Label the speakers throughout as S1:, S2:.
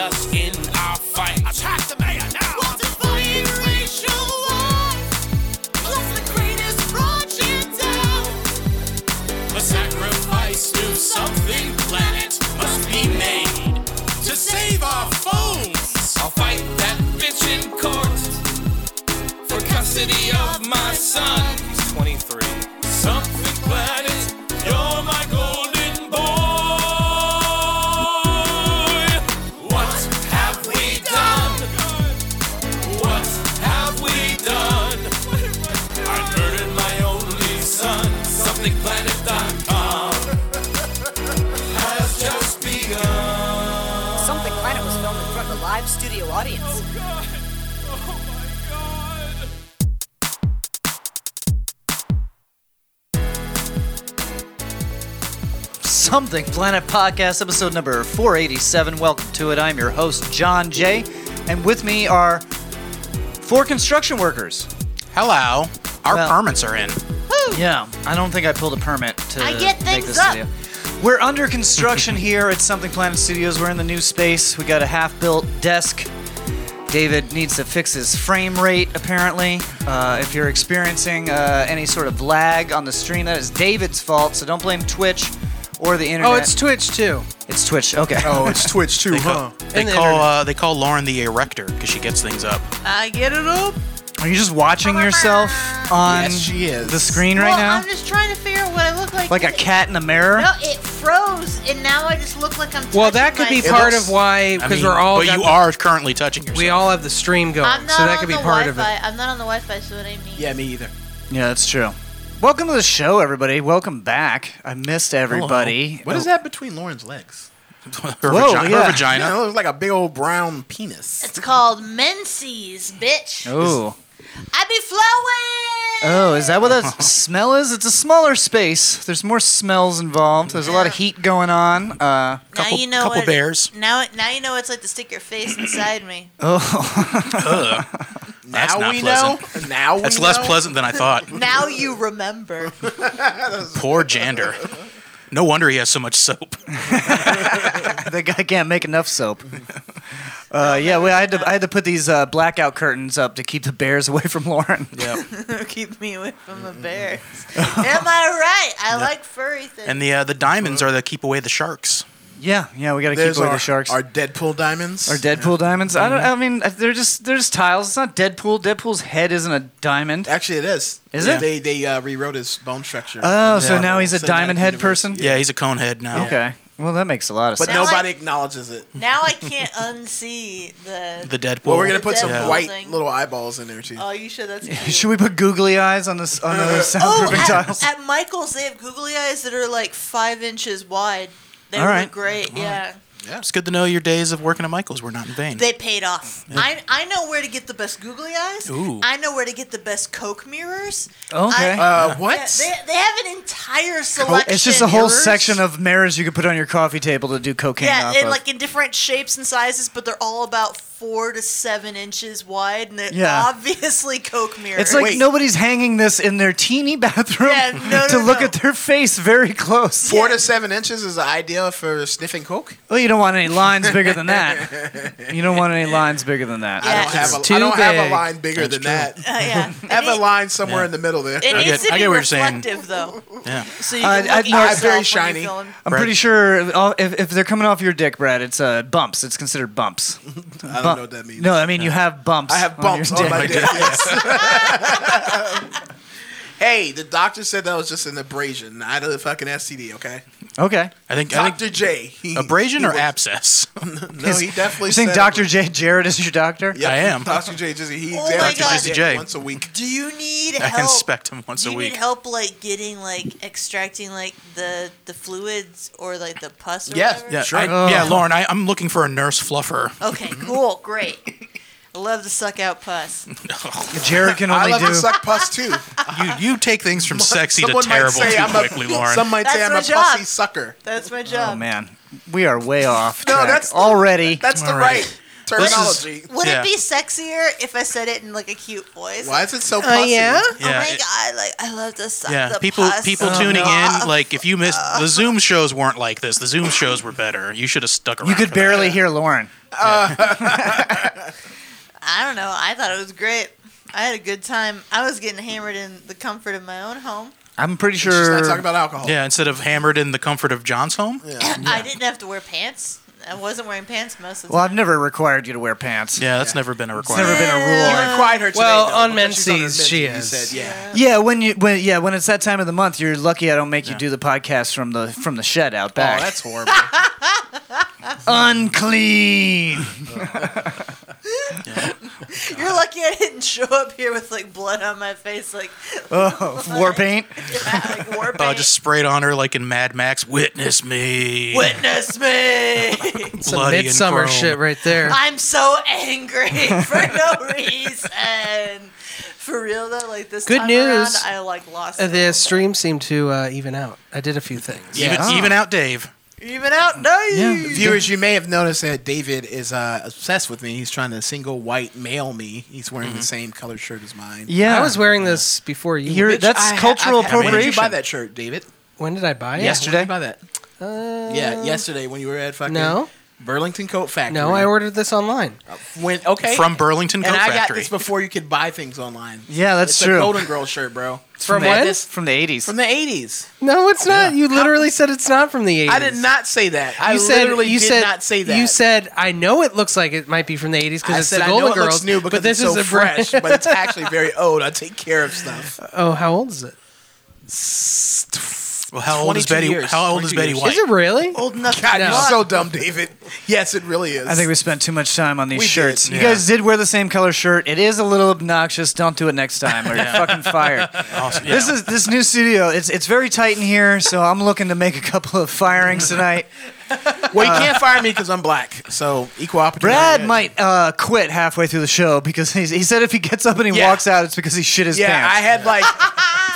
S1: us in our fight. Attack the mayor now.
S2: What's defying racial life? Bless the greatest project out.
S1: A sacrifice to something planet must be made to save our phones. I'll fight that bitch in court for custody of my son. He's 23. Something planet, you're my golden boy. What have we done? What have we done? I murdered my only son. SomethingPlanet.com has just begun.
S3: Something Planet was filmed in front of a live studio audience.
S1: God. Oh my God.
S4: Something Planet Podcast, episode number 487. Welcome to it. I'm your host, John Jay, and with me are four construction workers.
S5: Hello. Our
S4: Well-
S5: permits are in.
S4: Yeah, I don't think I pulled a permit to
S2: I get
S4: make
S2: things
S4: this
S2: up.
S4: video. We're under construction here at Something Planet Studios. We're in the new space. We got a half-built desk. David needs to fix his frame rate. Apparently, uh, if you're experiencing uh, any sort of lag on the stream, that is David's fault. So don't blame Twitch or the internet.
S6: Oh, it's Twitch too.
S4: it's Twitch. Okay.
S6: Oh, it's Twitch too,
S5: They call, they,
S6: And the
S5: call
S6: internet.
S5: uh, they call Lauren the erector because she gets things up.
S6: I get it up.
S4: Are you just watching yourself on
S6: Yes, she is.
S4: the screen right
S2: well,
S4: now?
S2: I'm just trying to figure out what I look like.
S4: like a cat in a mirror.
S2: No, it froze, and now I just look like I'm. touching
S6: Well, that could be
S2: myself.
S6: part
S5: looks-
S6: of why
S5: I
S6: because
S5: mean,
S6: we're all
S5: But
S6: got
S5: you
S6: the-
S5: are currently touching yourself.
S6: we all have the stream going,
S2: I'm not
S6: so that
S2: on
S6: could be
S2: the
S6: part
S2: Wi-Fi.
S6: of it.
S2: I'm not on the Wi-Fi, so what I mean.
S6: me either.
S4: Yeah, that's true. Welcome to the show, everybody. Welcome back. I missed everybody. Oh.
S7: What is that between Lauren's legs?
S5: her,
S4: Whoa,
S5: vagi-
S4: yeah.
S5: her vagina.
S7: You know, it looks like a big old brown penis.
S2: It's called Menses, bitch.
S4: Oh,
S2: I be flowing.
S4: oh, is that what that s- smell is? It's a smaller space. There's more smells involved. There's a lot of heat going on. Uh,
S2: now
S5: couple-
S2: you know
S5: couple
S2: what,
S5: bears.
S2: Now, now you know what it's like to stick your face inside me.
S5: That's
S7: now
S5: not
S7: we
S5: pleasant.
S7: know. Now we
S5: That's less
S7: know?
S5: pleasant than I thought.
S2: Now you remember.
S5: Poor Jander. No wonder he has so much soap.
S4: the guy can't make enough soap. Uh, yeah, we, I, had to, I had to put these uh, blackout curtains up to keep the bears away from Lauren.
S5: Yeah.
S2: Keep me away from the bears. Am I right? I like furry things.
S5: And the uh, the diamonds are the keep away the sharks.
S4: Yeah, yeah, we got to keep
S7: There's
S4: away
S7: our,
S4: the sharks.
S7: Our Deadpool diamonds.
S4: Or Deadpool diamonds? I don't. I mean, uh, they're just they're just tiles. It's not Deadpool. Deadpool's head isn't a diamond.
S7: Actually, it is.
S4: Is
S7: Yeah,
S4: it?
S7: They they uh, rewrote his bone structure.
S4: Oh, so
S7: Yeah.
S4: now he's a
S7: Cinematic
S4: diamond head
S7: universe.
S4: person?
S5: Yeah, he's a conehead now.
S4: Okay. Well, that makes a lot of
S7: But
S4: sense.
S2: Now
S7: nobody
S2: I-
S7: acknowledges it.
S2: now I can't unsee the.
S5: The Deadpool.
S7: Well, we're gonna put
S2: Deadpool
S7: some white
S2: thing.
S7: little eyeballs in there too.
S2: oh, you sure that's.
S4: Should we put googly eyes on this on those
S2: Oh,
S4: soundproofing
S2: at,
S4: tiles?
S2: at Michael's, they have googly eyes that are like five inches wide. They
S4: All
S2: were
S4: right.
S2: great. Yeah,
S5: It's good to know your days of working at Michael's were not in vain.
S2: they paid off. I I know where to get the best googly eyes.
S5: Ooh.
S2: I know where to get the best Coke mirrors. I-
S4: Okay.
S7: uh,
S2: Yeah,
S7: what?
S2: they, they have an entire selection.
S4: it's just a whole
S2: Mirrors?
S4: section of mirrors you could put on your coffee table to do cocaine
S2: Yeah,
S4: off
S2: and
S4: of.
S2: like in different shapes and sizes, but they're all about four to seven inches wide, and they're
S4: Yeah.
S2: obviously Coke mirrors.
S4: it's like
S7: Wait.
S4: nobody's hanging this in their teeny bathroom
S2: Yeah, no,
S4: to
S2: no,
S4: look
S2: no.
S4: at their face very close.
S7: Four to seven inches is the ideal for sniffing coke.
S4: Well, you don't want any lines bigger than that. You don't want any lines bigger than that.
S2: Yeah.
S7: I don't have a,
S6: It's too
S7: I don't have
S6: big.
S7: a line bigger than that.
S2: Uh, yeah.
S7: Have
S2: It
S7: a
S2: need-
S7: line somewhere in the middle there.
S2: It
S5: I
S2: needs
S5: get-
S2: to
S5: I
S2: be
S5: get what you're saying.
S2: reflective, though,
S5: yeah.
S2: so you
S4: I-
S2: can
S4: I-
S2: look at
S4: no,
S7: it's Uh,
S2: yourself when
S7: very
S2: you
S7: shiny.
S2: film.
S4: I'm
S5: Brad-
S4: pretty sure all- if, if they're coming off your dick, Brad, it's uh, bumps. It's considered bumps.
S7: I don't know what that means.
S4: No, I mean you have bumps.
S7: I have bumps on,
S4: your
S7: my
S4: dick.
S7: dick. yes. hey, the doctor said that was just an abrasion, not a fucking STD. Okay,
S4: Okay.
S5: I think I
S7: Doctor
S5: think
S7: J. He,
S5: abrasion
S7: he
S5: or
S7: was-
S5: abscess.
S7: No, he definitely.
S4: You think
S7: said
S4: Dr. J. Jarrett is your doctor?
S7: Yep,
S5: I am.
S7: Doctor J. Just he
S2: Oh my
S7: examines
S2: God.
S7: his dick
S5: J.
S7: once a week.
S2: Do you need
S5: I
S2: help?
S5: inspect him once
S2: Do
S5: a
S2: you
S5: week.
S2: need help, like getting like extracting like the the fluids or like the pus? Or
S7: Yes.
S2: whatever?
S5: Yeah,
S7: Sure.
S5: I- yeah, Lauren, I, I'm looking for a nurse fluffer.
S2: Okay. Cool. Great. I love to suck out pus.
S4: Jarrett can
S7: I
S4: only
S7: love
S4: do.
S7: to suck pus too.
S5: You you take things from sexy to
S7: Someone might
S5: terrible
S7: say
S5: too
S7: I'm
S5: quickly,
S7: a.
S5: Lauren.
S7: Some might say
S2: That's
S7: I'm
S2: my
S7: a pussy
S2: job.
S7: sucker.
S2: That's my
S4: oh
S2: job.
S4: man, we are way off
S7: No,
S4: track
S7: that's the-
S4: already.
S7: That's the
S5: All
S7: right.
S5: right.
S7: terminology.
S2: Would
S5: Yeah.
S2: it be sexier if I said it in like a cute voice?
S7: Why is it so pussy?
S2: Oh
S5: Yeah,
S2: my
S5: it-
S2: god! Like I love to suck
S5: yeah.
S2: the Oh,
S5: People
S2: pus Um,
S5: people
S2: off.
S5: tuning in like if you missed the Zoom shows weren't like this. The Zoom shows were better. You should have stuck around.
S4: You could
S5: for that.
S4: barely hear Lauren.
S2: I don't know. I thought it was great. I had a good time. I was getting hammered in the comfort of my own home.
S4: I'm pretty
S7: She's
S4: sure.
S7: not talking about alcohol.
S5: Yeah, instead of hammered in the comfort of John's home.
S2: I didn't have to wear pants. I wasn't wearing pants most of the
S4: well,
S2: time.
S4: I've never required you to wear pants.
S5: Yeah, that's never been a
S4: It's never
S5: requirement.
S4: been a
S7: You
S4: rule.
S7: required her today,
S6: Well,
S7: though,
S6: on
S7: because she's
S6: men's
S7: her
S6: seas, she
S7: meds,
S6: is.
S7: You said, yeah.
S4: Yeah, when you when yeah when it's that time of the month, you're lucky I don't make you do the podcast from the from the shed out back.
S7: Oh, that's horrible.
S4: unclean.
S2: You're lucky I didn't show up here with like blood on my face, like
S4: Oh, war paint.
S2: like war
S5: Uh,
S2: paint.
S5: just sprayed on her like in Mad Max. Witness me.
S2: Witness me.
S6: Some
S5: Bloody and
S6: midsummer
S5: chrome.
S6: shit right there.
S2: I'm so angry for no reason. For real though, like this
S6: Good
S2: time
S6: news.
S2: around, I like lost
S6: Uh,
S2: it.
S6: The stream seemed to uh, even out. I did a few things.
S5: Even,
S4: Yeah.
S5: even out, Dave.
S2: even out. No,
S4: Yeah.
S7: Viewers, you may have noticed that David is uh, obsessed with me. He's trying to single white male me. He's wearing
S5: Mm-hmm.
S7: the same colored shirt as mine.
S4: Yeah,
S6: I was wearing this before you.
S4: You're-
S6: bitch.
S4: that's
S7: I ha-
S4: cultural
S7: I've had- When did you
S4: appropriation.
S7: buy that shirt, David?
S6: when did I buy it?
S4: Yesterday.
S7: When did you buy that?
S6: Uh,
S7: yeah, yesterday when you were at fucking
S6: No.
S7: Burlington Coat Factory.
S6: No, I ordered this online.
S7: when okay
S5: From Burlington
S7: And
S5: Coat
S7: I got
S5: Factory.
S7: this before you could buy things online.
S4: Yeah, that's
S7: It's
S4: true.
S7: A Golden Girl shirt, bro.
S6: From
S4: the-
S6: when?
S4: this- From the 80s.
S7: From the '80s.
S6: No, it's not. You literally said it's not from the 80s.
S7: I did not say that. I
S6: You said
S7: literally
S6: you
S7: did
S6: said
S7: not say that.
S6: You said I know it looks like it might be from the 80s because
S7: I
S6: it's
S7: said
S6: the
S7: I
S6: Golden
S7: know it
S6: Girls,
S7: looks new because
S6: but this
S7: it's
S6: is
S7: so
S6: a brand-
S7: fresh, but it's actually very old. I take care of stuff.
S6: oh, how old is it?
S5: well, how old is
S7: 22
S5: Betty?
S7: years.
S5: How old is
S7: 22
S5: Betty
S7: years.
S5: White?
S6: Is it really?
S7: Old enough. God,
S6: No.
S7: you're so dumb, David. Yes, it really is.
S4: I think we spent too much time on these
S7: We did,
S4: shirts.
S5: yeah.
S4: You guys did wear the same color shirt. It is a little obnoxious. Don't do it next time, or you're fucking fired.
S5: Awesome. Yeah.
S4: This is this new studio. It's it's very tight in here, so I'm looking to make a couple of firings tonight.
S7: Well, you can't fire me because I'm black. So equal opportunity.
S4: Uh, Brad might uh, quit halfway through the show because he's, he said if he gets up and he
S7: Yeah.
S4: walks out, it's because he shit his
S7: Yeah, I
S4: pants.
S7: had like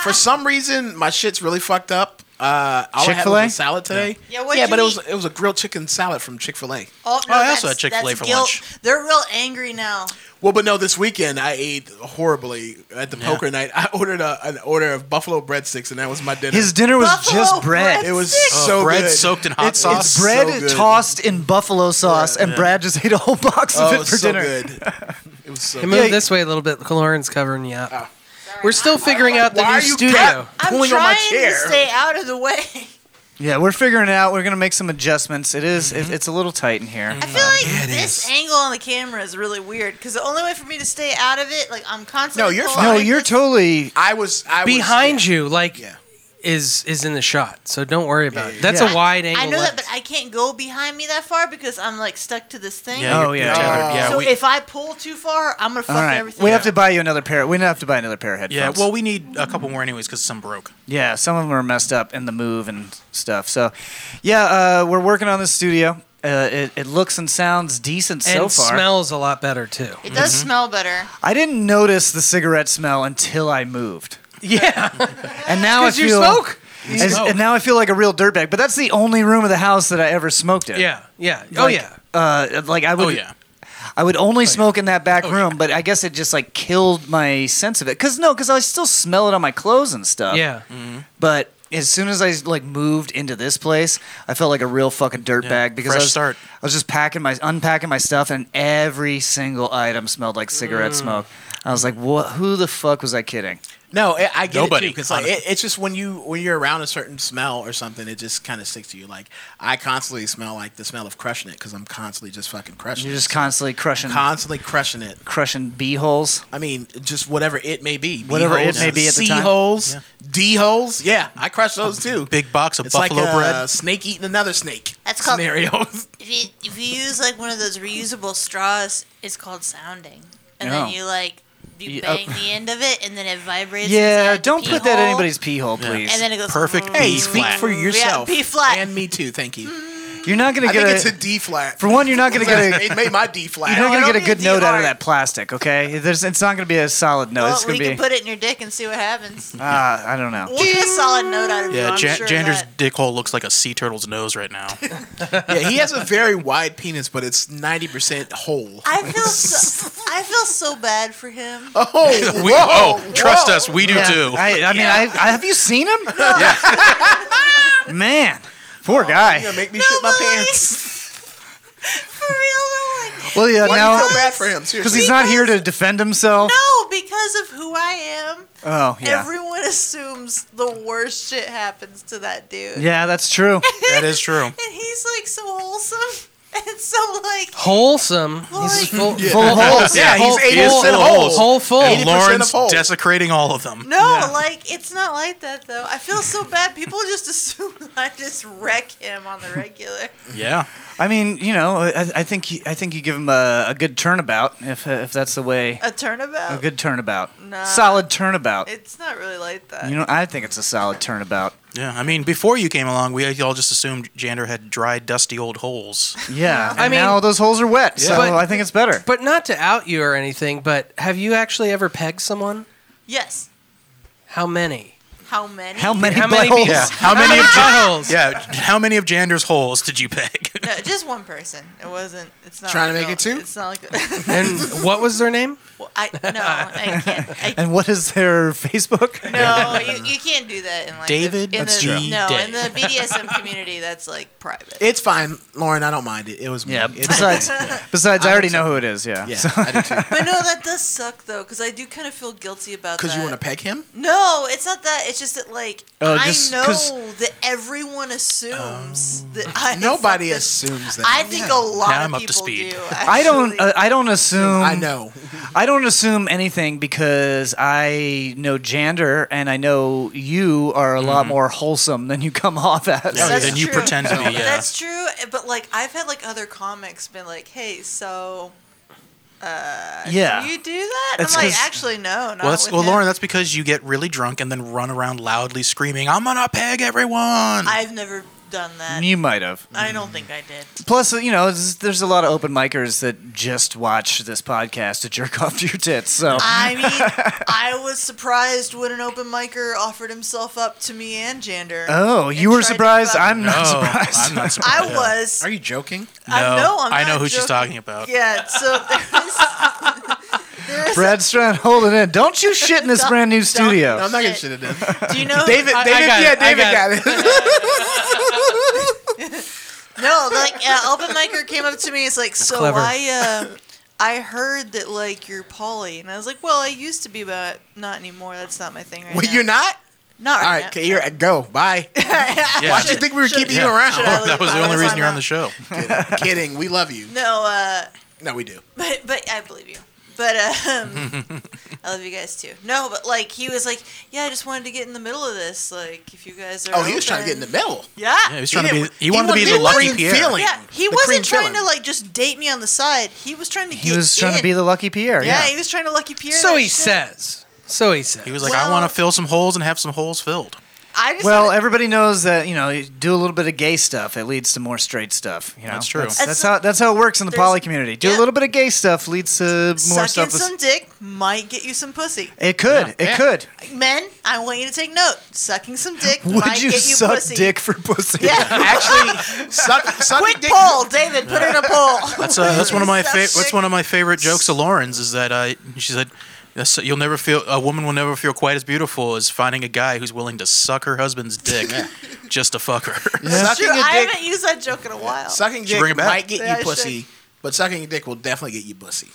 S7: for some reason my shit's really fucked up. Uh, all I had
S4: Chick-fil-A?
S7: was a salad today.
S2: Yeah. Yeah, what'd
S7: yeah
S2: you
S7: but it was
S2: eat?
S7: it was a grilled chicken salad from Chick Fil A.
S2: Oh, no,
S5: Oh, I
S2: that's,
S5: also had Chick-fil-A
S2: that's
S5: for
S2: guilt.
S5: lunch.
S2: They're real angry now.
S7: Well, but no, this weekend I ate horribly at the poker night. I ordered a, an order of buffalo breadsticks, and that was my dinner.
S4: His dinner was
S2: Buffalo
S4: just bread.
S2: bread.
S7: it was
S2: Oh,
S7: so
S5: bread
S7: good.
S5: soaked in hot
S4: It's,
S5: sauce.
S4: it's bread
S7: so good.
S4: tossed in buffalo sauce, and Brad just ate a whole box
S7: oh,
S4: of
S7: it
S4: it
S7: was
S4: for
S7: so
S4: dinner.
S7: good. It was so.
S6: Hey,
S7: good.
S6: move this way a little bit. Lauren's covering you up. We're still figuring out the
S7: Why
S6: new
S7: are you
S6: studio.
S7: cat-
S2: I'm
S7: Pulling on my
S2: trying to
S7: chair.
S2: stay out of the way.
S4: Yeah, we're figuring it out. We're gonna make some adjustments. It is-
S7: Mm-hmm.
S4: it- it's a little tight in here.
S2: I feel like this angle on the camera is really weird because the only way for me to stay out of it, like I'm constantly.
S7: No, you're
S2: pulling-
S7: fine.
S4: No, you're totally
S7: I was I was-
S6: Behind you, like,
S7: Yeah.
S6: is is in the shot. So don't worry about it. That's
S4: Yeah.
S6: a wide angle.
S2: I know that, but
S6: lens.
S2: I can't go behind me that far because I'm like stuck to this thing.
S5: Yeah,
S4: Oh, yeah.
S5: you're- you're tethered. yeah.
S2: so
S5: we,
S2: if I pull too far, I'm gonna fuck
S4: All right,
S2: everything.
S4: we
S2: up.
S4: have to buy you another pair. We have to buy another pair of headphones.
S5: yeah. Well, we need a couple more anyways because some broke.
S4: yeah, some of them are messed up in the move and stuff. So, yeah, uh, we're working on the studio. Uh, it, it looks and sounds decent so
S6: and
S4: far.
S6: smells a lot better too.
S2: It does
S5: Mm-hmm.
S2: smell better.
S4: I didn't notice the cigarette smell until I moved,
S6: Yeah,
S4: and now I
S6: because
S4: feel
S6: you smoke.
S4: as- and now I feel like a real dirtbag. But that's the only room of the house that I ever smoked in.
S6: Yeah, yeah. Oh
S4: Like,
S6: yeah.
S4: Uh, like I would.
S5: Oh yeah. Oh,
S4: I would only smoke in that back room, but I guess it just like killed my sense of it. Cause no, cause I still smell it on my clothes and stuff.
S6: Yeah.
S4: But as soon as I like moved into this place, I felt like a real fucking dirtbag because
S5: fresh
S4: I was,
S5: start.
S4: I was just packing my unpacking my stuff, and every single item smelled like cigarette
S5: Mm.
S4: smoke. I was like, "What? Who the fuck was I kidding?"
S7: No, I I get
S5: Nobody,
S7: it because like,
S5: honestly.
S7: it, it's just when you when you're around a certain smell or something, it just kind of sticks to you. Like I constantly smell like the smell of crushing it because I'm constantly just fucking crushing.
S4: You're
S7: it.
S4: just constantly crushing,
S7: constantly crushing it.
S4: crushing bee holes.
S7: I mean, just whatever it may be, B
S4: Whatever it
S7: holes,
S4: may be at the
S7: C
S4: time.
S7: holes, D holes. Yeah, I crush those too.
S5: Big box of
S7: it's like
S5: buffalo
S7: a
S5: bread.
S7: snake eating another snake.
S2: That's called-
S7: scenario.
S2: If you if you use like one of those reusable straws, it's called sounding, and
S4: Oh.
S2: then you like you
S4: You- oh.
S2: bang the end of it, and then it vibrates.
S4: Yeah,
S2: inside the
S4: don't
S2: pee
S4: put that
S2: hole,
S4: in anybody's pee hole, please.
S2: And then it goes
S5: Perfect
S2: "Mm."
S5: pee
S7: hey, speak
S5: flat.
S7: for yourself.
S2: B flat.
S7: and me too. Thank you.
S4: You're not gonna
S8: I
S4: get
S8: think
S4: a,
S8: it's a D flat.
S4: for one. You're not gonna get a.
S8: it made my D flat.
S4: You're not gonna
S2: it'll
S4: get a
S2: be
S4: good
S2: a
S4: note out of
S2: DR.
S4: that plastic. Okay, There's, it's not gonna be a solid note.
S2: Well,
S4: it's
S2: we
S4: gonna
S2: can
S4: be.
S2: put it in your dick and see what happens.
S4: Uh, I don't know.
S2: We'll get a solid note out of you.
S5: Yeah,
S2: I'm
S5: Jan-
S2: sure of
S5: Jander's
S2: that.
S5: dick hole looks like a sea turtle's nose right now.
S7: Yeah, he has a very wide penis, but it's ninety percent whole.
S2: I feel so, I feel so bad for him.
S8: Oh,
S5: We,
S8: whoa,
S5: oh, trust
S8: whoa.
S5: us, we do
S4: Yeah.
S5: too.
S4: I, I mean, I, I have you seen him? Man, poor guy.
S8: You're gonna make me shit my
S2: Nobody-
S8: pants.
S2: For real, though, like,
S4: Well, yeah,
S8: Why do you feel
S4: now
S8: bad for him?
S4: because
S8: Seriously.
S4: he's not here to defend himself.
S2: no, because of who I am,
S4: Oh yeah,
S2: everyone assumes the worst shit happens to that dude.
S4: yeah, that's true.
S5: that is true.
S2: And he's like so wholesome and so like
S6: Wholesome. He's
S2: Like-
S6: full,
S4: Full of holes.
S8: Yeah, he's
S6: Whole-
S8: eighty
S5: Full
S8: percent
S5: of
S8: whole.
S5: holes.
S6: whole full.
S5: And Lauren's
S8: of holes.
S5: Oh, desecrating all of them.
S2: no, like it's not like that though. I feel so bad. People just assume I just wreck him on the regular.
S5: Yeah.
S4: I mean, you know, I, I think you, I think you give him a, a good turnabout if if that's the way
S2: A
S4: a
S2: turnabout.
S4: good turnabout,
S2: Nah.
S4: solid turnabout.
S2: It's not really like that.
S4: You know, I think it's a solid turnabout.
S5: Yeah. I mean, before you came along, we all just assumed Jander had dry, dusty old holes.
S4: Yeah, and
S6: I mean-
S4: now those holes are wet, so
S6: But-
S4: I think it's better.
S6: But not to out you or anything, but have you actually ever pegged someone?
S2: yes.
S6: How many?
S2: How many?
S4: How many
S6: How many
S4: buttholes?
S6: people-
S5: Yeah. How many of Jan-
S6: Buttholes.
S5: Yeah. How many of Jander's holes did you peg?
S2: No, just one person. It wasn't. It's not
S7: Trying to
S2: like
S7: make
S2: the-
S7: it two?
S2: It's not like.
S6: And what was their name?
S2: well, I no, I can't. I,
S4: And what is their Facebook?
S2: no, you, you can't do that in like the-
S5: David
S2: in
S5: That's
S2: the,
S5: true.
S2: No,
S5: Day.
S2: in the BDSM community, that's like private.
S7: It's fine, Lauren. I don't mind it. It was me.
S4: Yeah.
S7: It's
S4: Besides,
S7: okay.
S4: besides, I,
S7: I
S4: already
S7: think
S4: know who it is. Yeah.
S7: yeah,
S4: So-
S7: I do too.
S2: but no, that does suck though, because I do kind of feel guilty about that.
S7: Because you want to peg him?
S2: No, it's not that. It's just that like
S5: Uh,
S4: Oh,
S2: I
S4: just 'cause-
S2: know that everyone assumes that I
S7: Nobody
S2: fucked this-
S7: assumes that.
S2: I think a lot
S5: Um, Now
S2: of
S5: I'm up to
S2: people
S5: speed.
S2: do.
S4: I don't.
S2: actually.
S4: Uh, I don't assume.
S5: Um,
S7: I know.
S4: I don't assume anything because I know Jander and I know you are a lot more wholesome than you come off as.
S5: Yeah.
S2: That's
S5: Then you
S2: true.
S5: pretend to be,
S2: But
S5: yeah.
S2: That's true, eh, but like I've had like other comics been like, "Hey, so
S4: Yeah.
S2: you do that?" And
S4: That's
S2: I'm like,
S4: 'cause-
S2: "Actually, no, not
S5: Well, that's,
S2: with
S5: well,
S2: him."
S5: Lauren, that's because you get really drunk and then run around loudly screaming, "I'm gonna peg everyone."
S2: I've never done that.
S4: You might have.
S2: I don't think I did.
S4: Plus, you know, there's there's a lot of open micers that just watch this podcast to jerk off to your tits. So
S2: I mean, I was surprised when an open micer offered himself up to me and Jander.
S4: Oh,
S2: and
S4: you were
S2: tried to
S4: surprised?
S2: fuck-
S4: I'm not
S5: No,
S4: surprised.
S5: I'm not surprised.
S2: I was.
S7: Are you joking?
S5: No,
S2: I know. I'm
S5: I know
S2: not
S5: who she's
S2: joking.
S5: talking about.
S2: Yeah. So there's. there's
S4: Brad Strand, hold it in. Don't you shit in this brand new studio.
S7: No, I'm not gonna
S2: Shit.
S7: shit it in.
S2: do you know?
S7: David,
S6: I
S7: David,
S6: got it,
S7: yeah,
S6: I
S7: David
S6: got
S7: got
S6: it.
S7: it.
S2: No, like uh, open micer came up to me. It's like, so
S6: clever.
S2: I, uh, I heard that like you're poly, and I was like, well, I used to be, but not anymore. That's not my thing right
S7: Wait,
S2: now.
S7: you're not?
S2: Not
S7: All
S2: right.
S7: right, okay, you're, go. Bye.
S5: Yeah.
S7: Why'd you think we were keeping you around?
S2: should I leave?
S5: that was
S2: I
S5: the only
S2: was
S5: reason
S2: on
S5: you're on
S2: that.
S5: the show.
S7: Kidding. We love you.
S2: now. No. uh...
S7: No, we do.
S2: But but I believe you. But um, I love you guys too. No, but like he was like, yeah, I just wanted to get in the middle of this. Like if you guys are.
S7: Oh, he was trying to get in the
S2: open."
S7: middle.
S2: Yeah.
S5: Yeah, he
S2: Yeah.
S5: was
S7: He
S5: trying to be.
S7: didn't-
S5: He wanted to be
S7: wanted
S5: the
S7: the
S5: lucky
S7: cream
S5: Pierre.
S7: feeling.
S2: he
S7: The cream
S2: wasn't trying to
S7: filling.
S2: like just date me on the side. He was trying to
S4: He
S2: get
S4: was trying to be
S2: in.
S4: the lucky Pierre.
S2: yeah,
S4: Yeah.
S2: he was trying to lucky Pierre.
S6: So
S2: that
S6: he
S2: shit.
S6: says. So he says.
S5: He was like, "I
S2: Well-
S5: want to fill some holes and have some holes filled."
S2: I just
S4: Well,
S2: well,
S4: everybody knows that you know you do a little bit of gay stuff, it leads to more straight stuff. You know,
S5: That's true.
S4: That's,
S2: That's
S4: that's
S2: a-
S4: how that's how it works in the
S2: there's-
S4: poly community. Do a
S2: yeah.
S4: little bit of gay stuff leads to more
S2: sucking
S4: stuff. that's-
S2: some dick might get you some pussy.
S4: it could, it could.
S2: Men, I want you to take note. Sucking some dick might
S4: Would you,
S2: get you
S4: suck
S2: pussy.
S4: dick for pussy?
S2: Yeah.
S7: Actually, suck, suck
S2: Quick
S7: dick.
S2: poll, David. Put in a poll.
S5: That's uh, that's one of my
S2: Suck
S5: fa-
S2: dick.
S5: that's one of my favorite jokes of Lauren's is that uh, she said, "That's- "You'll never feel a woman will never feel quite as beautiful as finding a guy who's willing to suck her husband's dick just to fuck her."
S7: Sucking
S2: True, I
S7: a dick.
S2: haven't used that joke in a while.
S7: Sucking
S5: bring it
S7: dick
S5: back.
S7: might get
S2: Yeah, I
S7: you pussy, but sucking a dick will definitely get you pussy.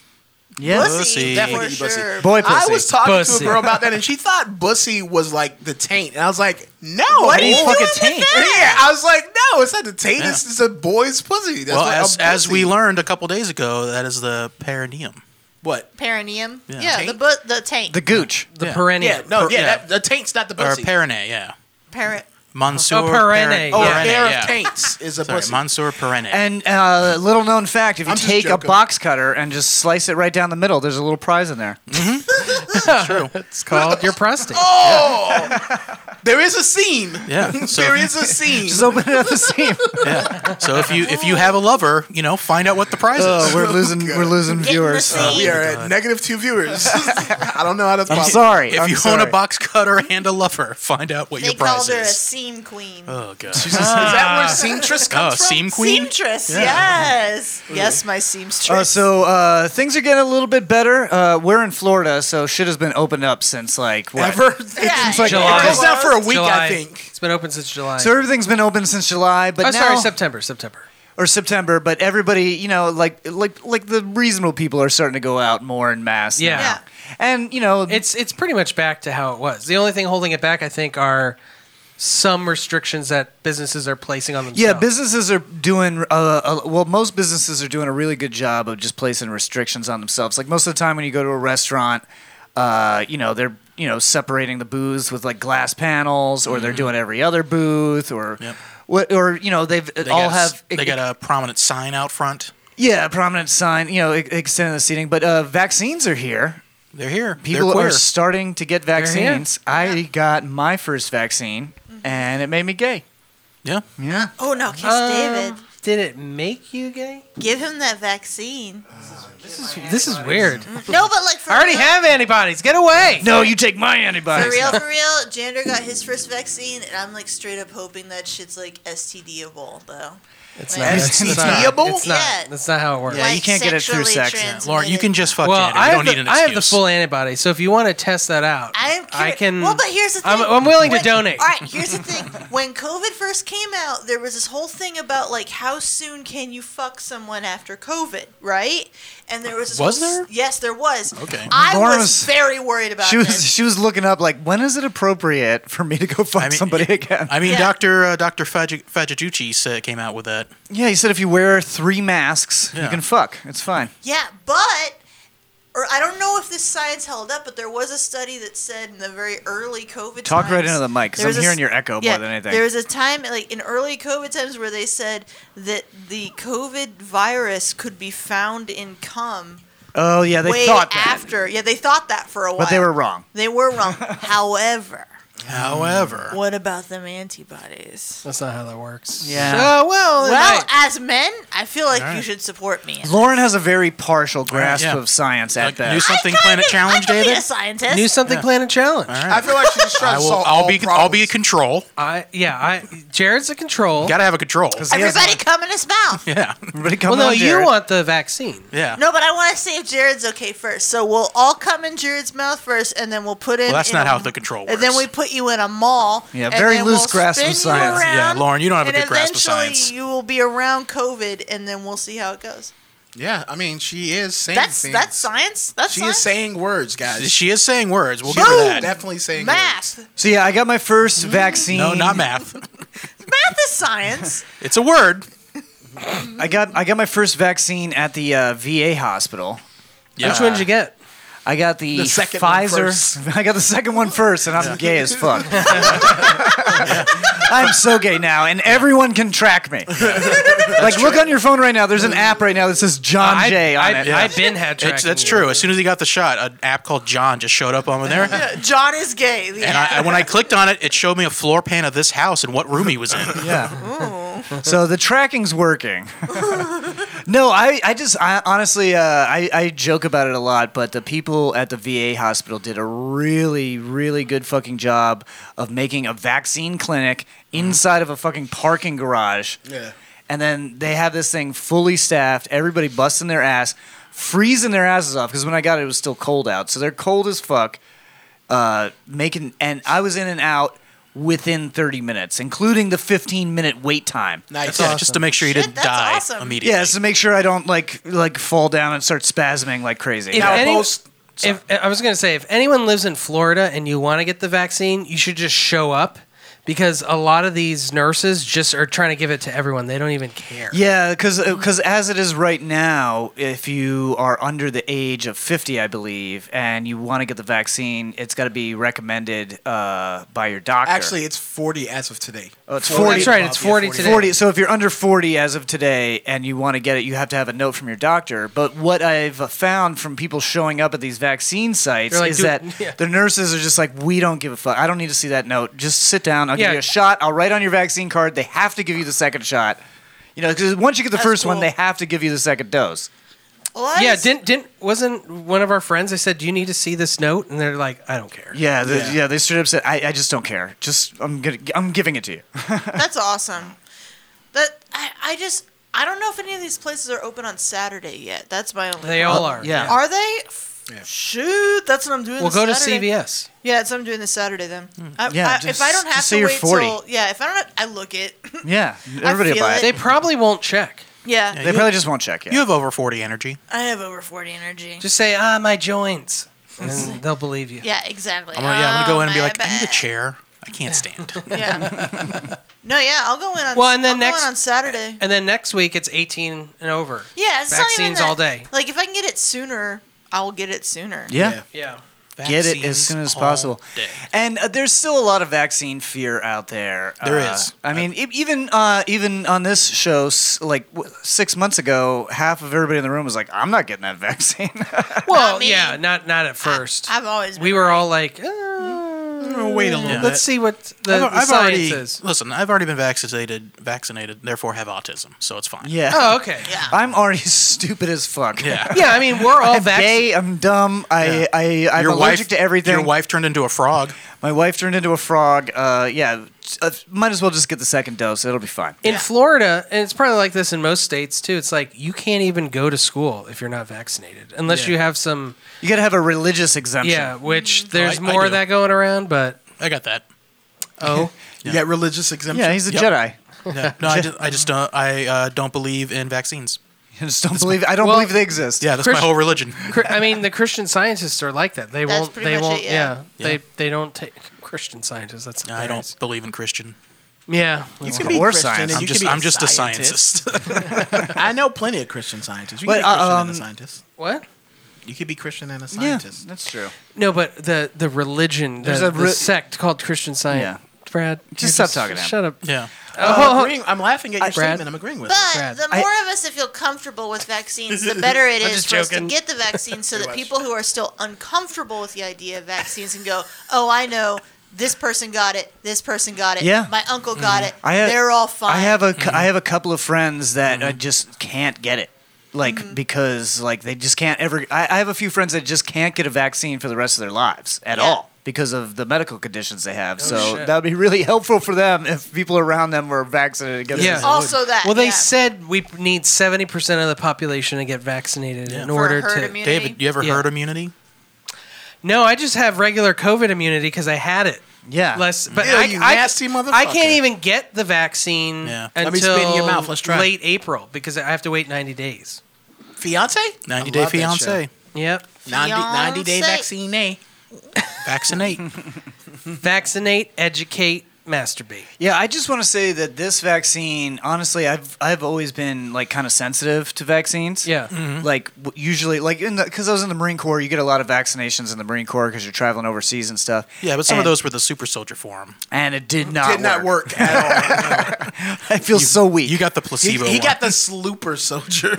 S4: Yes.
S5: Pussy.
S2: Definitely
S7: Definitely pussy.
S2: sure.
S4: Boy pussy.
S7: I was talking
S6: Pussy.
S7: to a girl about that, and she thought bussy was like the taint, and I was like, no.
S4: How do you
S7: fool.
S4: fuck a taint?
S7: Yeah, I was like, no, it's not the taint. It's, it's a boy's pussy. That's
S5: well,
S7: what a
S5: as, as
S7: pussy-
S5: we learned a couple days ago, that is the perineum.
S7: what?
S2: perineum. Yeah,
S7: Taint?
S2: the bu- the taint.
S4: The gooch.
S6: the
S5: Yeah.
S6: perennial.
S7: Yeah, no,
S5: Per-
S7: yeah,
S5: yeah.
S7: That, the taint's not the
S5: Or
S7: pussy.
S5: perine, yeah.
S2: parent.
S5: Monsieur
S6: Oh, perenne,
S5: Peren-
S7: oh,
S6: yeah.
S7: a pair
S5: yeah.
S7: of taints is a
S5: Sorry,
S7: pussy.
S5: Monsieur Perenne.
S4: And uh, little known fact: if you
S7: I'm just
S4: take a
S7: joking.
S4: box cutter and just slice it right down the middle, there's a little prize in there.
S5: True.
S6: It's called your prostate.
S8: There is a seam.
S5: Yeah. So
S8: There is a seam.
S4: Just open it up the seam.
S5: yeah. So if you if you have a lover, you know, find out what the prize is.
S4: Oh, we're losing we're losing
S2: Get in the
S4: viewers. uh,
S2: scene.
S8: we are at negative two viewers. I don't know how that's
S4: I'm
S8: possible.
S4: sorry.
S5: if
S4: I'm
S5: you
S4: sorry.
S5: own a box cutter and a lover, find out what
S2: they
S5: your prize
S2: called her a
S5: is.
S2: seam queen.
S5: oh god.
S8: Is that where seamstress
S5: oh,
S8: comes from?
S5: seam queen.
S2: Seamstress, yes. Yes, my seamstress.
S4: Uh, so uh, things are getting a little bit better. Uh, we're in Florida, so shit has been opened up since like what?
S8: Ever?
S2: yeah,
S4: like
S2: yeah.
S4: July.
S8: It's not for a week,
S6: July.
S8: I think.
S6: It's been open since July.
S4: So everything's been open since July, but
S6: oh,
S4: now
S6: sorry, September. September.
S4: or September. But everybody, you know, like like like the reasonable people are starting to go out more in mass.
S6: Yeah.
S4: now.
S2: Yeah.
S4: and you know,
S6: It's it's pretty much back to how it was. The only thing holding it back, I think, are some restrictions that businesses are placing on themselves.
S4: Yeah, businesses are doing uh, uh, well. Most businesses are doing a really good job of just placing restrictions on themselves. Like most of the time, when you go to a restaurant, uh, you know they're you know separating the booths with like glass panels, or they're doing every other booth, or
S5: Mm-hmm. Yep.
S4: what, or you know they've
S5: They
S4: all
S5: got a s-
S4: have
S5: they got a prominent sign out front.
S4: yeah a prominent sign, you know, e- extending the seating. But uh, vaccines are here.
S5: They're here.
S4: People
S5: They're queer.
S4: are starting to get
S6: here.
S4: vaccines. I got my first vaccine, and it made me gay.
S5: Mm-hmm. yeah.
S4: Yeah.
S2: Oh, no, kiss David.
S6: Um, Did it make you gay?
S2: Give him that vaccine.
S6: This is weird.
S2: No, but like for
S6: I already
S2: real,
S6: have antibodies. Get away.
S4: No, you take my antibodies.
S2: For real, for real, Jander got his first vaccine, and I'm like straight up hoping that shit's like STDable though.
S6: It's
S2: Like,
S6: not. It's not. It's
S2: Yeah.
S6: not. That's not how it works.
S4: Yeah, you can't get it through
S2: sexually
S4: sex.
S2: transmitted.
S5: Lauren, you can just fuck
S6: Well,
S5: Janet.
S6: I
S5: you
S6: have,
S5: don't
S6: the,
S5: need an
S6: I
S5: excuse.
S6: have the full antibody, so if you want to test that out,
S2: I am. Curious.
S6: I can.
S2: Well, but here's the thing.
S6: I'm- I'm willing to donate.
S2: All right, here's the thing. When COVID first came out, there was this whole thing about like how soon can you fuck someone after COVID, right? And there was this
S5: Was
S2: whole-
S5: there?
S2: Yes, there was.
S5: Okay.
S2: I
S4: Lauren
S2: was
S4: was-
S2: very worried about
S4: she was
S2: this.
S4: she was looking up like when is it appropriate for me to go fuck
S5: I mean,
S4: somebody again?
S5: I mean,
S2: Yeah.
S5: Doctor uh, Doctor Fajajucci said uh, came out with that.
S4: yeah, he said if you wear three masks, you
S5: Yeah.
S4: can fuck. It's fine.
S2: Yeah, but or I don't know if this science held up, but there was a study that said in the very early COVID
S4: Talk
S2: times,
S4: right into the mic, 'cause
S2: there
S4: I'm
S2: was a s-
S4: hearing your echo more
S2: yeah,
S4: than anything.
S2: There was a time like in early COVID times where they said that the COVID virus could be found in cum
S4: Oh yeah, they
S2: way
S4: thought that,
S2: after. Yeah, they thought that for a while.
S4: but they were wrong.
S2: They were wrong. However,
S5: However,
S2: what about them antibodies?
S6: That's not how that works.
S4: Yeah.
S6: So, well, it
S2: Well,
S6: might.
S2: as men, I feel like
S5: All
S2: you
S5: right.
S2: should support me.
S4: Lauren has a very partial grasp
S5: yeah.
S4: of science
S5: like,
S4: at
S5: do
S4: best.
S5: something
S2: I
S5: Planet
S2: could-
S5: Challenge,
S2: I could be
S5: David.
S2: a scientist.
S6: new something planet challenge.
S8: I feel like she's just trying
S5: I
S8: to
S5: will.
S8: solve
S5: I'll
S8: all
S5: be.
S8: problems.
S5: I'll be a control.
S6: I yeah. I Jared's a control.
S5: Got to have a control.
S2: Everybody come in his mouth.
S5: Yeah.
S4: Everybody come
S6: well, no,
S4: on,
S6: you
S4: Jared.
S6: want the vaccine.
S5: Yeah.
S2: No, but I want to see if Jared's okay first. So we'll all come in Jared's mouth first, and then we'll put in.
S5: Well, that's
S2: in
S5: not
S2: a-
S5: how the control works.
S2: And then we put you in a mall.
S4: Yeah,
S2: and
S4: very
S2: then
S4: loose
S2: we'll
S4: grasp of
S2: spin you
S4: science.
S5: Yeah,
S2: around,
S5: Lauren, you don't have a
S2: and
S5: good grasp of
S2: eventually
S5: science.
S2: You will be around COVID, and then we'll see how it goes.
S7: Yeah, I mean, she is saying
S2: That's
S7: things.
S2: that's science. That's
S7: she
S2: science.
S7: is saying words, guys.
S5: She is saying words. We'll
S7: She's
S5: give her that.
S7: definitely saying words.
S2: math.
S4: So yeah, I got my first vaccine.
S5: No, not math.
S2: Math is science.
S5: It's a word.
S4: I got I got my first vaccine at the uh, VA hospital.
S5: Yeah.
S6: Which one did you get?
S4: I got the,
S7: The second one
S4: Pfizer. I got the second one first, and I'm gay as fuck. I'm so gay now, and everyone can track me. like, look on your phone right now. There's an app right now that says John
S6: I-
S4: Jay on
S6: I,
S4: it.
S6: have been had
S5: It's, that's
S6: tracking you.
S5: true. As soon as he got the shot, an app called John just showed up on there.
S2: John is gay. The-
S5: And I, I- when I clicked on it, it showed me a floor plan of this house and what room he was in.
S4: yeah. So the tracking's working. no, I, I just I, honestly uh, I, I joke about it a lot, but the people at the VA hospital did a really really good fucking job of making a vaccine clinic inside of a fucking parking garage.
S7: Yeah.
S4: and then they have this thing fully staffed, everybody busting their ass, freezing their asses off because when I got it, it was still cold out. So they're cold as fuck. Uh, making and I was in and out within 30 minutes, including the 15 minute wait time.
S7: Nice.
S5: Yeah, Just to make sure he
S2: Shit,
S5: didn't
S2: that's
S5: die
S2: awesome.
S5: immediately.
S4: Yeah, so make sure I don't like like fall down and start spasming like crazy.
S6: If
S7: Now,
S6: any-
S7: post-
S6: If I was gonna say, if anyone lives in Florida and you want to get the vaccine, you should just show up because a lot of these nurses just are trying to give it to everyone. They don't even care.
S4: Yeah, because as it is right now, if you are under the age of 50, I believe, and you want to get the vaccine, it's got to be recommended uh, by your doctor.
S7: Actually, it's 40 as of today.
S4: Oh, it's
S6: Well,
S4: 40.
S6: that's right. It's 40 today.
S4: 40. So if you're under 40 as of today and you want to get it, you have to have a note from your doctor. But what I've uh, found from people showing up at these vaccine sites
S6: They're like,
S4: is
S6: "Dude,
S4: that
S6: yeah."
S4: the nurses are just like, we don't give a fuck. I don't need to see that note. Just sit down. I'll give
S6: Yeah.
S4: you a shot. I'll write on your vaccine card. They have to give you the second shot. You know, because once you get the first one,
S2: cool.
S4: they have to give you the second dose.
S2: Well, I
S6: Yeah,
S2: just-
S6: didn't didn't wasn't one of our friends? I said, "Do you need to see this note?" And they're like, "I don't care."
S4: Yeah, the, yeah. They straight up said, I, I just don't care. Just I'm gonna, I'm giving it to you.
S2: That's awesome. That I, I just I don't know if any of these places are open on Saturday yet. That's my only.
S6: They all are.
S4: Uh, yeah.
S2: Are they? Shoot, that's what I'm doing.
S6: Well,
S2: this
S6: go to
S2: Saturday.
S6: CVS.
S2: Yeah, that's what I'm doing this Saturday then.
S5: Hmm.
S2: I,
S4: Yeah,
S2: I-
S4: just-
S2: if I don't
S4: just
S2: have
S4: say
S2: to
S4: you're
S2: wait
S4: 40.
S2: till yeah, if I don't, have, I look it.
S4: Yeah, everybody will
S2: feel
S4: buy it.
S2: it.
S6: They probably won't check.
S2: yeah,
S4: They probably just won't check it.
S5: You have over 40 energy.
S2: I have over forty energy.
S6: Just say, "Ah, my joints," and then they'll believe you.
S2: yeah, exactly. Oh,
S5: I'm gonna, yeah, I'm gonna go in and be
S2: my
S5: like, I need a
S2: bad.
S5: chair. I can't stand.
S2: Yeah. no, yeah, I'll go in on.
S6: Well, and then
S2: I'll
S6: next-
S2: go in on Saturday.
S6: And then next week it's 18 and over.
S2: Yeah, it's not even
S6: vaccines
S2: that-
S6: all day.
S2: Like if I can get it sooner, I'll get it sooner.
S4: yeah.
S6: Yeah.
S4: get it as
S5: Vaccines
S4: soon as
S5: all
S4: possible.
S5: day.
S4: And uh, there's still a lot of vaccine fear out there. There
S5: There
S4: is.
S5: is.
S4: I mean, e- even uh, even on this show, s- like w- six months ago, half of everybody in the room was like, "I'm not getting that vaccine."
S6: Well,
S2: me.
S6: yeah, not not at first.
S2: I've always been
S6: we were all like, eh,
S2: Mm-hmm.
S4: Oh,
S5: Wait a little
S6: let's see what the, the science
S5: already
S6: is.
S5: listen. I've already been vaccinated. Vaccinated. Therefore, have autism. So it's fine.
S4: yeah.
S6: Oh, okay. Yeah.
S4: I'm already stupid as fuck.
S5: Yeah.
S6: I mean, we're all
S4: I'm
S6: vaccinated.
S4: gay. I'm dumb. I, I, I'm
S5: Your
S4: allergic
S5: wife,
S4: to everything.
S5: Your wife turned into a frog.
S4: My wife turned into a frog. Uh, yeah, uh, might as well just get the second dose. It'll be fine.
S6: In Florida, and it's probably like this in most states too. It's like you can't even go to school if you're not vaccinated, unless you have some.
S4: You gotta have a religious exemption.
S6: Yeah,
S2: Mm-hmm.
S6: which there's
S5: Oh, I
S6: more of
S5: do.
S6: that going around, but
S5: I got that.
S6: oh,
S7: You got religious exemption.
S4: Yeah, he's a
S5: Yep.
S4: Jedi.
S5: Yeah. No, I just, I just don't. I uh, don't believe in vaccines.
S4: I just don't believe. I don't
S6: Well-
S4: believe they exist.
S5: Yeah, that's
S6: Christ-
S5: my whole religion.
S6: Chr- I mean, the Christian scientists are like that. They
S2: That's
S6: won't.
S2: pretty
S6: They
S2: much
S6: won't.
S2: it,
S6: yeah.
S2: yeah.
S6: They they don't take Christian scientists. That's
S5: I don't
S6: hilarious.
S5: believe in Christian.
S6: Yeah.
S7: You
S6: well,
S7: can be
S4: Or
S7: Christian
S4: science.
S7: and
S5: I'm
S7: you can
S5: just
S7: be
S5: I'm just a
S7: scientist.
S5: scientist.
S7: I know plenty of Christian scientists. You
S4: But,
S7: can be Christian
S4: um,
S7: and a scientist.
S6: What?
S7: You could be Christian and a
S4: Yeah,
S7: scientist.
S4: that's true.
S6: No, but the the religion, the,
S4: There's a
S6: the
S4: re-
S6: sect called Christian Science.
S4: Yeah.
S6: Brad, you're
S4: Just stop talking to him.
S6: Shut up.
S5: yeah.
S7: I'm,
S6: Oh,
S7: agreeing, I'm laughing at your
S6: Brad.
S7: statement. I'm agreeing with it.
S2: But
S6: Brad.
S2: the
S4: I-
S2: more of us that feel comfortable with vaccines, the better it
S6: I'm
S2: is
S6: just
S2: for us to
S6: joking.
S2: get the vaccine so that people who are still uncomfortable with the idea of vaccines can go, oh, I know this person got it, this person got it,
S4: Yeah.
S2: my uncle got it,
S4: I have,
S2: they're all fine.
S4: I have a cou- I have a couple of friends that
S6: Mm-hmm.
S4: uh, just can't get it, like
S2: Mm-hmm.
S4: because like they just can't ever. I, I have a few friends that just can't get a vaccine for the rest of their lives at
S2: Yeah.
S4: all because of the medical conditions they have. so
S6: Oh, shit.
S4: that would be really helpful for them if people around them were vaccinated against.
S6: Yeah.
S4: this.
S2: also that.
S6: well, they
S2: yeah,
S6: said we need seventy percent of the population to get vaccinated in
S2: for
S6: order
S2: herd
S6: to.
S2: immunity.
S5: David, you ever
S6: Yeah.
S5: heard immunity?
S6: No, I just have regular COVID immunity because I had it.
S4: yeah.
S6: Oh, Less, but
S7: Ew,
S6: I,
S7: you
S6: I-
S7: nasty
S6: I
S7: motherfucker.
S6: can't even get the vaccine
S5: Yeah.
S6: until
S7: Let me spit in your mouth. Let's try.
S6: late April because I have to wait ninety days.
S7: Fiance?
S5: 90
S7: I
S5: Day
S7: love that
S5: Fiance.
S7: show.
S6: Yep.
S7: 90, 90 day
S2: Fiance.
S7: vaccine. eh?
S5: Vaccinate.
S6: Vaccinate, educate, masturbate.
S4: Yeah, I just want to say that this vaccine, honestly, I've I've always been like kind of sensitive to vaccines.
S6: Yeah.
S2: Mm-hmm.
S4: Like w- usually, like in the because I was in the Marine Corps, you get a lot of vaccinations in the Marine Corps because you're traveling overseas and stuff.
S5: Yeah, but some of
S4: And-
S5: those were the super soldier form.
S4: and it did not
S7: Did not work at all.
S4: I feel so weak.
S5: You got the placebo.
S7: he, he
S5: one.
S7: got the slooper soldier.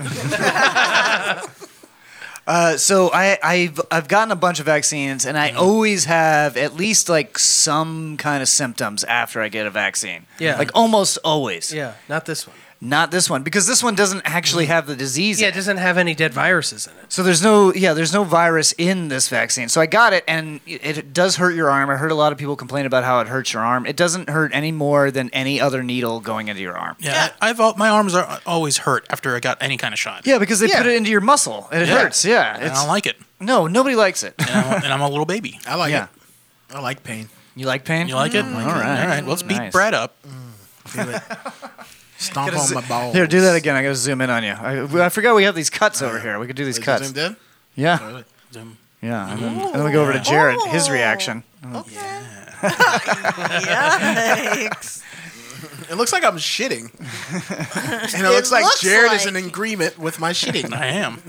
S4: Uh, so I, I've I've gotten a bunch of vaccines, and I always have at least like some kind of symptoms after I get a vaccine.
S6: Yeah.
S4: like almost always.
S6: Yeah. Not this one.
S4: Not this one because this one doesn't actually have the disease. in
S6: Yeah,
S4: it.
S6: it doesn't have any dead viruses in it.
S4: So there's no yeah, there's no virus in this vaccine. So I got it, and it it does hurt your arm. I heard a lot of people complain about how it hurts your arm. It doesn't hurt any more than any other needle going into your arm.
S5: Yeah, I, I've al- my arms are always hurt after I got any kind of shot.
S4: Yeah, because they put it into your muscle and it
S5: Yeah.
S4: hurts. Yeah,
S5: and I don't like it.
S4: no, nobody likes it.
S5: And I'm, and I'm a little baby.
S7: I like
S4: Yeah.
S7: it. I like pain.
S4: You like pain?
S5: You like it?
S4: all right.
S5: All right. Well, let's beat
S4: Nice.
S5: Brad up.
S7: Feel it. Stomp
S4: Gotta
S7: on my
S4: zo-
S7: balls.
S4: Here, do that again. I gotta zoom in on you. I, I forgot we have these cuts over here. We could do these
S7: Is it
S4: cuts.
S7: zoomed in?
S4: Yeah,
S7: Really?
S5: Zoom.
S4: yeah. And then, and then we go over to Jared. His reaction.
S2: Okay. Yikes.
S7: It looks like I'm shitting. and it,
S2: It
S7: looks like
S2: looks
S7: Jared is
S2: like-
S7: in agreement with my shitting.
S5: I am.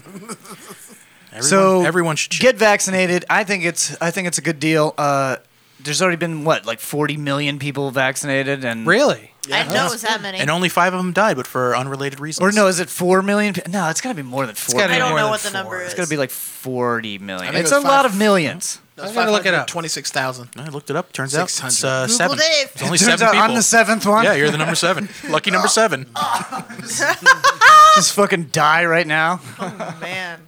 S5: Everyone,
S4: So
S5: everyone should
S4: get vaccinated. I think it's I think it's a good deal. Uh, there's already been what like 40 million people vaccinated and
S6: Really?
S2: I didn't know it was that many.
S5: And only five of them died, but for unrelated reasons.
S4: or no, is it four million? pe- No, it's got to be more than four.
S6: gotta
S2: I
S6: be
S4: million.
S2: don't
S6: more
S2: know
S6: than
S2: what the
S6: four.
S2: number is.
S4: It's got to be like 40 million.
S7: I think
S4: It's
S7: it
S4: a
S7: was
S4: lot
S7: five-
S4: of millions.
S6: I'm gonna look it up.
S7: 26,000.
S5: I looked it up. Turns out it's uh,
S2: 600.
S5: seven.
S2: Googled it.
S5: It's only
S4: Turns
S5: seven
S4: out
S5: people.
S4: I'm the seventh one.
S5: yeah, you're the number seven. Lucky number seven.
S4: Just fucking die right now.
S2: man.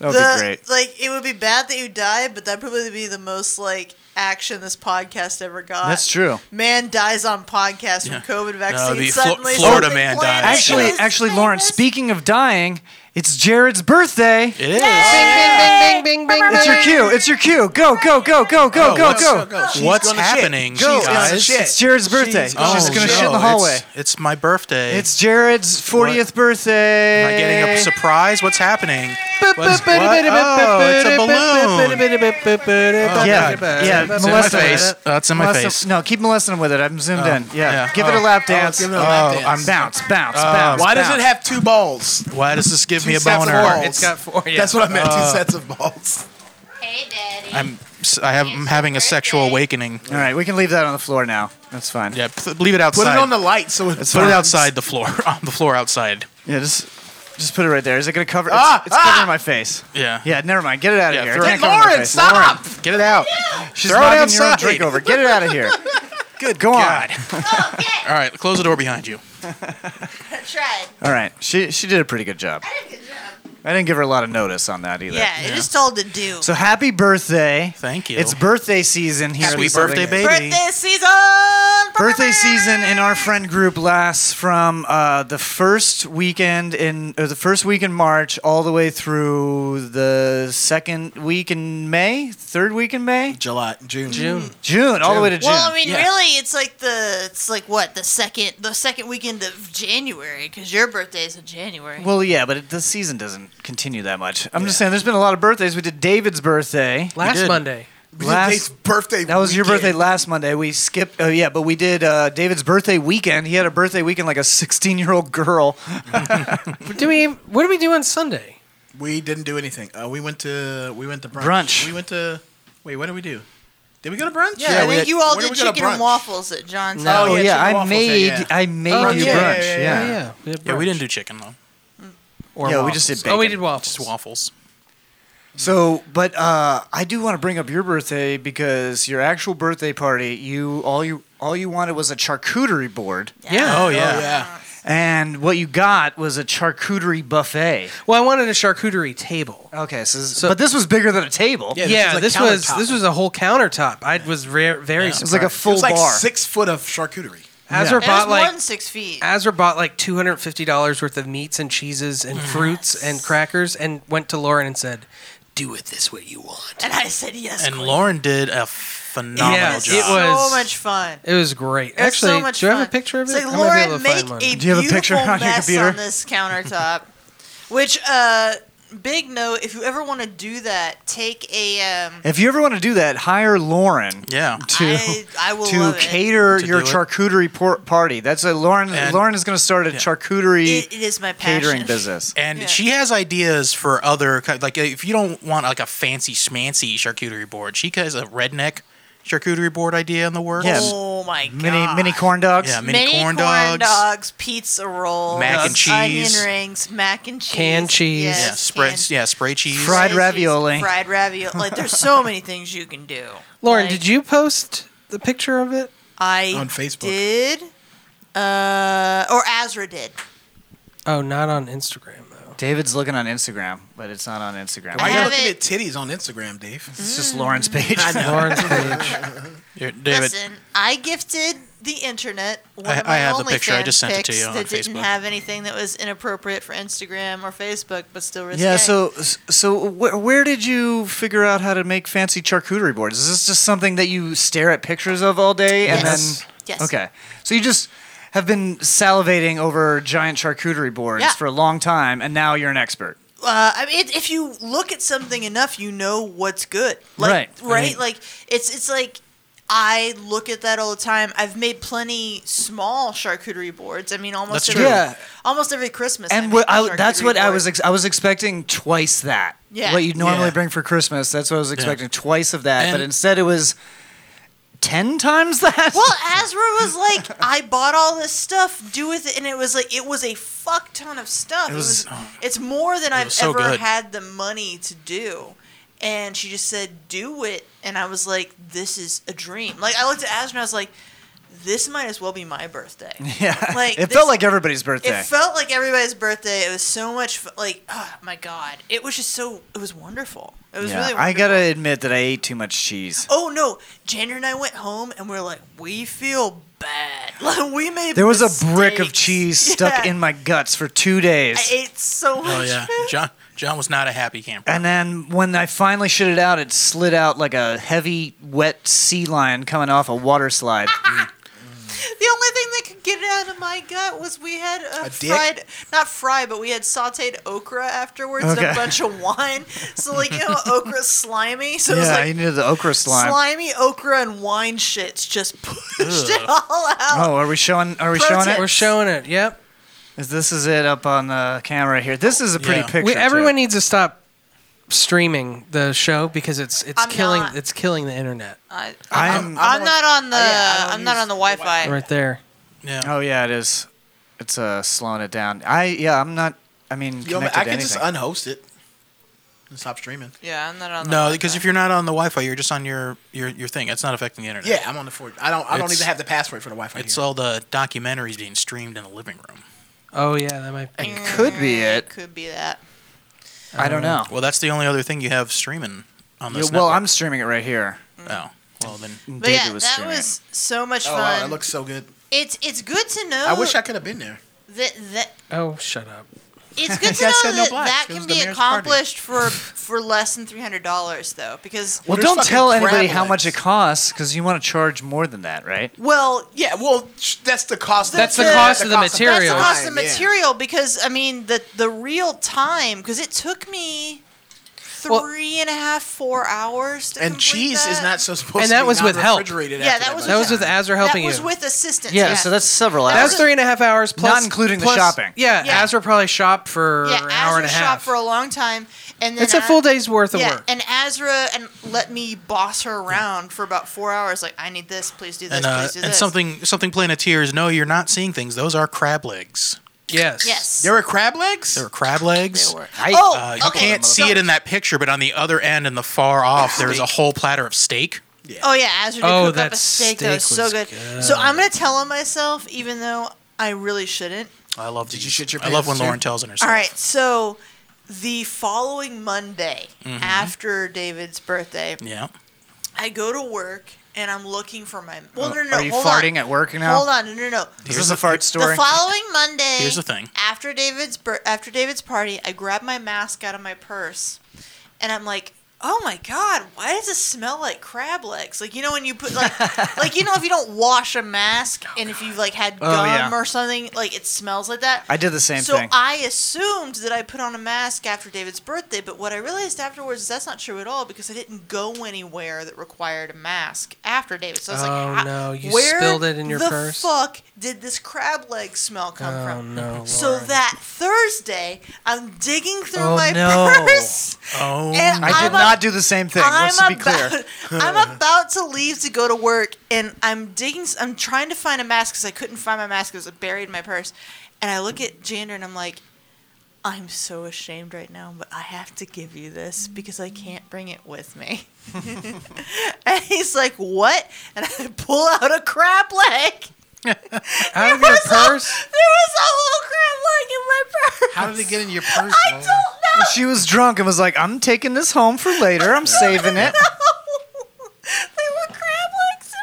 S4: That would
S2: the,
S4: be great.
S2: Like it would be bad that you died, but that'd probably be the most like action this podcast ever got.
S4: That's true.
S2: Man dies on podcast
S5: Yeah.
S2: from COVID
S5: No,
S2: vaccine.
S5: the Flo-
S2: Suddenly,
S5: Florida
S2: something
S5: man
S2: planned.
S5: dies.
S4: Actually,
S2: Yes.
S4: actually, Lawrence. Speaking of dying, it's Jared's birthday.
S5: It is.
S6: Bing, bing, bing, bing,
S4: It's your cue. It's your cue. Go, go, go, go, go,
S5: Oh,
S4: go,
S5: what's-
S4: go, go.
S7: She's
S5: What's
S7: gonna shit.
S5: happening,
S7: She's gonna
S5: guys?
S4: It's Jared's birthday. She's,
S5: Oh,
S4: gonna
S5: no,
S4: shit in the
S5: it's-
S4: hallway.
S5: It's, my birthday.
S4: It's, Jared's 40th birthday.
S5: Am I getting a surprise? What's happening? What is- what? Oh, it's a balloon.
S6: balloon.
S4: Yeah, yeah.
S5: It's in my
S4: Molest him.
S5: face. Uh, it's in my
S4: Molest him-
S5: face.
S4: No, keep molesting him with it. I'm zoomed in. Yeah.
S5: yeah.
S4: Give it a
S5: Oh.
S4: lap dance.
S7: give it a lap
S4: Oh,
S7: dance.
S4: I'm bounce, bounce, bounce.
S7: Why
S4: bounce.
S7: does it have two balls?
S5: Why does this give me a
S7: Two sets of
S5: boner?
S7: balls.
S6: It's got four. Yeah.
S7: That's what I meant, two sets of balls.
S9: Hey, Daddy.
S5: I'm s- I have I'm having a sexual awakening.
S4: All right, we can leave that on the floor now. That's fine.
S5: Yeah, p- leave it outside.
S7: Put it on the light so it
S5: Put it outside the floor. on the floor outside.
S4: Yeah, just just put it right there. Is it gonna cover? It's,
S7: Ah,
S4: it's covering my face.
S5: Yeah.
S4: Yeah, never mind. Get it out of
S5: Yeah,
S4: here.
S5: throw
S4: It
S5: it-
S4: can't cover my
S7: Lauren,
S4: face.
S7: stop!
S5: Get it out.
S4: She's
S5: Throw it
S4: knocking your own
S5: outside.
S4: drink over. Get it out of here. Good. Go
S5: God.
S4: on.
S5: All right, close the door behind you.
S9: tried.
S4: All right. She she did a pretty good job.
S9: I did a good job.
S4: I didn't give her a lot of notice on that either.
S2: Yeah, it is told to do.
S4: So happy birthday.
S5: Thank you.
S4: It's birthday season here.
S5: Happy
S4: at the
S5: birthday,
S4: Southern
S5: baby.
S2: Birthday season.
S4: Birthday season in our friend group lasts from uh, the first weekend in or the first week in March all the way through the second week in May, third week in May,
S7: July, June.
S6: June.
S4: June, all the way to June.
S2: Well, I mean,
S7: Yeah.
S2: really, it's like the it's like what the second the second weekend of January because your birthday is in January.
S4: Well, yeah, but it, the season doesn't continue that much. I'm just saying, there's been a lot of birthdays. We did David's birthday
S6: Last
S5: did.
S6: Monday.
S4: last.
S7: birthday.
S4: That was your
S7: weekend.
S4: birthday last Monday. We skipped. Oh yeah, but we did uh, David's birthday weekend. He had a birthday weekend like a 16 year old girl.
S6: Do we? What do we do on Sunday?
S7: We didn't do anything. Uh, we went to we went to brunch.
S4: Brunch.
S7: We went to wait. What did we do? Did we go to brunch?
S2: yeah, I think you all
S7: where
S2: did
S7: we go to
S2: chicken and
S7: brunch?
S2: waffles at John's.
S7: No.
S2: house.
S4: Oh,
S7: yeah,
S4: yeah,
S7: chicken
S4: I
S7: waffles, yeah,
S4: made
S7: yeah.
S4: I made
S6: Oh,
S4: you
S6: yeah,
S4: brunch.
S7: yeah,
S4: Yeah,
S7: yeah,
S6: Yeah,
S5: Yeah, we didn't do chicken though.
S6: Or
S4: Yeah, we
S6: waffles.
S4: just did
S6: Oh, we
S4: bacon.
S6: did waffles.
S5: Just waffles.
S4: So, but uh, I do want to bring up your birthday because your actual birthday party, you all you all you wanted was a charcuterie board,
S6: Yeah.
S5: Oh yeah.
S7: Oh, yeah.
S4: and what you got was a charcuterie buffet.
S6: Well, I wanted a charcuterie table.
S4: Okay, so,
S6: So-
S4: but this was bigger than a table.
S7: Yeah,
S4: it
S7: this was a
S6: yeah, this was
S7: countertop.
S6: this was a whole countertop. I was re- very
S4: was like a
S6: surprised.
S4: full
S7: It was like
S4: bar.
S7: six foot of charcuterie.
S6: Azra
S2: It was
S6: bought
S2: more
S6: like
S2: than six feet.
S6: Azra bought like two hundred fifty dollars worth of meats and cheeses and fruits and crackers and went to Lauren and said, "Do it this way you want."
S2: and I said yes.
S5: And
S2: queen.
S5: Lauren did a phenomenal
S6: Yeah,
S2: It's
S5: job.
S6: it was-
S2: so much fun.
S6: It was great.
S2: It was
S6: Actually,
S2: so much
S6: do you have
S2: fun.
S6: a picture of it?
S2: It's like,
S6: I might be able
S2: Lauren,
S6: to find
S2: make
S6: one.
S2: a
S4: Do you have a picture
S2: beautiful
S4: on your
S2: mess
S4: computer?
S2: on this countertop. Which, uh, big note: if you ever want to do that, take a. Um,
S4: If you ever want to do that, hire Lauren
S5: yeah.
S4: to
S2: I, I will
S4: to
S2: love it.
S4: cater
S5: To
S4: your
S5: do it.
S4: charcuterie por- party. That's a Lauren.
S5: And-
S4: Lauren is going to start a charcuterie
S2: It, it is my passion.
S4: catering business.
S5: And
S2: Yeah.
S5: she has ideas for other ki- like if you don't want like a fancy schmancy charcuterie board, she has a redneck charcuterie board idea in the works.
S4: Yeah.
S2: Oh my god!
S4: Mini mini corn dogs.
S5: Yeah, mini
S2: Mini
S5: corn dogs.
S2: pizza rolls,
S5: Mac and cheese.
S2: onion rings, mac and cheese,
S6: Canned cheese.
S2: Yes,
S5: Yeah, spray
S2: canned
S5: yeah, spray cheese.
S4: Fried
S2: cheese,
S4: ravioli.
S2: fried ravioli. Like there's so many things you can do.
S6: Lauren,
S2: Like,
S6: did you post the picture of it?
S2: I
S7: On Facebook.
S2: did, uh, or Azra did.
S6: Oh, not on Instagram though.
S4: David's looking on Instagram, but it's not on Instagram.
S7: Why are you
S2: have
S7: looking
S2: it. Mm.
S7: at titties on Instagram, Dave?
S4: It's just Lauren's page.
S6: Lauren's page.
S5: Here, David,
S2: Listen, I gifted the internet one
S5: I-
S2: of my
S5: I have the
S2: OnlyFans
S5: picture. I just sent it to
S2: pics
S5: you on
S2: that didn't
S5: Facebook.
S2: have anything that was inappropriate for Instagram or Facebook, but still risque.
S4: Yeah. So, so where, where did you figure out how to make fancy charcuterie boards? Is this just something that you stare at pictures of all day and
S2: Yes.
S4: then?
S2: Yes.
S4: Okay. So you just have been salivating over giant charcuterie boards
S2: Yeah.
S4: for a long time, and now you're an expert.
S2: uh, I mean, if you look at something enough, you know what's good. Like,
S4: Right.
S2: Right.
S4: Right.
S2: Like it's it's like I look at that all the time. I've made plenty small charcuterie boards. I mean, almost
S5: That's
S2: every
S5: true.
S4: Yeah.
S2: almost every Christmas.
S4: And
S2: make
S4: what
S2: a
S4: I, that's
S2: charcuterie
S4: what I
S2: board.
S4: was ex- I was expecting twice that.
S2: Yeah.
S4: What you normally
S7: Yeah.
S4: bring for Christmas, that's what I was expecting twice of that, but
S5: And-
S4: instead it was 10 times that.
S2: Well, Azra was like, I bought all this stuff, do with it, and it was like it was a fuck ton of stuff. It
S5: was-
S2: was, it's more than I've
S5: was so
S2: ever
S5: good.
S2: had the money to do. And she just said, "Do it," and I was like, "This is a dream." Like I looked at Azra, and I was like, "This might as well be my birthday."
S4: yeah.
S2: like,
S4: it
S2: this-
S4: felt like everybody's birthday.
S2: It felt like everybody's birthday. It was so much fu- like, oh my god, it was just so. It was wonderful. It was
S4: Yeah,
S2: really. Wonderful.
S4: I gotta admit that I ate too much cheese.
S2: Oh no, Jander and I went home and we are like, we feel bad. Like we made.
S4: There was a
S2: mistakes.
S4: brick of cheese stuck
S2: Yeah.
S4: in my guts for two days.
S2: I ate so much.
S5: Oh yeah, John. John was not a happy camper.
S4: And then when I finally shit it out, it slid out like a heavy, wet sea lion coming off a water slide.
S2: The only thing that could get it out of my gut was we had a,
S8: A dick?
S2: fried, not fried, but we had sautéed okra afterwards and
S4: Okay.
S2: a bunch of wine. So like you know, okra's slimy. So it was
S4: yeah,
S2: like
S4: you needed the okra slime.
S2: slimy okra and wine shits just pushed it all out.
S4: Oh, are we showing? Are we showing
S2: Protein.
S4: it?
S6: We're showing it. Yep.
S4: Is- This is it up on the camera here. This is a pretty
S5: Yeah. We-
S4: picture.
S6: We,
S4: too.
S6: everyone needs to stop streaming the show because it's it's
S2: I'm
S6: killing
S2: not.
S6: it's killing the internet
S2: I,
S4: I'm.
S2: I'm not on the.
S8: yeah, I don't
S2: I'm not
S8: use
S2: on the
S8: the
S2: Wi-Fi.
S6: right there.
S5: Yeah.
S4: oh yeah, it is. It's uh slowing it down. I yeah, I'm not. I mean, connected
S7: Yo, man,
S4: to
S7: I can
S4: anything.
S7: just unhost it and stop streaming.
S2: Yeah, I'm not
S4: Uh,
S2: on.
S5: No,
S2: the
S5: because
S2: Wi-Fi.
S5: if you're not on the Wi-Fi, you're just on your your, your thing. It's not affecting the internet.
S7: Yeah, I'm on the four. I don't. I don't
S5: It's-
S7: even have the password for the Wi-Fi.
S5: It's
S7: here.
S5: all the documentaries being streamed in the living room.
S6: Oh yeah, that might be.
S4: could be it.
S2: could be that.
S4: I don't
S7: Uh,
S4: know.
S5: Well, that's the only other thing you have streaming on
S4: Yeah,
S5: this.
S4: well, I'm
S5: network.
S4: streaming it right here.
S5: Oh, well then.
S2: But
S4: David
S2: yeah,
S4: was
S2: that
S4: streaming.
S2: was so much
S7: Oh, wow,
S2: fun. Oh.
S7: that looks so good.
S2: it's it's good to know.
S7: I wish I could have been there.
S2: that, that
S6: Oh shut up.
S2: it's good to
S7: I
S2: know
S7: said no
S2: that
S7: blacks.
S2: that
S7: It was
S2: can
S7: the
S2: be
S7: mayor's party.
S2: accomplished for for less than three hundred dollars though, because
S4: Well,
S7: There's
S4: don't
S7: fucking
S4: tell
S7: crab
S4: anybody how
S7: legs.
S4: much it costs because you want to charge more than that, right?
S2: well,
S7: Yeah, well, sh- that's the cost.
S6: That's the
S7: yeah,
S6: cost of the
S2: that's the
S6: material.
S2: cost of
S7: Time, yeah.
S2: material because I mean the the real time because it took me
S6: Well-
S2: three and a half, four hours to
S7: And
S2: complete
S7: cheese is
S2: that.
S7: not so supposed.
S6: And
S7: to
S6: that
S7: be
S6: was with help.
S7: non-refrigerated
S2: Yeah,
S7: after
S2: that was
S7: by
S6: That was
S7: the
S6: with
S7: time.
S6: Azra helping
S2: that was
S6: you.
S2: with assistance.
S4: Yeah,
S2: yeah.
S4: so that's several hours.
S6: that was three and a half hours plus
S4: including the
S6: plus-
S4: shopping.
S6: Yeah,
S2: Yeah.
S6: Azra probably shopped for
S2: yeah,
S6: an
S2: Azra
S6: hour and a
S2: shop
S6: half.
S2: for a long time, and then
S6: it's a
S2: I-
S6: full day's worth of
S2: yeah,
S6: work.
S2: and Azra and let me boss her around for about four hours. Like, I need this, please do this,
S5: And, uh,
S2: please do
S5: and
S2: this.
S5: something something planeteers. No, you're not seeing things. Those are crab legs.
S6: yes.
S2: Yes.
S7: There were crab legs.
S5: They're crab legs.
S2: They were.
S4: I-
S2: oh,
S5: Uh, you
S2: okay.
S5: can't see it in that picture, but on the other end, in the far off, there is a whole platter of steak.
S2: Oh yeah, Azra did
S6: Oh,
S2: cook up
S6: that
S2: a steak, that was
S6: steak
S2: so
S6: was
S2: good. So I'm gonna tell on myself, even though I really shouldn't.
S5: I love. Did
S7: you shit your
S5: I love
S7: pants,
S5: when
S7: too?
S5: Lauren tells on herself.
S2: All right, so the following Monday after David's birthday,
S5: Yeah.
S2: I go to work and I'm looking for my. Well, no, no, no,
S4: Oh, Are you
S2: hold
S4: farting
S2: on.
S4: at work now?
S2: Hold on, no, no, no.
S4: Is this a fart
S2: The
S4: story?
S2: following Monday,
S5: Here's the thing.
S2: After David's bir- after David's party, I grab my mask out of my purse, and I'm like, "Oh my god, why does it smell like crab legs? Like you know when you put like like you know if you don't wash a mask and if you've like had gum
S4: Oh, yeah.
S2: or something, like it smells like that."
S4: I did the same
S2: so
S4: thing.
S2: I assumed that I put on a mask after David's birthday, but what I realized afterwards is that's not true at all because I didn't go anywhere that required a mask after David. So I was
S6: Oh,
S2: like, "How-
S6: no, you
S2: where
S6: spilled it in your
S2: the
S6: purse?"
S2: fuck did this crab leg smell come
S6: Oh
S2: from?"
S6: no.
S2: So
S6: Lauren.
S2: that Thursday, I'm digging through
S4: Oh,
S2: my
S4: no.
S2: purse,
S5: Oh.
S2: and
S4: I did
S2: am
S4: not do the same thing. Let's
S2: I'm
S4: be clear.
S2: about, I'm about to leave to go to work, and I'm digging. s- I'm trying to find a mask because I couldn't find my mask. It was buried in my purse. And I look at Jander, and I'm like, I'm so ashamed right now, but I have to give you this because I can't bring it with me. and he's like, "What?" And I pull out a crab leg.
S6: out of your
S2: was a-
S6: purse.
S2: There was a whole crab leg in my purse.
S7: How did it get in your purse?
S2: I
S7: Lauren?
S2: don't know.
S4: She was drunk and was like, "I'm taking this home for later. I'm saving it."
S2: There were crab legs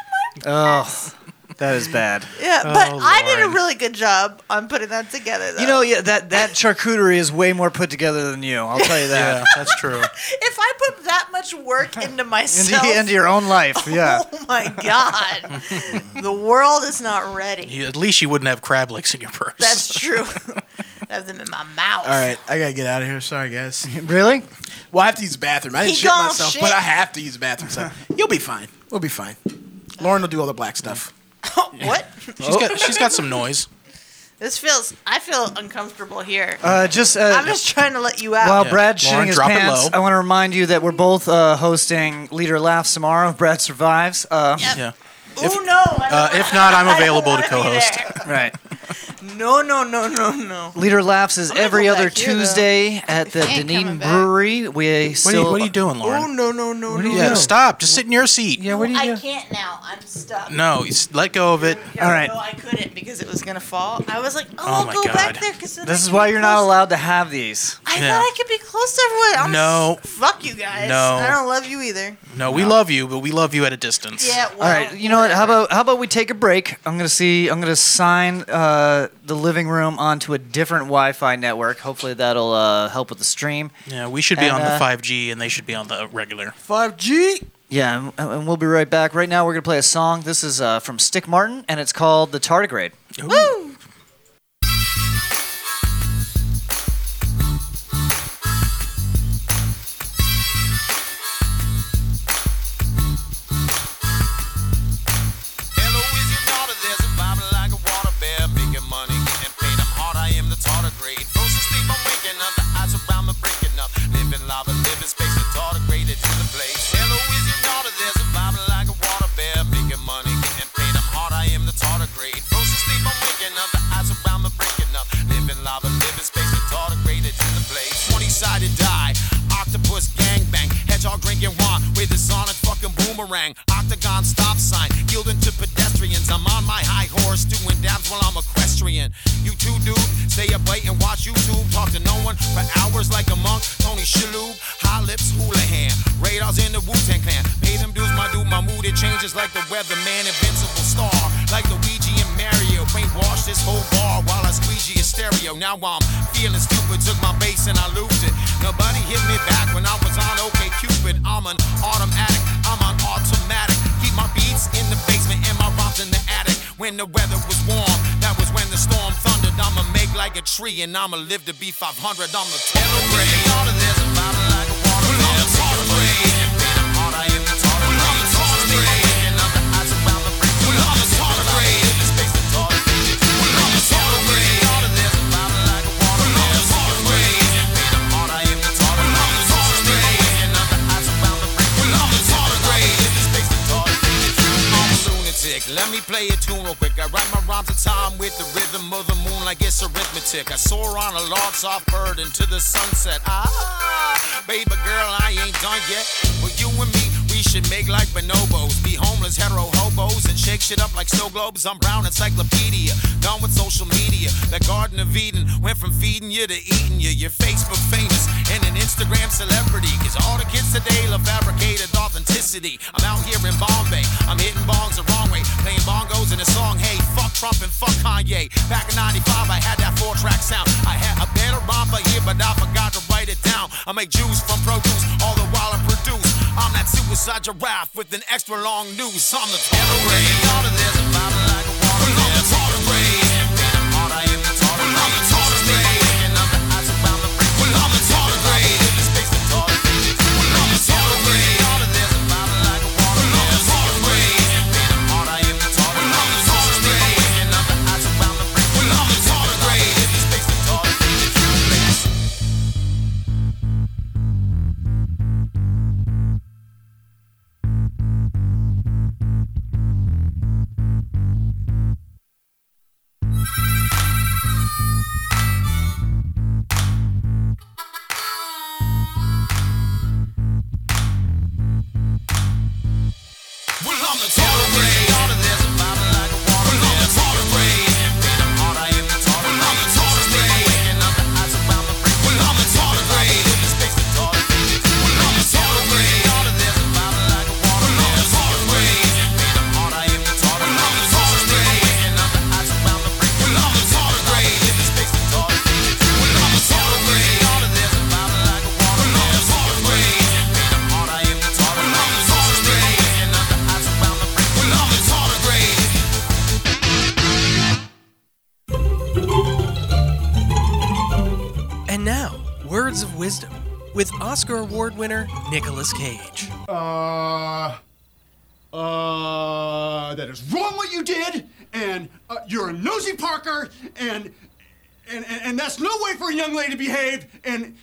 S2: in my
S4: Oh, that is bad.
S2: Yeah, but I did a
S5: Lord.
S2: really good job on putting that together. Though.
S4: You know, yeah, that that charcuterie is way more put together than you. I'll tell you
S5: Yeah,
S4: that.
S5: that's true.
S2: if I put that much work into
S4: Into,
S2: myself,
S4: into your own life, yeah.
S2: oh my god, the world is not ready.
S5: You, at least you wouldn't have crab legs in your purse.
S2: That's true. I have them in my mouth.
S7: All right, I gotta get out of here. Sorry, guys.
S4: Really?
S7: Well, I have to use the bathroom. I didn't
S2: He
S7: shit
S2: gone
S7: myself,
S2: shit.
S7: but I have to use the bathroom. So you'll be fine. We'll be fine. Lauren will do all the black stuff.
S2: what?
S5: She's got she's got some noise.
S2: This feels. I feel uncomfortable here.
S4: Uh, just uh,
S2: I'm just trying to let you out.
S4: While Brad's
S5: Lauren,
S4: shitting his
S5: drop it
S4: pants,
S5: low.
S4: I want to remind you that we're both uh, hosting Leader Laughs tomorrow. If Brad survives, uh,
S5: Yeah.
S2: oh no! I
S5: Uh,
S2: don't-
S5: if not, I'm
S2: I don't
S5: available to
S2: wanna be
S5: co-host.
S2: there.
S4: right.
S2: No, no, no, no, no.
S4: Leader Laughs is every
S2: go
S4: other
S2: back here, though.
S4: Tuesday at the
S9: ain't coming
S4: Deneen
S9: back.
S4: Brewery. We
S5: What are,
S4: still
S5: you, what are you doing, Lauren?
S2: Oh no, no, no,
S6: do
S2: no.
S6: you
S5: yeah,
S6: no.
S5: stop. Just sit in your seat.
S6: Yeah, what do you
S2: I
S6: do?
S2: can't now. I'm stuck.
S5: No, you s- let go of it.
S2: Yeah,
S4: All right.
S2: No, I couldn't because it was gonna fall. I was like, oh,
S5: Oh,
S2: I'll
S5: my
S2: go back
S5: God.
S2: there because
S4: This is why you're not allowed to have these.
S2: I
S5: Yeah.
S2: thought I could be close to everyone. I'm
S5: No.
S2: s- fuck you guys.
S5: No.
S2: I don't love you either.
S5: No, we love you, but we love you at a distance.
S2: Yeah. Well,
S4: All right, you know what? How about how about we take a break? I'm gonna see. I'm gonna sign uh, the living room onto a different Wi-Fi network. Hopefully that'll uh, help with the stream.
S5: Yeah, we should be
S4: And,
S5: on
S4: uh,
S5: the 5G and they should be on the regular.
S7: Five G.
S4: Yeah, and, and we'll be right back. Right now, we're gonna play a song. This is uh, from Stick Martin, and it's called "The Tardigrade."
S1: Hello, is your daughter there surviving like a water bear? Making money, getting paid. I'm hard, I am the tardigrade. Frozen sleep, I'm waking up. The eyes around me breaking up. Living lava, living space, the tardigrade into the place. Hello, is your daughter there surviving like a water bear? Making money, getting paid. I'm hard, I am the tardigrade. Frozen sleep, I'm waking up. The eyes around me breaking up. Living lava, living space, the tardigrade into the place. 20 sided die, octopus gangbang. Hedgehog drinking wine with his sonic fucking boomerang. Octagon stop sign, yielding to pedestrians. I'm on my high horse, doing dabs while I'm equestrian. You two dude, stay up late and watch YouTube. Talk to no one for hours like a monk. Tony Shalhoub, high lips, Houlihan. Radars in the Wu-Tang Clan. Pay them dues, my dude, my mood, it changes like the weatherman. Invincible star, like Luigi and Mario. Brainwash this whole bar while I squeegee a stereo. Now I'm feeling stupid, took my bass and I lose it. Nobody hit me back when I was on OK Cupid. I'm an automatic, I'm on automatic. Keep my beats in the basement and my rhymes in the attic. When the weather was warm, that was when the storm thundered. I'ma make like a tree and I'ma live to be 500. I'm the Taylor Gray. There's a vibe like a water. Well, I'm the Taylor Gray. Hard, I am the Taylor Gray. I'm the Taylor Gray. And I'm the eyes around the break. Well, I'm the Taylor Gray. In the space, the Taylor Gray. Well, I'm the Taylor Gray. There's a vibe like a water. Well, I'm the Taylor Gray. Hard, I am the Taylor Gray. I'm the Taylor Gray. And I'm the eyes around the break. Well, I'm the Taylor Gray. In the space, the Taylor Gray. I'm a lunatic. Let me play a tune real quick. I write my rhymes in time with the rhythm of the moon like it's arithmetic. I soar on a large soft bird into the sunset. Ah, baby girl, I ain't done yet. Well, you and me, we should make like bonobos. Be homeless, hetero hobos, and shake shit up like snow globes. I'm brown encyclopedia. Done with social media. That Garden of Eden went from feeding you to eating you. You're Facebook famous and an Instagram celebrity. Cause all the kids today love fabricated authenticity. I'm out here in Bombay. I'm hitting bongs the wrong way. Playing bongos in a song. Hey, fuck Trump and fuck Kanye. Back in 95, I had that four track sound. I had a better rhyme for here, but I forgot to write it down. I make juice from produce, all the while I produce. I'm that suicide giraffe with an extra long noose. I'm the Taylor Ray. There's a vibe like a water. I'm the Taylor Ray. Hard, I am the Taylor Ray. I'm the Taylor Ray. And I'm the eyes around the ring. Well, I'm the Taylor Ray. In the space, the Taylor Ray. Well, I'm the Taylor Ray. There's a vibe like a water. I'm the Taylor Ray. Hard, I am the Taylor Ray. I'm the Taylor Ray. And I'm the eyes around the ring. Well, I'm the Taylor Ray. In the space, the Taylor Ray. Well, I'm the Taylor Ray. There's a vibe like a water. Well, I'm the Taylor Ray. Hard, I am the Taylor Well, I'm the Taylor Ray. And I'm the eyes around the ring. Well, I'm the Taylor Ray. In the space, the Taylor Ray. Well, I'm the Taylor Ray. There's a vibe like a water. Well, I'm the Taylor Ray. Hard, I am the Taylor Well, I'm the Taylor Ray. And I'm the eyes around the ring. Well, I'm the Taylor Ray. In the space, the Taylor Ray. Well, I'm the Taylor Ray. There's a vibe like a water. Well, I'm the Taylor Ray. Hard, I am the Taylor Well, I'm the Taylor Ray. And I'm the eyes around the ring. Well, I'm the Taylor Ray.
S6: And now, words of wisdom with Oscar Award winner Nicolas Cage.
S8: Uh,
S10: uh, that is wrong what you did, and uh, you're a nosy Parker, and, and, and, and that's no way for a young lady to behave, and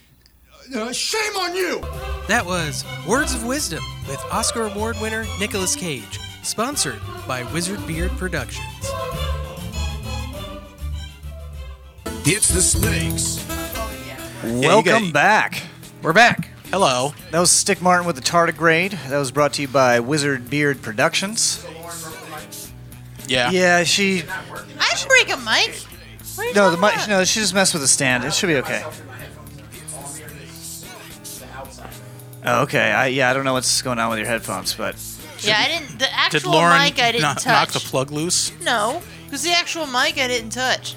S10: uh, shame on you!
S6: That was Words of Wisdom with Oscar Award winner Nicolas Cage, sponsored by Wizard Beard Productions.
S1: It's the snakes.
S4: Welcome back.
S6: We're back.
S5: Hello.
S4: That was Stick Martin with the Tardigrade. That was brought to you by Wizard Beard Productions.
S5: Yeah.
S4: Yeah,
S2: I
S4: she.
S2: didn't break a mic. What are you
S4: No, the
S2: talking
S4: mic.
S2: about?
S4: No, she just messed with the stand. It should be okay. Oh, okay. I, yeah, I don't know what's going on with your headphones, but
S2: Yeah, I didn't. The actual
S5: Did Lauren
S2: mic I didn't
S5: knock, knock
S2: touch.
S5: the plug loose?
S2: No, because the actual mic I didn't touch.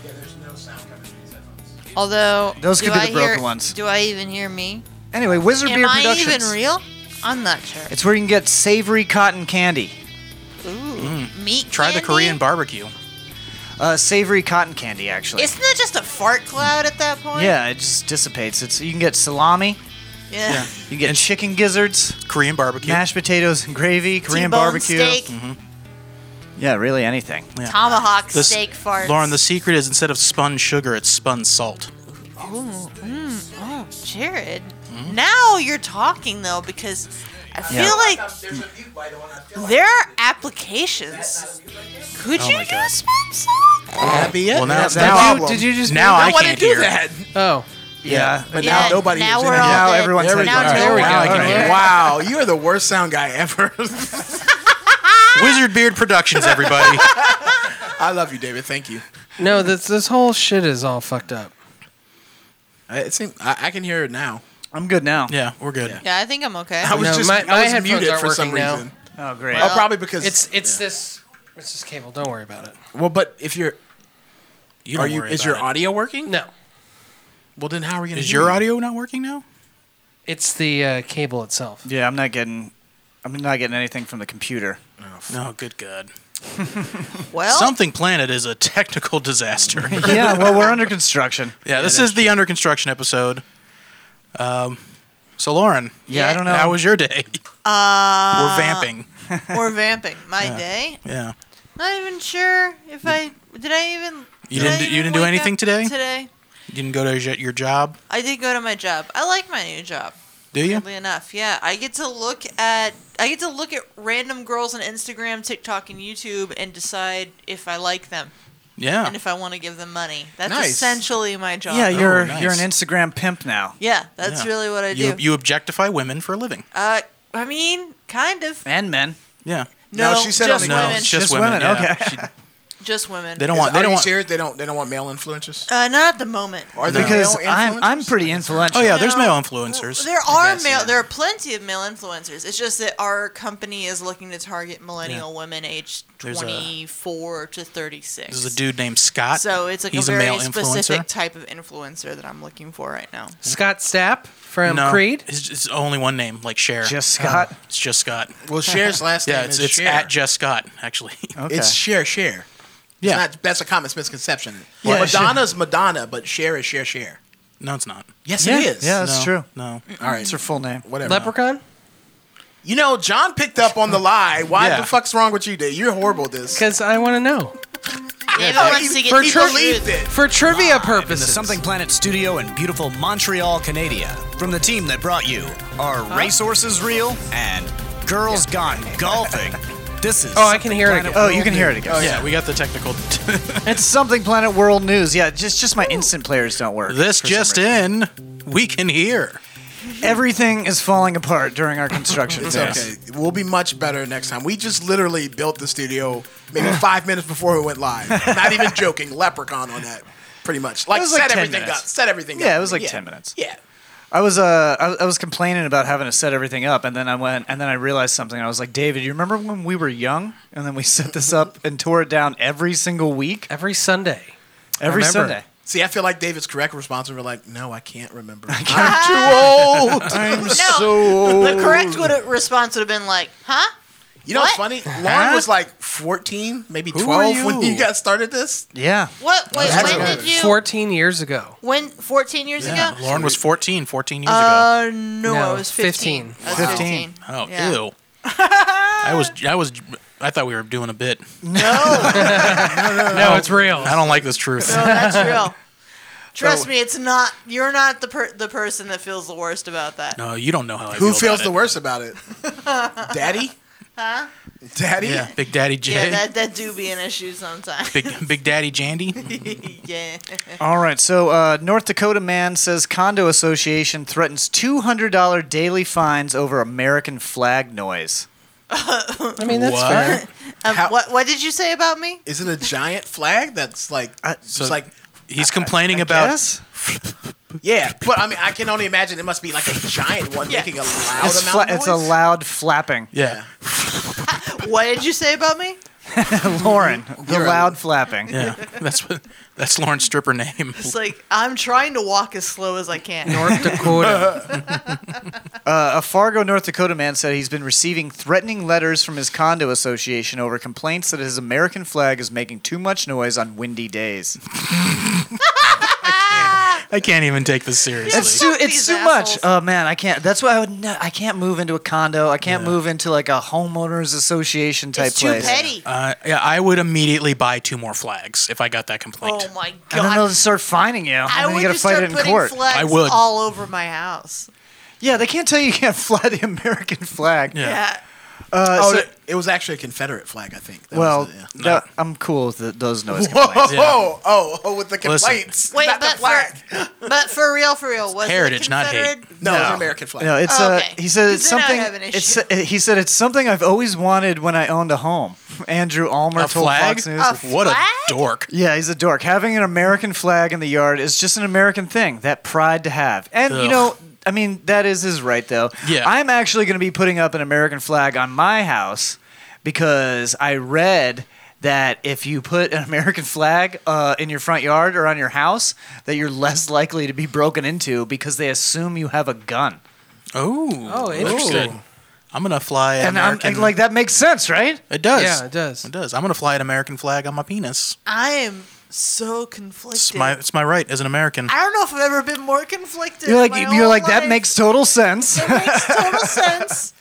S2: Although
S4: Those
S2: do
S4: could be the
S2: I
S4: broken
S2: hear-
S4: ones.
S2: Do I even hear me?
S4: anyway, Wizard
S2: Am
S4: Beard
S2: I
S4: Productions.
S2: even real? I'm not sure.
S4: It's where you can get savory cotton candy.
S2: Ooh, meat.
S5: Try the
S2: candy?
S5: Korean barbecue.
S4: Uh, savory cotton candy, actually.
S2: Isn't that just a fart cloud at that point?
S4: yeah, it just dissipates. It's you can get salami,
S2: Yeah.
S5: Yeah.
S4: you can get chicken gizzards,
S5: Korean barbecue.
S4: mashed potatoes and gravy, Korean
S2: T-bone
S4: barbecue.
S2: steak,
S5: Mm-hmm.
S4: Yeah, really anything.
S2: tomahawk
S5: The s-
S2: steak farts.
S5: Lauren, the secret is instead of spun sugar, it's spun salt.
S2: Ooh, mm, oh, Jared.
S5: Mm-hmm.
S2: Now you're talking though because I feel
S4: Yeah.
S2: like there are applications. Could
S5: Oh
S2: you
S5: my
S2: do
S5: God.
S2: spam salt?
S7: That'd be it.
S5: Well, now-
S7: That's
S5: now-
S7: the
S5: Did you-
S7: problem.
S6: Did you just
S5: Now I
S7: wanna
S5: can't hear.
S6: Oh,
S4: Yeah.
S7: But now nobody
S2: Now
S7: hears
S2: we're all
S7: anything.
S4: Now
S2: good.
S4: everyone's
S2: Now
S4: had
S2: no-
S4: that. There we
S7: Wow,
S4: go.
S7: I can
S4: Okay.
S7: hear- wow, you are the worst sound guy ever.
S5: Wizard Beard Productions, everybody.
S7: I love you, David. Thank you.
S6: no, this, this whole shit is all fucked up.
S7: I, it seems, I, I can hear it now.
S4: I'm good now.
S5: yeah, we're good.
S2: Yeah, I think I'm okay.
S7: I was
S6: No,
S7: just
S6: my- my
S7: I was
S6: headphones
S7: muted
S6: aren't
S7: for some
S6: working now.
S7: reason.
S4: Oh, great.
S7: Oh, probably because
S6: It's it's this it's this cable. Don't worry about it.
S7: well. But if you're,
S5: You
S7: are
S5: don't
S7: you?
S5: worry
S7: Is
S5: about
S7: your
S5: it.
S7: audio working?
S6: No,
S7: Well, then how are we gonna?
S5: Is
S7: hear
S5: your
S7: you?
S5: audio not working now?
S6: it's the uh, cable itself.
S4: Yeah, I'm not getting. I'm not getting anything from the computer.
S5: No, good God.
S2: Well,
S5: Something Planet is a technical disaster.
S4: yeah, well, we're under construction.
S5: yeah, this is the under construction episode. Um, so Lauren,
S4: Yeah, I don't know.
S5: how was your day? Uh, we're vamping.
S2: or vamping. My day.
S5: Yeah.
S2: Not even sure if I did. I even
S5: You
S2: did I
S5: didn't do- you
S2: even
S5: didn't do
S2: wake
S5: anything
S2: up
S5: today?
S2: Today,
S5: You didn't go to your- your job,
S2: I did go to my job. I like my new job.
S5: do you?
S2: Oddly enough, yeah, I get to look at I get to look at random girls on Instagram, TikTok, and YouTube, and decide if I like them
S5: Yeah.
S2: and if I want to give them money. That's
S7: Nice.
S2: essentially my job.
S4: Yeah, oh, you're
S5: nice.
S4: you're an Instagram pimp now,
S2: Yeah, that's
S5: Yeah.
S2: really what I do.
S5: You, you objectify women for a living.
S2: uh, I mean, kind of.
S4: and men.
S5: Yeah.
S2: No,
S7: she said
S2: just
S7: on
S5: No,
S2: women.
S5: it's just,
S4: Just
S5: women.
S4: women,
S5: yeah.
S4: okay.
S5: She-
S2: just women.
S5: they don't
S7: Is-
S5: want.
S7: are
S5: They don't
S7: you
S5: want.
S7: serious? They don't. They don't want male influencers.
S2: uh, not at the moment.
S7: Are there
S4: Because
S7: male
S4: I'm I'm
S7: influencers?
S4: pretty influential.
S5: Oh yeah, there's
S2: No.
S5: male influencers.
S2: There are
S7: guess,
S2: male.
S7: yeah.
S2: There are plenty of male influencers. It's just that our company is looking to target millennial women aged
S5: There's a-
S2: 24 to 36.
S5: There's a dude named Scott.
S2: So it's like
S5: He's
S2: a very
S5: male
S2: specific
S5: influencer.
S2: type of influencer that I'm looking for right now.
S6: Scott Stapp from
S5: no,
S6: Creed.
S5: It's, it's only one name, like Cher. Uh,
S4: Just Scott.
S5: It's just Scott.
S7: Well, Cher's last
S5: Yeah,
S7: name
S5: it's,
S7: is
S5: it's
S7: Cher.
S5: at just Scott actually.
S4: okay.
S7: It's Cher. Cher.
S5: Yeah.
S7: It's not, that's a common misconception.
S4: Yeah,
S7: Well, Madonna's Madonna, but Cher is Cher. Cher.
S5: no, it's not.
S7: Yes,
S4: yeah,
S7: it is.
S4: yeah, that's
S5: no,
S4: true.
S5: No.
S7: All right.
S4: It's her full name.
S7: Whatever.
S6: Leprechaun.
S7: You know, John picked up on the lie. Why
S5: Yeah.
S7: the fuck's wrong with you, Dave? You're horrible at this.
S6: Because I want to know
S2: David
S7: he,
S2: wants to get
S7: he
S2: the
S7: believed
S2: truth.
S7: it.
S6: for trivia purposes.
S11: Something Planet Studio in beautiful Montreal, Canada. From the team that brought you are Racehorses Real and Girls Gone Golfing. This is
S6: Oh, I can hear it again.
S4: Oh, you can hear it again.
S5: yeah, we got the technical.
S4: It's something Planet World News. Yeah, just just my instant players don't work.
S5: this
S4: for some
S5: just
S4: reason.
S5: in, we can hear.
S4: Everything is falling apart during our construction.
S7: It's
S4: phase.
S7: okay. We'll be much better next time. We just literally built the studio maybe five minutes before we went live. Not even joking. Leprechaun on that, pretty much. Like,
S4: was
S7: set
S4: like 10
S7: everything
S4: minutes.
S7: up. Set everything up.
S4: Yeah, it was like 10 minutes.
S7: Yeah.
S4: I was uh I, I was complaining about having to set everything up, and then I went and then I realized something. I was like, David, you remember when we were young, and then we set this up and tore it down every single week,
S6: Every Sunday.
S4: every
S6: remember.
S4: Sunday.
S7: See, I feel like David's correct response. We're like, no, I can't remember. I'm too old.
S4: I'm
S2: No, the correct would response would have been like, "Huh?
S7: You know what's
S2: What?
S7: funny? Lauren was like 14, maybe
S5: were
S7: 12 when
S5: you?
S7: you got started this.
S4: yeah.
S2: What? Wait,
S7: That's
S2: when
S7: right.
S2: did you?
S6: uh, Fourteen years ago.
S2: when? 14 years
S5: Yeah,
S2: ago?
S5: Lauren was 14, 14 years
S2: Uh, no,
S6: No,
S2: I was 15.
S6: 15.
S2: I was
S4: Wow.
S2: 15.
S5: ago. Oh,
S2: yeah.
S5: ew. I was, I was, I thought we were doing a bit.
S2: No. no,
S6: no, it's real.
S5: I don't like this truth.
S2: No, that's real. Trust me, it's not. You're not the per- the person that feels the worst about that.
S5: No, you don't know how I
S7: Who
S5: feel
S7: feels
S5: about
S7: the
S5: it.
S7: worst about it? Daddy?
S2: Huh?
S7: Daddy?
S5: Yeah, Big Daddy J.
S2: Yeah, that that do be an issue sometimes.
S5: Big Big Daddy Jandy.
S2: yeah.
S4: All right, so uh, North Dakota man says condo association threatens $200 daily fines over American flag noise.
S2: I
S4: mean, that's What? fair.
S2: what what did you say about me?
S7: Is it a giant flag that's like
S5: so
S7: just like
S5: He's complaining about.
S7: yeah, but I mean I can only imagine it must be like a giant one making a loud
S4: It's, fla-
S7: amount of
S4: it's a
S7: noise.
S4: loud flapping.
S5: Yeah.
S2: What did you say about me?
S4: Lauren, the loud flapping.
S5: Yeah, that's what. That's Lauren's stripper name.
S2: It's like I'm trying to walk as slow as I can.
S4: Uh, a Fargo, North Dakota man said he's been receiving threatening letters from his condo association over complaints that his American flag is making too much noise on windy days.
S5: I can't even take this seriously.
S4: It's too, it's too much. Oh man, I can't. That's why I would. Ne- I can't move into a condo. I can't move into like a homeowners association type place.
S5: Uh, yeah, I would immediately buy two more flags if I got that complaint.
S2: Oh my god!
S4: And then they'll just start fining you.
S2: I
S4: and then
S2: would
S4: you gotta
S2: just
S4: fight
S2: start
S4: it in
S2: putting
S4: court.
S2: flags
S4: I would.
S2: all over my house.
S4: yeah, they can't tell you you can't fly the American flag.
S2: Yeah.
S4: Uh,
S7: oh,
S4: so-
S7: it- it was actually a Confederate flag, I think. That
S4: well,
S7: was it, yeah.
S4: that- I'm cool with th- those noise
S7: Whoa,
S4: complaints.
S7: oh, oh, oh, with the
S4: Listen.
S7: complaints.
S2: Wait,
S7: not the
S2: but for, but for real, for real, was
S4: heritage,
S2: it
S4: not hate.
S2: Confederate?
S7: No, it's an American flag.
S4: No, it's
S2: Oh,
S4: uh,
S2: okay.
S4: he said it's
S2: Then I
S4: something.
S2: have an
S4: It's, uh, he said it's something I've always wanted when I owned a home. Andrew Almer
S5: A
S4: told
S5: flag?
S4: Fox News.
S5: A What a flag? dork!
S4: Yeah, he's a dork. Having an American flag in the yard is just an American thing. That pride to have, and you
S5: Ugh.
S4: know. I mean, that is his right, though.
S5: Yeah.
S4: I'm actually going to be putting up an American flag on my house because I read that if you put an American flag uh, in your front yard or on your house, that you're less likely to be broken into because they assume you have a gun.
S5: Oh,
S4: Oh,
S5: interesting. I'm gonna fly an
S4: and I'm,
S5: American.
S4: and, like that makes sense, right?
S5: it does.
S4: Yeah,
S5: it does. It does. I'm gonna fly an American flag on my penis.
S2: I am so conflicted.
S5: It's my it's my right as an American.
S2: I don't know if I've ever been more conflicted.
S4: You're
S2: in
S4: like
S2: my
S4: you're
S2: whole
S4: like
S2: life.
S4: that makes total sense.
S2: makes total sense.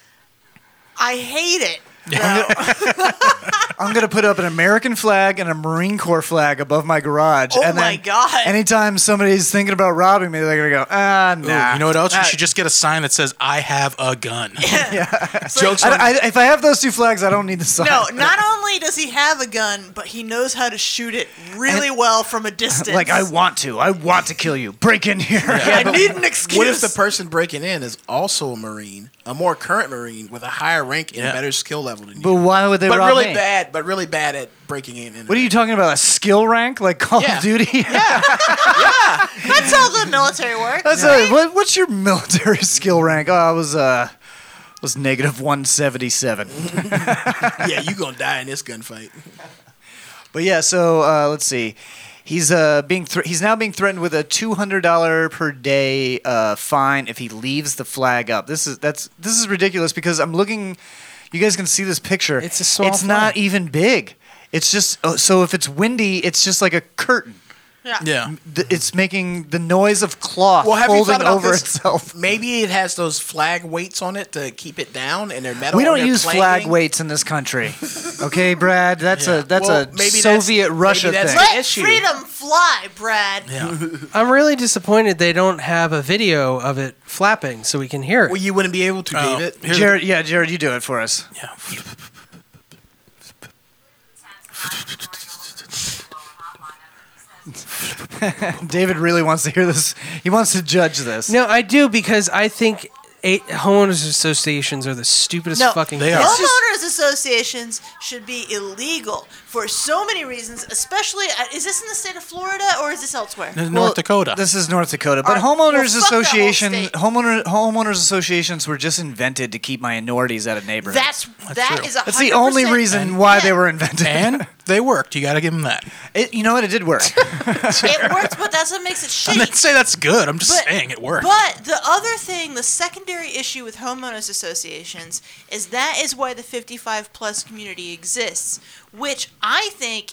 S2: I hate it.
S4: I'm gonna put up an American flag and a Marine Corps flag above my garage.
S2: Oh
S4: and
S2: my
S4: then
S2: God.
S4: Anytime somebody's thinking about robbing me, they're gonna go, ah,
S5: Ooh,
S4: nah.
S5: you know what else?
S4: Ah,
S5: You should just get a sign that says "I have a gun." Jokes on-
S4: I, I, if I have those two flags, I don't need the sign.
S2: No, not only does he have a gun, but he knows how to shoot it really well from a distance.
S4: like I want to. I want to kill you. Break in here.
S2: I need an
S7: What
S2: excuse.
S7: if the person breaking in is also a Marine, a more current Marine with a higher rank and a better skill level than you?
S4: But why would they
S7: but
S4: rob
S7: really
S4: me?
S7: bad, but really bad at breaking in. And
S4: What are you talking about? A skill rank like Call
S7: Yeah.
S4: of Duty?
S2: That's how the military works.
S4: That's
S2: right?
S4: a, what, what's your military skill rank? Oh, I was uh was negative 177.
S7: yeah, you gonna die in this gunfight.
S4: But yeah, so uh, let's see. He's uh, being thr he's now being threatened with a two hundred dollar per day uh, fine if he leaves the flag up. This is that's this is ridiculous because I'm looking. You guys can see this picture. It's a
S6: small
S4: It's not even big. It's just oh, so if it's windy, it's just like a curtain.
S2: Yeah.
S5: Yeah.
S4: It's making the noise of cloth
S7: Well, have you
S4: folding
S7: thought about
S4: over
S7: this?
S4: itself.
S7: Maybe it has those flag weights on it to keep it down, and they're metal.
S4: We
S7: and
S4: don't
S7: they're
S4: use flag
S7: planking.
S4: weights in this country. Okay, Brad, that's a that's
S7: Well,
S4: a
S7: maybe that's-
S4: Soviet Russia
S7: maybe that's
S4: thing.
S2: Let
S7: issue.
S2: freedom fly, Brad.
S6: I'm really disappointed they don't have a video of it flapping so we can hear it. Well,
S7: you wouldn't be able to,
S6: here's-
S4: Jared, yeah, Jared, you do it for us. Yeah. David really wants to hear this. He wants to judge this.
S6: No, I do because I think eight homeowners associations are the stupidest
S2: No,
S6: fucking.
S2: homeowners associations should be illegal for so many reasons. Especially, uh, is this in the state of Florida or is this elsewhere?
S4: Well, This is North Dakota, but homeowners
S2: well, fuck that whole
S4: association
S2: state.
S4: homeowner homeowners associations were just invented to keep minorities out of neighborhoods.
S2: That's- That's that true. is a
S4: That's the only
S2: 100%
S4: reason why they were invented.
S5: And they worked. You got to give them that.
S4: It, you know what? It did work.
S2: it works, but that's what makes it
S5: I
S2: shitty.
S5: didn't say that's good. I'm just
S2: But-
S5: saying it worked.
S2: But the other thing, the secondary issue with homeowners associations is that is why the 55 plus community exists, which I think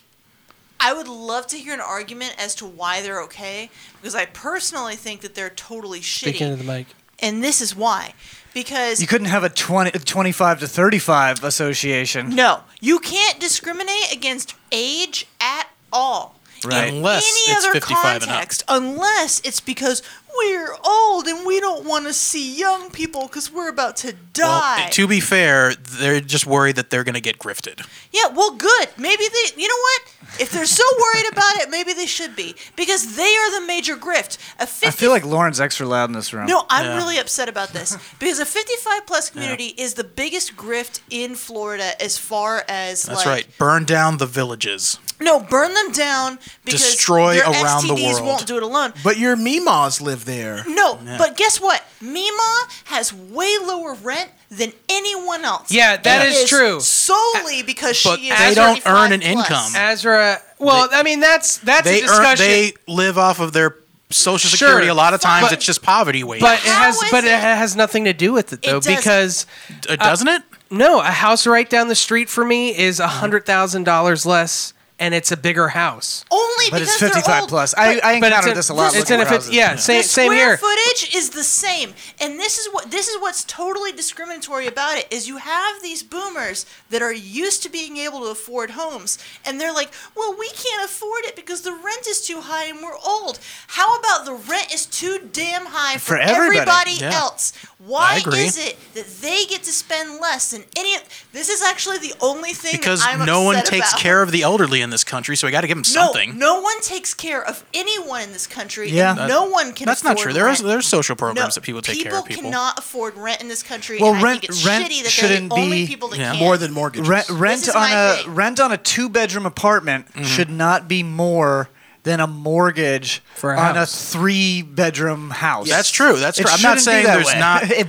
S2: I would love to hear an argument as to why they're okay because I personally think that they're totally shitty.
S6: Speaking of the mic.
S2: and this is why. Because
S4: You couldn't have a 20, 25 to 35 association.
S2: No, you can't discriminate against age at all.
S4: Right.
S2: In
S4: Unless
S2: any
S4: it's
S2: other
S4: 55 and up.
S2: context, unless it's because we're old and we don't want to see young people because we're about to die.
S5: To be fair, they're just worried that they're going to get grifted.
S2: yeah, well, good. Maybe they, you know what? If they're so worried about it, maybe they should be because they are the major grift. A
S4: I
S2: 50
S4: feel like Lauren's extra loud in this room.
S2: No, I'm really upset about this because a 55 plus community is the biggest grift in Florida as far as
S5: That's
S2: like
S5: right. Burn down the villages.
S2: no, burn them down because
S5: Destroy
S2: their
S5: around the
S2: STDs
S5: world.
S2: won't do it alone.
S7: But your Mimas live there.
S2: No,
S7: Yeah.
S2: but guess what? Mima has way lower rent than anyone else.
S6: Yeah, that
S2: that
S6: is
S2: is
S6: true.
S2: Solely because she is.
S5: they don't
S2: 35
S5: earn an
S2: plus.
S5: income.
S6: Ezra. Well, I mean that's that's
S5: they
S6: a
S5: earn-
S6: discussion.
S5: they live off of their social
S6: Sure,
S5: security. a lot of times,
S6: but-
S5: it's just poverty wage.
S6: But it has, but it? has nothing to do with it though,
S5: It does-
S6: because
S4: uh,
S5: It uh, doesn't it?
S6: No, a house right down the street for me is a hundred thousand dollars less, and it's a bigger house.
S2: Only
S4: But it's
S2: because they're
S4: 55
S2: old.
S4: plus. I- I
S6: But it's
S4: encountered
S6: in-
S4: this a lot
S6: It's
S4: looking
S6: in a
S4: for
S6: fifty.
S4: houses.
S6: Yeah,
S4: Yeah.
S6: same
S2: the
S6: same
S2: square
S6: here.
S2: footage is the same and this is what this is what's totally discriminatory about it is you have these boomers that are used to being able to afford homes and they're like well we can't afford it because the rent is too high and we're old how about the rent is too damn high for,
S4: For everybody, yeah.
S2: else
S4: I
S2: why
S4: agree.
S2: is it that they get to spend less than any this is actually the only thing that
S5: Because
S2: I'm
S5: no one
S2: upset
S5: takes
S2: about.
S5: care of the elderly in this country, so we got to give them something.
S2: No, no one takes care of anyone in this country.
S5: Yeah.
S2: and
S5: That-
S2: no one can.
S5: That's not
S2: afford
S5: true. There are-
S2: rent.
S5: there are social programs that people take care of people.
S2: cannot afford rent in this country.
S4: Well,
S2: and I
S4: rent
S2: think it's
S4: rent
S2: shitty that
S4: shouldn't
S2: they're the only
S4: be
S2: people that can.
S7: than mortgages.
S4: Rent, rent
S2: is
S4: on
S2: my
S4: a rent on a two bedroom apartment
S5: Mm-hmm.
S4: should not be more than a mortgage
S5: For a
S4: on
S5: house.
S4: a three bedroom house.
S5: That's true. That's
S4: It
S5: true. I'm
S4: shouldn't
S5: not
S4: be
S5: saying
S4: that
S5: there's
S4: way.
S5: not,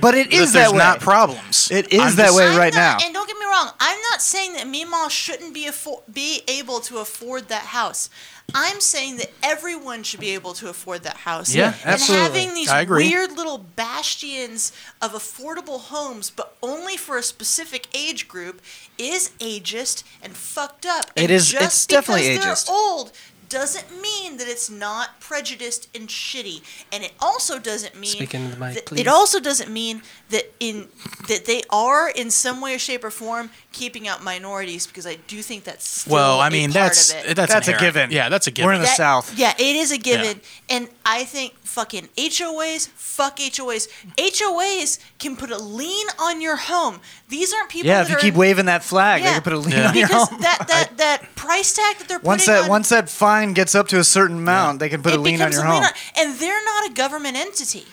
S4: but it is that,
S5: there's
S4: way.
S5: not problems.
S4: It is
S5: I'm
S4: that
S5: just-
S4: way right now.
S2: And don't get me wrong, I'm not saying that Meemaw shouldn't be affo- be able to afford that house. I'm saying that everyone should be able to afford that house.
S9: Yeah, absolutely.
S2: And having these
S9: I agree.
S2: weird little bastions of affordable homes, but only for a specific age group, is ageist and fucked up.
S4: It
S2: And
S4: is-
S2: Just
S4: it's definitely
S2: because they're
S4: ageist.
S2: Old doesn't mean that it's not prejudiced and shitty, and it also doesn't mean
S6: Speak into the mic,
S2: that-
S6: please.
S2: It also doesn't mean that in that they are in some way, shape, or form keeping out minorities because I do think that's still
S5: Well,
S2: a
S5: I mean,
S2: part
S5: that's
S2: of it.
S5: that's,
S4: That's a
S5: inherent.
S4: given.
S5: Yeah, that's a given.
S4: We're in the
S2: That-
S4: South.
S2: Yeah, it is a given, and I think fucking HOAs, fuck HOAs. HOAs can put a lien on your home. These aren't people.
S4: yeah,
S2: that
S4: if you
S2: are
S4: keep waving that flag, they can put a lien on your
S2: because
S4: home.
S2: that that that price tag that they're
S4: Once
S2: putting
S4: that
S2: on
S4: once that fine gets up to a certain amount, they can put a
S2: it
S4: lien on
S2: becomes
S4: your
S2: a lien
S4: home.
S2: on- and they're not a government entity.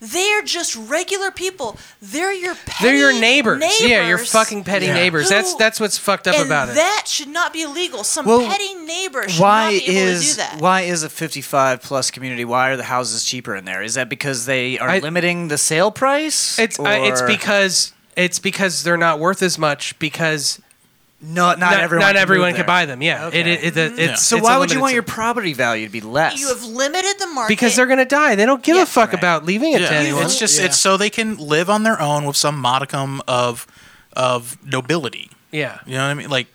S2: They're just regular people. They're your petty
S6: They're your neighbors. Yeah, your
S2: neighbors
S6: fucking petty
S4: Yeah.
S6: neighbors. That's
S2: who-
S6: that's what's fucked up
S2: and
S6: about it.
S2: That should not be illegal. Some
S4: Well,
S2: petty neighbor should
S4: Why
S2: not be able to do
S4: is
S2: that.
S4: why is a 55 plus community? Why are the houses cheaper in there? Is that because they are
S6: I-
S4: limiting the sale price?
S6: It's uh, it's
S4: Or-
S6: because it's because they're not worth as much because
S4: no, not everyone
S6: not
S4: can move
S6: everyone
S4: there.
S6: can buy them. Yeah, it,
S2: Mm-hmm.
S6: it, it, it's,
S4: so
S6: it's
S4: why
S6: a
S4: would you
S6: limited
S4: want
S6: sup-
S4: your property value to be less?
S2: You have limited the market.
S6: because they're gonna die. They don't give a fuck about leaving it to anyone.
S5: It's just it's so they can live on their own with some modicum of of nobility.
S6: yeah.
S5: You know what I mean? Like,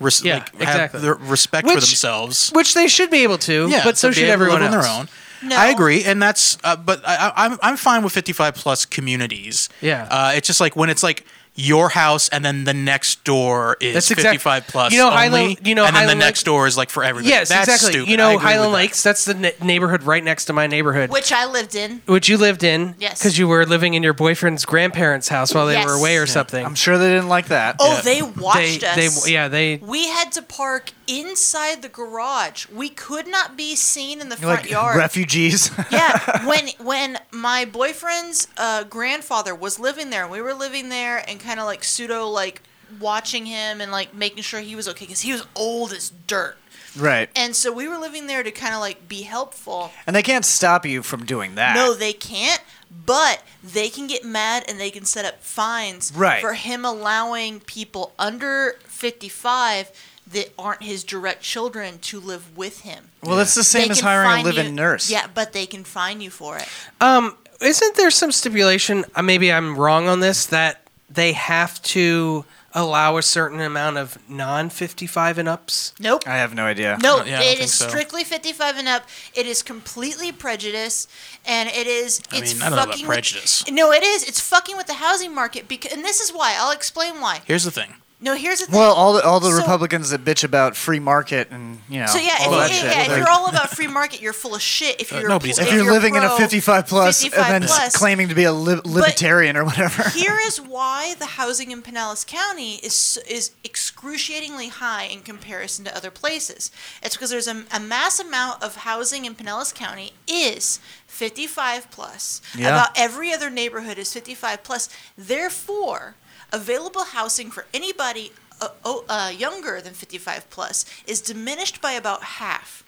S5: res-
S6: Yeah,
S5: like
S6: exactly.
S5: have the respect for
S6: Which-
S5: themselves.
S6: Which they should be able to,
S5: Yeah,
S6: but so
S5: to be able
S6: should
S5: to
S6: everyone
S5: live
S6: else.
S5: on their own. I agree, and that's. Uh, but I, I- I'm I'm fine with 55 plus communities.
S6: Yeah.
S5: uh, it's just like when it's like your house, and then the next door is
S6: That's exact-
S5: 55 plus.
S6: You know,
S5: only,
S6: Highland- you know,
S5: and then
S6: Highland
S5: the
S6: Lake-
S5: next door is like for everybody.
S6: Yes,
S5: that's
S6: exactly.
S5: Stupid.
S6: You
S5: I
S6: know,
S5: agree with
S6: Highland
S5: that.
S6: Lakes. That's the ne- neighborhood right next to my neighborhood,
S2: which I lived in.
S6: which you lived in,
S2: Yes.
S6: because you were living in your boyfriend's grandparents' house while they
S2: Yes.
S6: were away or something.
S4: I'm sure they didn't like that.
S2: Oh, they watched
S6: They,
S2: us.
S6: yeah, they.
S2: We had to park inside the garage. We could not be seen in the
S4: You're
S2: front
S4: like
S2: yard.
S4: refugees.
S2: yeah, when when my boyfriend's uh, grandfather was living there, we were living there and kind of like pseudo like watching him and like making sure he was okay because he was old as dirt.
S4: right.
S2: And so we were living there to kind of like be helpful.
S4: And they can't stop you from doing that.
S2: No, they can't. But they can get mad and they can set up fines
S4: Right.
S2: for him allowing people under 55 that aren't his direct children to live with him.
S4: Well, that's the same
S2: They
S4: as
S2: can
S4: hiring a
S2: fine
S4: live-in
S2: you-
S4: nurse.
S2: Yeah, but they can fine you for it.
S6: Um, isn't there some stipulation? Uh, maybe I'm wrong on this. That they have to allow a certain amount of non 55 and ups?
S2: Nope.
S4: I have no idea.
S2: No, it is strictly 55 and up. It is completely prejudice, and it is.
S6: I
S2: It's
S5: mean, I don't know about
S2: fucking with-
S5: prejudice.
S2: no, it is. It's fucking with the housing market because, and this is why. I'll explain why.
S5: Here's the thing.
S2: No, here's the thing.
S4: Well, all the all the
S2: So-
S4: Republicans that bitch about free market and you know
S2: So yeah, if,
S4: all that
S2: yeah,
S4: shit.
S2: yeah, if
S4: They're-
S2: you're all about free market, you're full of shit. If
S4: Uh,
S2: you're
S4: nobody's
S2: if
S4: if you're living in a
S2: pro-
S4: 55 plus
S2: 55
S4: and then
S2: plus.
S4: claiming to be a lib- libertarian or whatever.
S2: Here is why the housing in Pinellas County is is excruciatingly high in comparison to other places. It's because there's a, a mass amount of housing in Pinellas County is 55 plus.
S9: Yeah.
S2: About every other neighborhood is 55 plus. Therefore, available housing for anybody uh, oh, uh, younger than 55 plus is diminished by about half.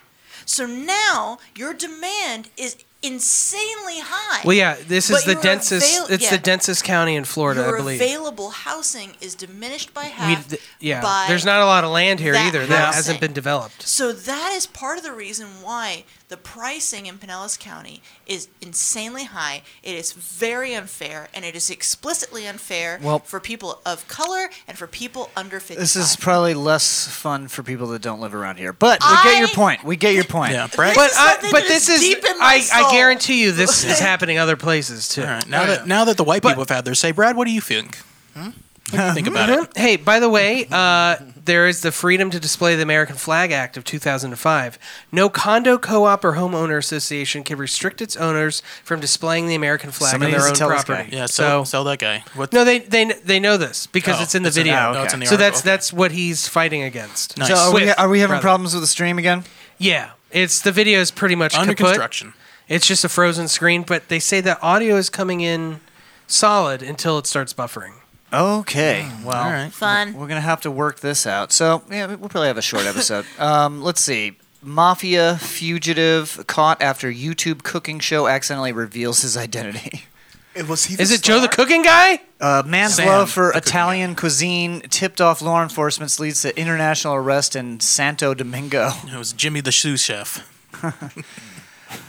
S2: So now your demand is insanely high.
S6: Well, yeah, this
S2: But
S6: is the
S2: your
S6: densest.
S2: avail-
S6: it's
S2: yeah.
S6: the densest county in Florida,
S2: Your
S6: I believe.
S2: available housing is diminished by
S6: We-
S2: half.
S6: th- yeah,
S2: by
S6: there's not a lot of land here
S2: that
S6: either that
S2: housing.
S6: hasn't been developed.
S2: So that is part of the reason why the pricing in Pinellas County is insanely high. It is very unfair, and it is explicitly unfair
S4: Well-
S2: for people of color and for people under 50.
S4: This is probably less fun for people that don't live around here. But we get your point. We get your point. Yeah,
S6: But I, but this is I, I guarantee you this is happening other places too.
S5: Now that now that the white people have had their say, Brad, what do you think? Hmm? Think about it.
S6: Mm-hmm. Hey, by the way, uh, there is the Freedom to Display the American Flag Act of 2005. No condo, co-op, or homeowner association can restrict its owners from displaying the American flag
S5: Somebody
S6: on
S5: needs
S6: their
S5: to
S6: own
S5: tell this
S6: property.
S5: guy. Yeah,
S6: so
S5: sell- sell that guy. What-
S6: No, they they they know this because
S5: Oh,
S6: it's in the
S5: it's in-
S6: video.
S5: oh, it's in the
S6: so that's
S5: article.
S6: that's what he's fighting against.
S4: So are we,
S6: With,
S4: are we having
S6: rather.
S4: problems with the stream again?
S6: Yeah, it's the video is pretty much
S4: Under
S6: kaput.
S4: construction.
S6: It's just a frozen screen, but they say that audio is coming in solid until it starts buffering.
S4: Okay. well,
S6: Hmm, all right.
S2: Fun.
S4: We're gonna have to work this out. So yeah, we- we'll probably have a short episode. um, let's see. Mafia fugitive caught after YouTube cooking show accidentally reveals his identity.
S7: It was he
S6: Is it Joe the cooking guy?
S4: Uh, man's
S6: Sam,
S4: love for Italian cuisine tipped off law enforcement's leads to international arrest in Santo Domingo.
S5: It was Jimmy the shoe chef.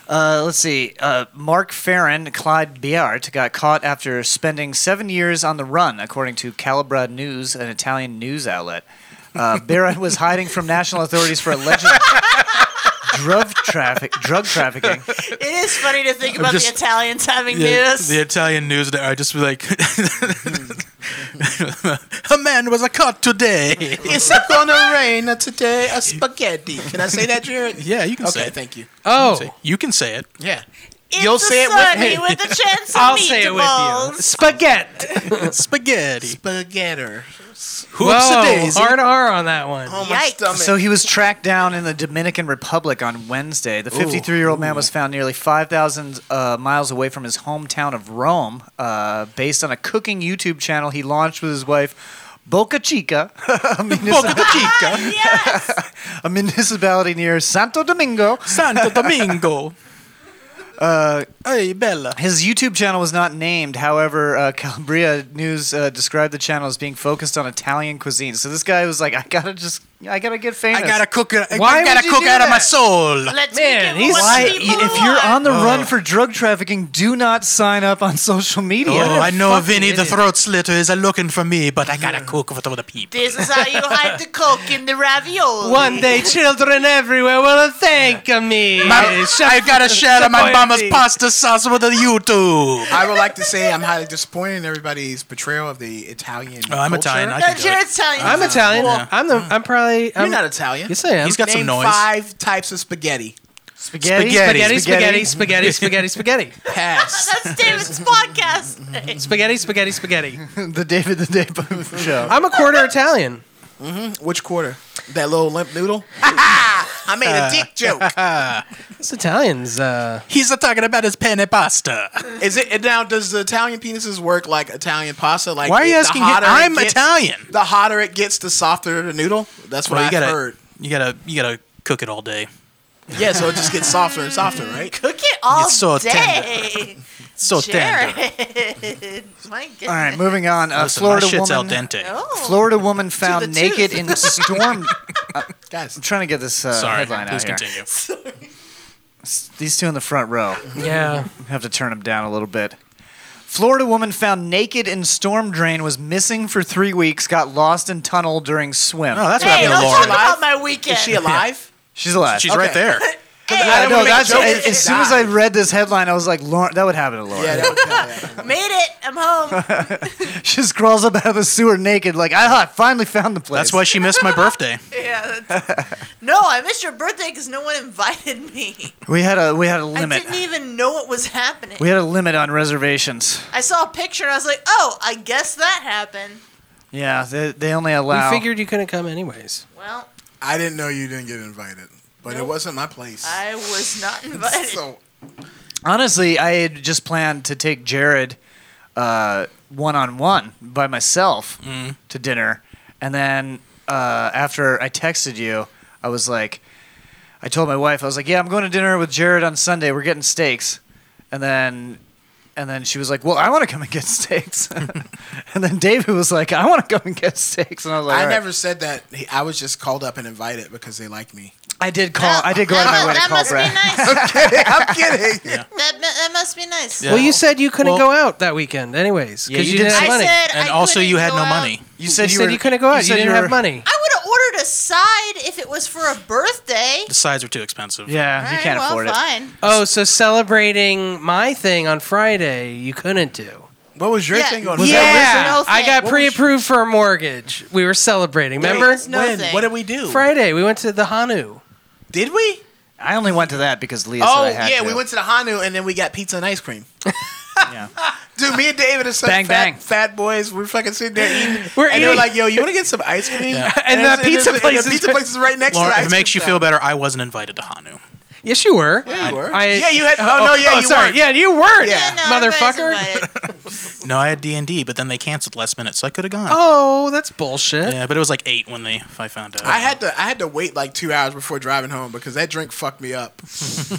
S4: Uh, let's see. Uh, Mark Farron, Clyde Biart, got caught after spending seven years on the run, according to Calabra News, an Italian news outlet. Uh, Biart was hiding from national authorities for alleged drug traffic, drug trafficking.
S2: it is funny to think
S5: I'm
S2: about
S5: just-
S2: the Italians having
S5: Yeah,
S2: news.
S5: the Italian news. I just be like, a man was caught today.
S7: It's a gonna rain today. A spaghetti. Can I say that, Jared?
S5: Yeah, you can
S7: okay,
S5: say it.
S7: thank you.
S6: Oh,
S5: you can say it.
S7: Yeah.
S2: It's
S7: You'll
S2: a
S7: say it with
S2: sunny
S7: me.
S2: with a chance of
S6: I'll say it with
S2: meatballs.
S6: you. Spaghetti.
S5: Spaghetti.
S7: Spaghetti.
S6: Whoa, R to Oh, R on that one.
S7: Oh, my Yikes. stomach.
S4: So he was tracked down in the Dominican Republic on Wednesday. The
S6: Ooh.
S4: 53 year old man was found nearly 5,000 uh, miles away from his hometown of Rome, uh, based on a cooking YouTube channel he launched with his wife, Boca Chica. a municipal-
S5: Boca
S2: Ah,
S5: Chica.
S4: a municipality near Santo Domingo.
S5: Santo Domingo.
S4: Uh,
S5: hey, Bella.
S4: His YouTube channel was not named. However, uh, Calabria News uh, described the channel as being focused on Italian cuisine. So this guy was like, I gotta just, I gotta get famous.
S5: I gotta cook it.
S4: Why
S5: I gotta
S4: would you
S5: cook
S4: do
S5: out of my
S4: that?
S5: soul.
S4: Man,
S5: he's- what
S4: why,
S5: people
S4: if you're on the
S5: want.
S4: run for drug trafficking, do not sign up on social media.
S5: Oh, I know Vinny the throat slitter is a looking for me, but I gotta cook for the people.
S2: This is how you hide the coke in the ravioli.
S6: One day, children everywhere will thank me.
S5: I gotta share my mama's pasta sauce with you two.
S7: I would like to say I'm highly disappointed in everybody's portrayal of the Italian.
S5: Oh, I'm
S7: culture.
S5: Italian. I
S2: No, Jared's Italian.
S6: I'm Italian.
S7: Well,
S6: I'm the. I'm probably.
S7: You're
S6: I'm-
S7: not Italian.
S6: Yes, I am.
S7: He's got some noise. Five types of spaghetti.
S6: Spaghetti, spaghetti, spaghetti, spaghetti, spaghetti, spaghetti.
S7: Pass.
S2: That's David's podcast.
S6: Spaghetti, spaghetti, spaghetti.
S4: the David the Day Booth show.
S6: I'm a quarter Italian.
S7: Mm-hmm. Which quarter? That little limp noodle. I made a dick joke.
S6: This Italians. Uh,
S5: He's talking about his penne pasta.
S7: Is it and now? Does the Italian penises work like Italian pasta? Like
S5: Why are you
S7: the
S5: asking him?
S7: hotter it
S5: I'm
S7: gets-
S5: Italian.
S7: The hotter it gets, the softer the noodle. That's what
S5: Well, you
S7: I've
S5: gotta,
S7: heard.
S5: You gotta, you gotta cook it all day.
S7: Yeah, so it just gets softer and softer, right?
S2: Cook it all
S5: It's so
S2: day.
S5: So tender.
S2: Jared. My goodness.
S4: All right, moving on. Uh,
S5: Listen, my
S4: Florida
S5: shit's al
S4: woman.
S5: dente.
S2: Oh.
S4: Florida woman found
S2: tooth.
S4: naked in storm. Uh, I'm trying to get this uh,
S5: Sorry,
S4: headline
S5: please
S4: out here.
S5: continue.
S4: These two in the front row.
S6: Yeah.
S4: have to turn them down a little bit. Florida woman found naked in storm drain was missing for three weeks, got lost in tunnel during swim.
S5: Oh, that's what
S2: Hey, don't
S5: happened to
S2: talk
S5: Lauren.
S2: about my weekend.
S4: Is she alive? She's alive.
S5: She's right there.
S4: I
S2: hey,
S4: know, that's, as, as soon as I read this headline, I was like, Lauren, that would happen to Lauren.
S2: made it. I'm home.
S4: she just crawls up out of the sewer naked, like, I finally found the place.
S5: That's why she missed my birthday.
S2: yeah. that's- No, I missed your birthday because no one invited me.
S4: We had a we had a
S2: I
S4: limit.
S2: didn't even know what was happening.
S4: We had a limit on reservations.
S2: I saw a picture and I was like, oh, I guess that happened.
S4: Yeah, they, they only allow.
S6: We figured you couldn't come anyways.
S2: Well,
S7: I didn't know you didn't get invited, but it wasn't my place.
S2: I was not invited.
S4: Honestly, I had just planned to take Jared one on one by myself
S6: Mm-hmm.
S4: to dinner, and then uh, after I texted you, I was like, I told my wife, I was like, yeah, I'm going to dinner with Jared on Sunday. We're getting steaks, and then. And then she was like, "Well, I want to come and get steaks." and then David was like, "I want to come and get steaks." And I was like,
S7: I
S4: "All right."
S7: never said that. He- I was just called up and invited because they like me.
S4: I did call. I did go out
S2: Oh,
S4: of my way to call Brad.
S7: I'm kidding.
S2: That, mu- that must be nice.
S6: Well, you said you couldn't
S5: Well-
S6: go out that weekend, anyways, because you, didn't have money.
S2: I said
S5: And
S2: I
S5: also, you
S2: couldn't
S5: had
S2: go
S5: no
S2: out.
S5: money.
S4: You
S6: you,
S4: said you,
S6: said
S4: were,
S6: you couldn't go out. You,
S4: said
S6: didn't
S4: were-
S6: have money.
S2: I would have ordered a side if it was for a birthday.
S5: The sides are too expensive.
S4: Yeah,
S2: All
S4: you
S2: right,
S4: can't
S2: well,
S4: afford it.
S2: fine.
S6: Oh, so celebrating my thing on Friday, you couldn't do.
S7: What was your
S2: Yeah.
S7: thing on?
S2: Was
S6: yeah,
S2: that a personal
S6: I got
S2: thing?
S6: pre-approved for a mortgage. We were celebrating. Remember
S2: It's no
S7: when?
S2: thing.
S7: What did we do?
S6: Friday? We went to the Hanu.
S7: Did we?
S4: I only went to that because Leah
S7: Oh
S4: said I had
S7: yeah,
S4: to.
S7: we went to the Hanu and then we got pizza and ice cream.
S4: Yeah.
S7: Dude, me and David are such
S4: Bang,
S7: fat,
S4: bang.
S7: fat boys. We're fucking sitting there eating.
S6: We're
S7: and they're
S6: eating-
S7: like, "Yo, you want to get some ice cream?"
S6: And
S7: it's-
S6: that pizza
S7: it's-
S6: place
S7: The
S6: is-
S7: pizza place is right next
S5: Lauren,
S7: to the
S5: if
S7: ice
S5: it makes you
S7: cream
S5: feel
S7: shop.
S5: better, I wasn't invited to Hanu.
S6: Yes, you were.
S7: You were.
S6: I-
S7: yeah, you had. Oh, no, yeah,
S6: oh,
S7: you
S6: sorry.
S7: weren't.
S6: Yeah, you weren't,
S2: Yeah, no,
S6: motherfucker.
S2: everybody's invited.
S5: No, I had D and D, but then they canceled last minute, so I could have gone.
S6: Oh, that's bullshit.
S5: Yeah, but it was like eight when they if I found out.
S7: I had to I had to wait like two hours before driving home because that drink fucked me up.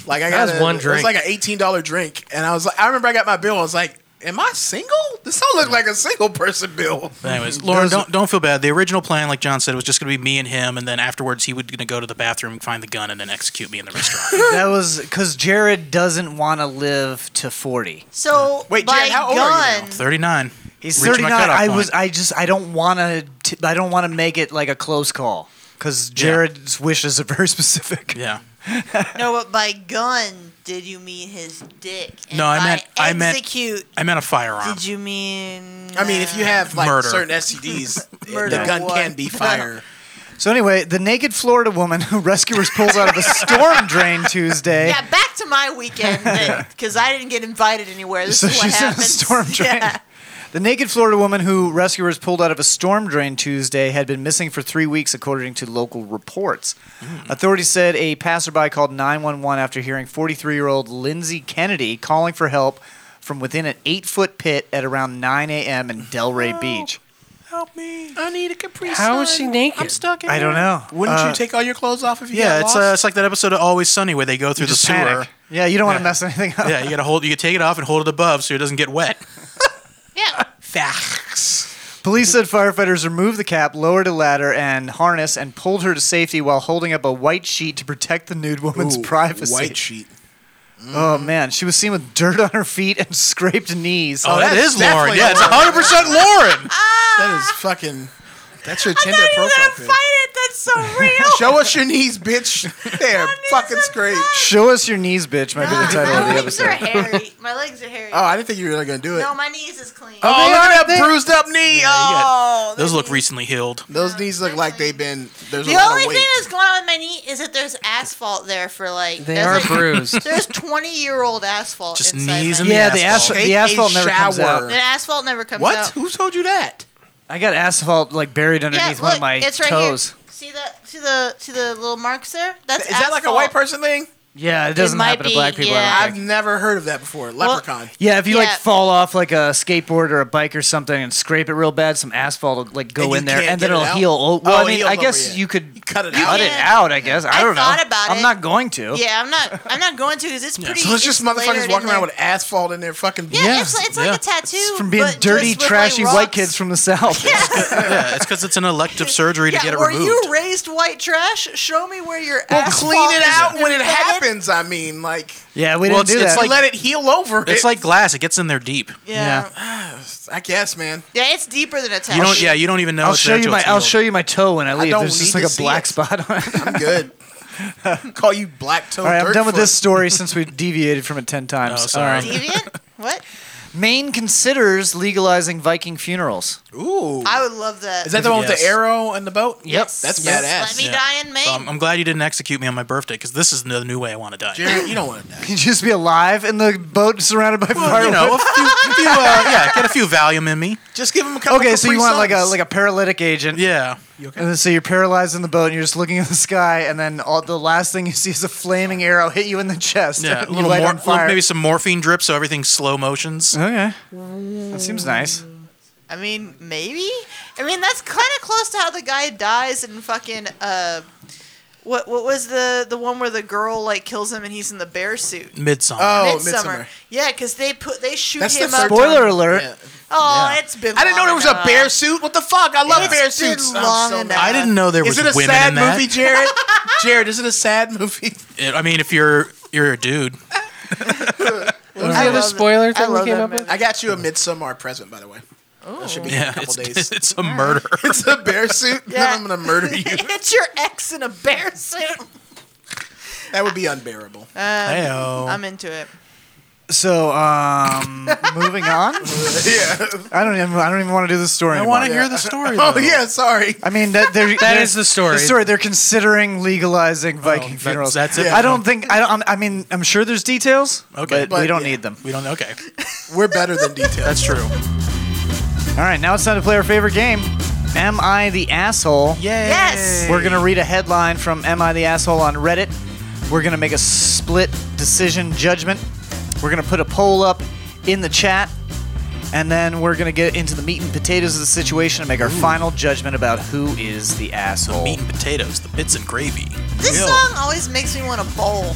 S7: Like I got
S6: That was
S7: a- It
S6: one
S7: was
S6: drink.
S7: like an eighteen dollar drink, and I was like, I remember I got my bill. I was like, Am I single? This don't look like a single person bill.
S5: But anyways, Lauren,
S7: Those-
S5: don't don't feel bad. The original plan, like John said, was just gonna be me and him, and then afterwards he was gonna go to the bathroom, find the gun, and then execute me in the restaurant.
S4: that was because Jared doesn't want to live to 40.
S2: So
S7: Wait,
S2: by
S7: Jared, how old are you now?
S2: gun,
S5: Thirty nine.
S4: He's 39. I was. I just. I don't want to. I don't want to make it like a close call because Jared's wishes are very specific.
S5: yeah.
S2: no, but by gun, did you mean his dick? And
S5: No, I
S2: by
S5: meant- I meant-
S2: execute.
S5: I meant a firearm.
S2: Did you mean?
S7: I mean, if you have like
S5: Murder.
S7: certain STDs, the
S2: Murder.
S7: gun
S2: What?
S7: can be fire.
S4: So anyway, the naked Florida woman who rescuers pulls out of a storm drain Tuesday.
S2: Yeah, back to my weekend because I didn't get invited anywhere. This
S4: so
S2: is what
S4: she's in a
S2: happens.
S4: storm drain.
S2: Yeah.
S4: The naked Florida woman who rescuers pulled out of a storm drain Tuesday had been missing for three weeks, according to local reports. Authorities said a passerby called 911 after hearing 43 year old Lindsay Kennedy calling for help from within an eight foot pit at around 9 a.m. in Delray Beach.
S7: Help me! I need a Capri
S6: How is she naked?
S7: stuck in
S4: I don't
S7: here.
S4: know.
S7: Wouldn't
S4: Uh,
S7: you take all your clothes off if you
S5: yeah,
S7: got
S5: it's
S7: lost?
S5: uh, it's like that episode of Always Sunny where they go through the
S4: Just
S5: sewer.
S4: panic. Uh, Yeah, you don't want to mess anything up.
S5: Yeah, you gotta hold. You can take it off and hold it above so it doesn't get wet.
S2: yeah.
S4: Police said firefighters removed the cap, lowered a ladder and harness, and pulled her to safety while holding up a white sheet to protect the nude woman's
S7: Ooh,
S4: privacy.
S7: White sheet.
S4: Oh man, she was seen with dirt on her feet and scraped knees.
S5: Oh, that
S7: that's
S5: is Lauren.
S7: definitely
S5: Yeah, it's
S7: Lauren.
S5: 100 percent Lauren.
S7: That is fucking. That's your Tinder
S2: Not even
S7: profile
S2: gonna
S7: pic.
S2: fight it. That's so real.
S7: Show us your knees, bitch. There, fucking scrape.
S4: Show us your knees, bitch. Might be the title of
S2: my
S4: the
S2: legs are
S4: episode.
S2: hairy. My legs are hairy.
S7: Oh, I didn't think you were really gonna do it.
S2: no, my knees is clean.
S7: oh,
S6: They
S7: look
S6: are-
S7: at that
S6: they-
S7: bruised up knee. oh,
S5: Those look recently healed.
S7: those knees look like they've been. There's a
S2: The
S7: lot
S2: only
S7: of weight.
S2: thing that's going on with my knee is that there's asphalt there for like.
S6: They
S2: there's
S6: are
S2: like-
S6: bruised.
S2: There's 20 year old asphalt.
S5: Just
S2: inside
S5: knees
S2: my
S5: and
S2: knee.
S4: Yeah,
S5: The
S4: the
S5: asphalt.
S4: asphalt.
S7: Take
S4: The asphalt
S7: a
S4: never comes
S7: shower.
S4: out.
S2: The asphalt never comes
S7: what?
S2: out.
S7: Who told you that?
S4: I got asphalt like buried
S2: Yeah,
S4: underneath one
S2: look,
S4: of my
S2: it's right
S4: toes.
S2: here. See that? See the see the little marks there? That's
S7: Is that like a
S2: asphalt.
S7: white person thing?
S4: Yeah, it doesn't
S2: might
S4: happen to
S2: be,
S4: black people. I
S2: yeah.
S4: don't
S7: I've
S4: think.
S7: never heard of that before. Leprechaun.
S4: Yeah, if you
S2: Yeah.
S4: like fall off like a skateboard or a bike or something and scrape it real bad, some asphalt will like go
S7: And you
S4: in there
S7: can't
S4: and then
S7: get it
S4: it'll
S7: out?
S4: heal. Oh,
S7: Oh,
S4: Well,
S7: it
S4: I mean,
S7: heals
S4: I
S7: over,
S4: guess
S7: yeah.
S4: you could
S7: cut it
S4: cut
S7: out.
S4: it
S2: can't.
S4: out. I guess I
S2: I
S4: don't know.
S2: thought about
S4: I'm
S2: it.
S4: not going to.
S2: Yeah, I'm not. I'm not going to because it's pretty.
S7: So it's just motherfuckers
S2: layered
S7: walking
S2: in there.
S7: around with asphalt in their fucking.
S2: Yeah, it's, it's like
S5: Yeah.
S2: a tattoo.
S4: It's from being
S2: but just
S4: dirty,
S2: with, like,
S4: trashy white
S2: rocks.
S4: kids from the south.
S5: Yeah, it's because it's an elective surgery to
S2: Yeah,
S5: get it
S2: were
S5: removed.
S2: you raised white trash? Show me where your
S7: Well,
S2: asphalt
S7: clean it
S2: is
S7: out when it
S2: embedded
S8: happens, I mean, like
S4: Yeah, we
S8: Well,
S4: didn't do
S8: it's-
S4: that.
S8: it's like- Let it heal over.
S5: It's like glass; it gets in there deep.
S2: Yeah.
S8: I guess, man.
S2: Yeah, it's deeper than a towel.
S5: You don't. Yeah, you don't even know.
S4: I'll
S5: it's
S4: show
S5: an
S4: you
S5: actual
S4: my. I'll
S5: teal.
S4: show you my toe when I leave.
S5: don't
S4: There's just
S5: need
S4: like a
S5: to see
S4: black
S5: it.
S4: spot on it.
S8: I'm good. Call you black toe.
S4: All right, I'm
S8: dirt
S4: done with
S8: foot.
S4: this story since we deviated from it ten times.
S8: Oh, sorry.
S4: All right.
S2: Deviant? What?
S4: Maine considers legalizing Viking funerals.
S8: Ooh.
S2: I would love that.
S8: Is that the one with the arrow and the boat?
S4: Yep.
S8: That's
S5: Yes.
S8: badass.
S2: Let me
S5: Yeah.
S2: die in Maine.
S5: So Um, I'm, I'm glad you didn't execute me on my birthday because this is the new way I want to die.
S8: Jared, you don't want to
S4: die. Can you just be alive in the boat surrounded by
S5: Well,
S4: firewood?
S5: you know, a few, a few, uh, yeah, get a few Valium in me.
S8: Just give him a
S4: okay, so you want like a like a paralytic agent?
S5: Yeah.
S4: And then, so you're paralyzed in the boat, and you're just looking at the sky, and then all, the last thing you see is a flaming arrow hit you in the chest.
S5: yeah,
S4: and
S5: a
S4: you
S5: little
S4: light
S5: more,
S4: on fire.
S5: maybe some morphine drip so everything slow motions.
S4: Okay, that seems nice.
S2: I mean, maybe. I mean, that's kind of close to how the guy dies in fucking uh, what what was the the one where the girl like kills him and he's in the bear suit.
S5: Midsummer.
S8: Oh, Midsummer.
S2: Midsummer. Yeah, because they put they shoot
S8: That's the
S2: him up.
S8: third Spoiler time. alert. Yeah.
S2: Oh, it's been.
S8: I didn't know there was a
S2: long
S8: bear
S2: enough.
S8: suit. What the fuck? I love
S2: It's
S8: bear
S2: been
S8: suits. I'm
S2: long
S8: so
S2: enough.
S8: mad.
S5: I didn't know there
S8: Is
S5: was
S8: it a
S5: women
S8: sad
S5: in that.
S8: movie, Jared? Jared, is it a sad movie?
S5: It- I mean, if you're you're a dude,
S8: What
S6: was the I other love spoiler that- thing I we love came that up with?
S8: I got you a Midsummer present, by the way. That should be in
S5: yeah,
S8: a couple
S5: it's,
S8: days.
S5: it's a murder.
S8: it's a bear suit. and
S2: Yeah.
S8: I'm gonna murder you.
S2: it's your ex in a bear suit.
S8: That would be unbearable.
S2: Um, I'm into it.
S4: So, um, moving on.
S8: yeah.
S4: I don't even. I don't even want to do this story.
S8: I
S4: want
S8: wanna
S4: to
S8: hear the story, Oh, though. yeah, sorry.
S4: I mean that. They're,
S8: That
S4: they're-
S8: is the story. Oh,
S4: The story. They're considering legalizing Viking funerals.
S5: that's it?
S4: I don't think. I don't. I mean, I'm sure there's details.
S5: Okay.
S4: but we
S5: But,
S4: don't
S5: yeah.
S4: need them.
S5: We don't. Okay.
S8: We're better than details.
S5: That's true.
S4: All right, now it's time to play our favorite game. Am I the asshole?
S2: Yes.
S4: We're gonna read a headline from Am I the asshole on Reddit. We're gonna make a split decision judgment. We're gonna put a poll up in the chat, and then we're gonna get into the meat and potatoes of the situation and make our final judgment about who is the asshole.
S5: Meat and potatoes, the bits and gravy.
S2: This
S4: Ew.
S2: song always makes me want to bowl.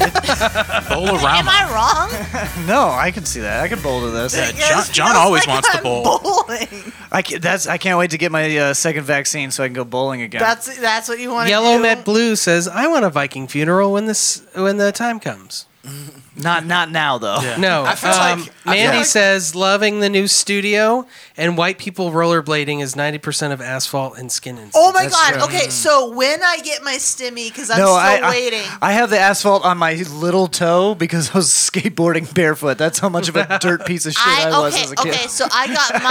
S2: Am
S5: Bolorama.
S2: I wrong?
S4: no, I can see that. I could bowl to this.
S5: Yeah, John, John always wants to bowl.
S2: Bowling.
S4: I can, that's. I can't wait to get my uh, second vaccine so I can go bowling again.
S2: That's that's what you want.
S6: Yellow
S2: do?
S6: Met Blue says, "I want a Viking funeral when this when the time comes."
S4: Not not now though.
S6: No.
S4: I feel
S6: um,
S4: like- I feel
S6: Mandy
S4: like-
S6: says, "Loving the new studio and white people rollerblading is ninety percent of asphalt and skin." Incidents.
S2: Oh my god. Okay, so when I get my stimmy, because I'm still waiting.
S4: I, have the asphalt on my little toe because I was skateboarding barefoot. That's how much of a dirt piece of shit I, was
S2: okay,
S4: as a kid.
S2: okay, so I got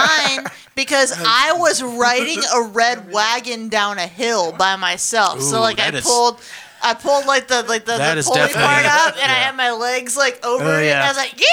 S2: mine because I was riding a red wagon down a hill by myself. so
S5: Ooh,
S2: like I
S5: that is-
S2: pulled I pulled like the like the,
S5: That
S2: the
S5: is
S2: pulley
S5: definitely-
S2: part up and I had my legs like over
S4: Oh,
S2: it and
S4: yeah.
S2: I was like, yeah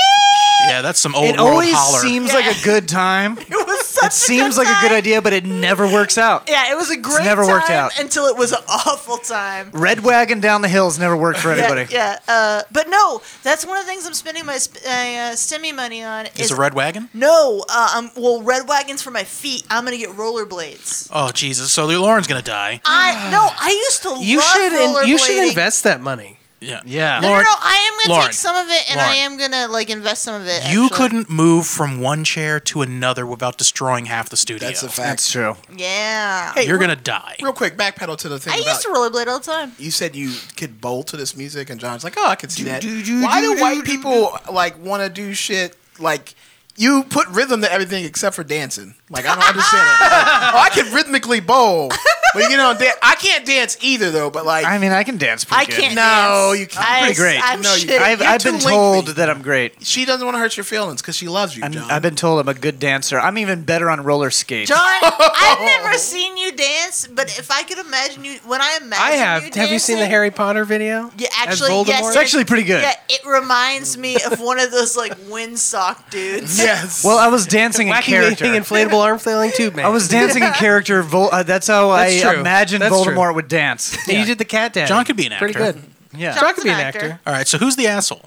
S5: Yeah, that's some old
S4: it
S5: world
S4: always
S5: holler.
S4: seems like a good time. it
S2: was such a
S4: seems
S2: good
S4: like a good idea, but it never works out.
S2: Yeah, it was a great
S4: never
S2: time
S4: worked out.
S2: until it was an awful time.
S4: Red wagon down the hills never worked for anybody.
S2: Yeah, yeah. Uh, but no, that's one of the things I'm spending my sp- uh, stimmy money on.
S5: Is a red wagon?
S2: No, uh, um, well, red wagons for my feet. I'm gonna get rollerblades.
S5: Oh Jesus! So Lauren's gonna die.
S2: I no, I used to
S6: You
S2: love
S6: should in, you should
S2: rollerblading.
S6: invest that money.
S5: Yeah.
S6: Yeah.
S2: No, no, no, I am gonna
S5: Lauren,
S2: take some of it, and I
S5: Lauren.
S2: am gonna like invest some of it.
S5: You
S2: actually.
S5: couldn't move from one chair to another without destroying half the studio. That's a
S8: fact. That's
S4: true.
S2: Yeah.
S5: You're gonna die.
S8: Real quick, backpedal to the thing.
S2: I
S8: about,
S2: used to rollerblade all the time.
S8: You said you could bowl to this music, and John's like, "Oh, I could see that."
S2: do, do,
S8: Why do,
S2: do, do,
S8: white people like want to do shit like? You put rhythm to everything except for dancing. Like I don't understand it. Like, oh, I can rhythmically bowl, but you know, dan- I can't dance either though. But like, I
S4: mean, I can dance
S2: pretty I good. can't
S8: No,
S2: dance.
S8: you can't.
S2: I'm pretty great. I'm
S8: no, you
S2: shit.
S4: I've,
S8: You're
S4: I've
S8: too
S4: been
S8: lengthy.
S4: told that I'm great.
S8: She doesn't want to hurt your feelings because she loves you,
S4: I'm,
S8: John.
S4: I've been told I'm a good dancer. I'm even better on roller skates.
S2: John, I've never seen you dance, but if I could imagine you, when I imagine
S6: I have.
S2: you
S6: Have you seen the
S2: dancing-
S6: Harry Potter video?
S2: Yeah,
S6: As
S2: actually, yes.
S6: Voldemort?
S4: It's actually pretty good.
S2: Yeah, it reminds me of one of those like windsock dudes.
S4: Well, I was dancing in
S6: Wacky
S4: character.
S6: waving inflatable arm flailing tube man.
S4: I was dancing in character. Vol- uh, that's how
S6: That's
S4: I
S6: true.
S4: imagined
S6: That's true.
S4: Voldemort would dance.
S6: And You did the cat dance.
S5: John could be an actor.
S6: Pretty good.
S4: Yeah.
S6: John could be an actor.
S5: All right. So who's the asshole?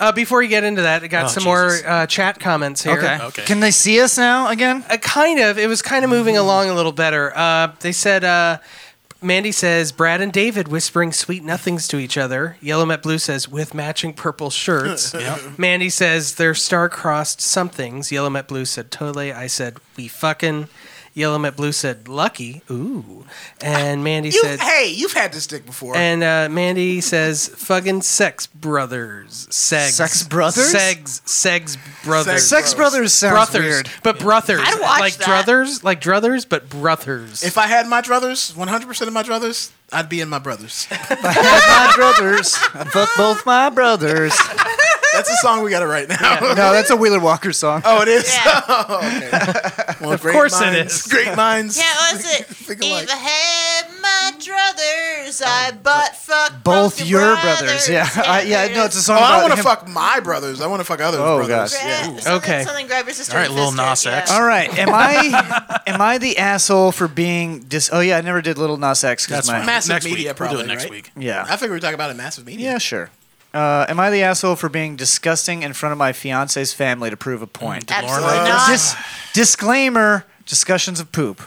S6: Uh, before you get into that, I got
S5: Oh,
S6: some more uh, chat comments here.
S4: Okay. Can they see us now again?
S6: Uh, kind of. It was kind of moving along a little better. Uh, they said, uh, Mandy says, Brad and David whispering sweet nothings to each other. Yellow Met Blue says, with matching purple shirts.
S5: Yep.
S6: Mandy says, they're star-crossed somethings. Yellow Met Blue said, totally. I said, we fucking. Yellow Met Blue said, "Lucky." Ooh. And Mandy
S7: You,
S6: said,
S7: hey, you've had this stick before.
S6: And uh, Mandy says, "Fucking sex brothers, segs,
S4: Sex brothers?
S6: segs, segs brothers,
S4: Sex Sex bros. brothers sounds
S6: brothers,
S4: weird.
S6: but brothers,
S7: I'd watch
S6: like
S7: that.
S6: druthers, like druthers, but brothers."
S7: If I had my brothers, 100% of my brothers, I'd be in my brothers.
S4: my brothers. I fucked both my brothers.
S7: That's a song we got to write now.
S4: no, that's a Wheeler Walker song.
S7: Oh, it is. Oh, okay. Well,
S4: Of
S7: great
S4: course it
S7: minds-
S4: is.
S7: Great minds.
S2: Yeah, what was it? If I had my druthers,
S7: Um,
S2: I butt fuck
S4: Both your brothers. Yeah, I, yeah. No, it's a song.
S7: Oh, I don't
S4: about
S7: wanna
S4: him-
S7: fuck my brothers. I want to fuck others.
S4: Oh,
S7: brothers.
S4: gosh.
S7: Yeah.
S4: Okay.
S2: something. Grab your sister.
S5: All right,
S2: and
S5: Lil
S2: fist her,
S5: Nas
S2: yeah.
S5: X.
S4: All right, am I am I the asshole for being dis? Oh yeah, I never did Little Nas X because
S7: That's
S4: my
S7: fine. Massive Next media week. We'll do it
S4: problem.
S7: probably, next right? week.
S4: Yeah,
S7: I figure we're talking about a massive media.
S4: Yeah, sure. Uh, am I the asshole for being disgusting in front of my fiance's family to prove a point? Uh,
S7: did Lauren Absolutely write that? Mm, not.
S4: Dis- disclaimer: discussions of poop.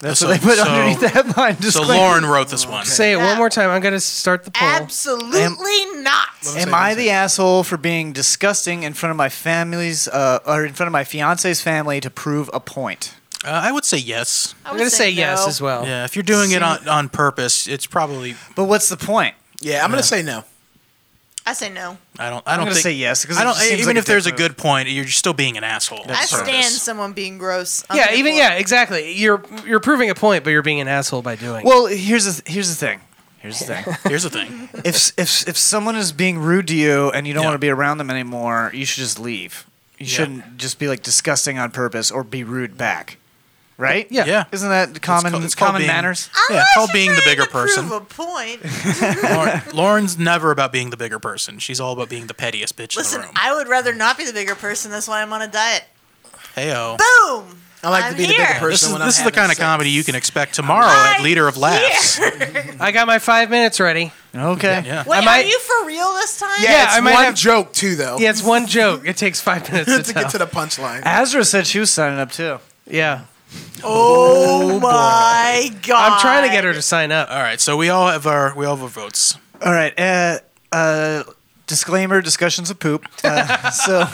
S4: That's what they put underneath the headline.
S5: So
S4: disclaimer.
S5: Lauren wrote this one.
S6: Say it one more time. I'm gonna start the poll.
S2: Absolutely not.
S4: Am I the asshole for being disgusting in front of my family's uh, or in front of my fiance's family to prove a point?
S5: Uh, I would say yes.
S6: I'm would gonna say say yes no. as well.
S5: Yeah, if you're doing it
S4: See-
S5: on, on purpose, it's probably.
S4: But what's the point?
S7: Yeah, I'm gonna say no.
S2: I say no.
S5: I don't.
S4: I'm
S5: I don't
S4: gonna
S5: think,
S4: say yes, 'cause
S5: I
S4: it
S5: don't.
S4: just seems
S5: Even
S4: like a
S5: if there's
S4: dick
S5: a good point, you're still being an
S2: I
S5: asshole. on purpose.
S2: stand someone being gross. I'm
S6: yeah,
S2: here
S6: even
S2: for
S6: yeah, exactly. You're you're proving a point, but you're being an asshole by doing. it.
S4: Well, here's the th- here's the thing. Here's the thing.
S5: Here's the thing.
S4: if if if someone is being rude to you and you don't want to be around them anymore, you should just leave. You
S5: Yeah.
S4: shouldn't just be like disgusting on purpose or be rude back. Right?
S5: Yeah. Yeah.
S4: Isn't that common
S5: called- it's called
S4: common
S5: being-
S4: manners?
S5: yeah, it's called being the bigger person.
S2: A point.
S5: Lauren, Lauren's never about being the bigger person. She's all about being the pettiest bitch
S2: Listen,
S5: in the room.
S2: I would rather not be the bigger person. That's why I'm on a diet.
S5: Heyo.
S2: Boom.
S7: I like
S2: I'm
S7: to be the
S2: here.
S7: bigger person
S5: This is,
S7: when
S5: this is
S7: I'm
S5: the kind of comedy you can expect tomorrow at Leader of Laughs.
S6: I got my five minutes ready.
S4: Okay.
S5: Yeah.
S2: Wait,
S6: I might,
S2: are you for real this time?
S6: Yeah, I might have
S7: joke too, though.
S6: Yeah, it's one joke. It takes five minutes to,
S7: to get to the punchline.
S4: Azra said she was signing up too.
S6: Yeah.
S2: Oh, my god.
S6: I'm trying to get her to sign up.
S5: All right, so we all have our we all have our votes.
S4: All right. Uh, uh, disclaimer: discussions of poop. Uh, so,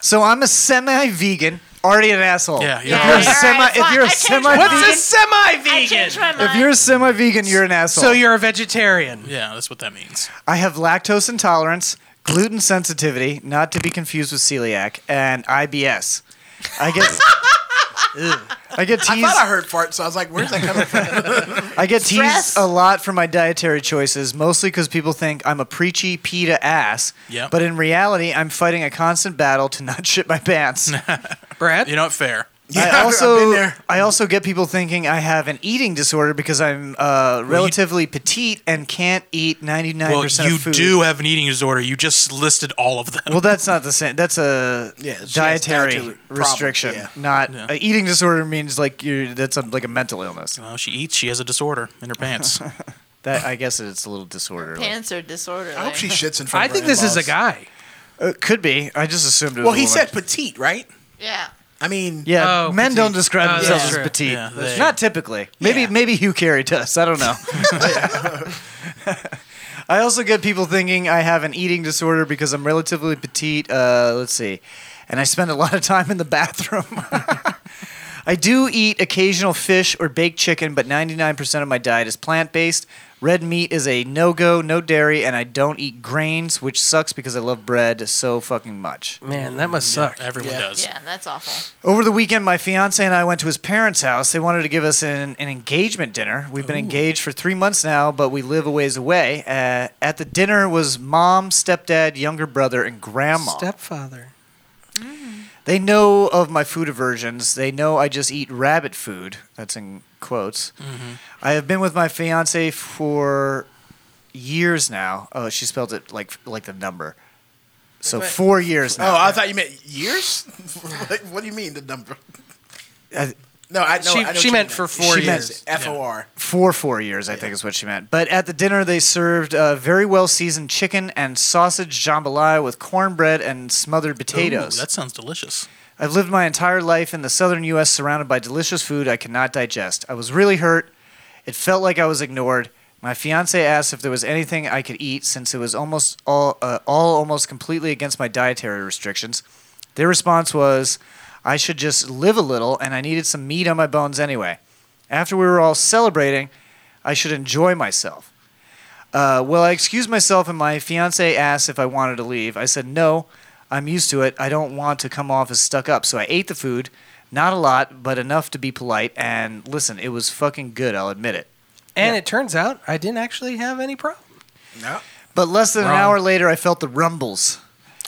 S4: so I'm a semi-vegan. Already an asshole.
S5: Yeah,
S4: If you're a semi, if you're a semi,
S6: What's a semi-vegan?
S4: if you're a semi-vegan, you're an asshole.
S6: So you're a vegetarian.
S5: Yeah, that's what that means.
S4: I have lactose intolerance, gluten sensitivity, not to be confused with celiac, and IBS. I get. Ugh. I get teased.
S7: I thought I heard fart, so I was like, "Where's that coming from?"
S4: I get teased
S7: Stress.
S4: a lot for my dietary choices, mostly because people think I'm a preachy PETA ass.
S5: Yep.
S4: But in reality, I'm fighting a constant battle to not shit my pants.
S6: Brad,
S5: you're not fair.
S4: I also I also get people thinking I have an eating disorder because I'm uh, relatively petite and can't eat 99%
S5: Well, you
S4: of food.
S5: do have an eating disorder. You just listed all of them.
S4: Well, that's not the same. That's a
S5: has
S4: dietary,
S5: dietary problem,
S4: restriction.
S5: yeah.
S4: Not
S5: Yeah.
S4: a eating disorder means like you. That's a, like a mental illness.
S5: Well, Oh, she eats. She has a disorder in her pants.
S4: That I guess it's a little disorder.
S2: Pants are disorderly. I
S7: hope she shits in
S4: front
S6: I
S4: of
S6: think
S4: her
S6: this is a
S4: in-laws.
S6: guy.
S4: Uh, could be. I just assumed it was.
S7: well,
S4: a
S7: he
S4: woman.
S7: said petite, right?
S2: Yeah.
S7: I mean,
S4: Yeah, men don't describe
S7: Oh,
S4: themselves as
S7: that's true.
S4: petite.
S7: Yeah, that's
S4: Not typically. Maybe maybe Hugh Carey does. I don't know. I also get people thinking I have an eating disorder because I'm relatively petite. Uh, let's see, and I spend a lot of time in the bathroom. I do eat occasional fish or baked chicken, but 99% of my diet is plant based. Red meat is a no go, no dairy, and I don't eat grains, which sucks because I love bread so fucking much.
S6: Man, that must suck.
S5: everyone does.
S2: Yeah, that's awful.
S4: Over the weekend, my fiance and I went to his parents' house. They wanted to give us an, an engagement dinner. We've been engaged for three months now, but we live a ways away. Uh, at the dinner was mom, stepdad, younger brother, and grandma.
S6: Stepfather.
S4: They know of my food aversions. They know I just eat rabbit food. That's in quotes. I have been with my fiance for years now. Oh, she spelled it like like the number. So
S7: That's right.
S4: four years
S7: Oh,
S4: now.
S7: I thought you meant years. like, what do you mean the number?
S4: I-
S7: No, I know.
S6: She-
S7: I know
S6: she
S7: what
S6: meant
S7: you
S6: for four
S7: She meant
S6: years.
S7: F O R.
S4: for four years, I think is what she meant. But at the dinner, they served uh, very well seasoned chicken and sausage jambalaya with cornbread and smothered potatoes.
S5: Ooh, that sounds delicious.
S4: I've lived my entire life in the southern U.S. surrounded by delicious food I could not digest. I was really hurt. It felt like I was ignored. My fiance asked if there was anything I could eat since it was almost all, uh, all almost completely against my dietary restrictions. Their response was, I should just live a little, and I needed some meat on my bones anyway. After we were all celebrating, I should enjoy myself. Uh, well, I excused myself, and my fiance asked if I wanted to leave. I said, No, I'm used to it. I don't want to come off as stuck up. So I ate the food, not a lot, but enough to be polite. And listen, it was fucking good, I'll admit it.
S6: And it turns out I didn't actually have any problem.
S7: No.
S4: But less than an
S6: Wrong.
S4: hour later, I felt the rumbles.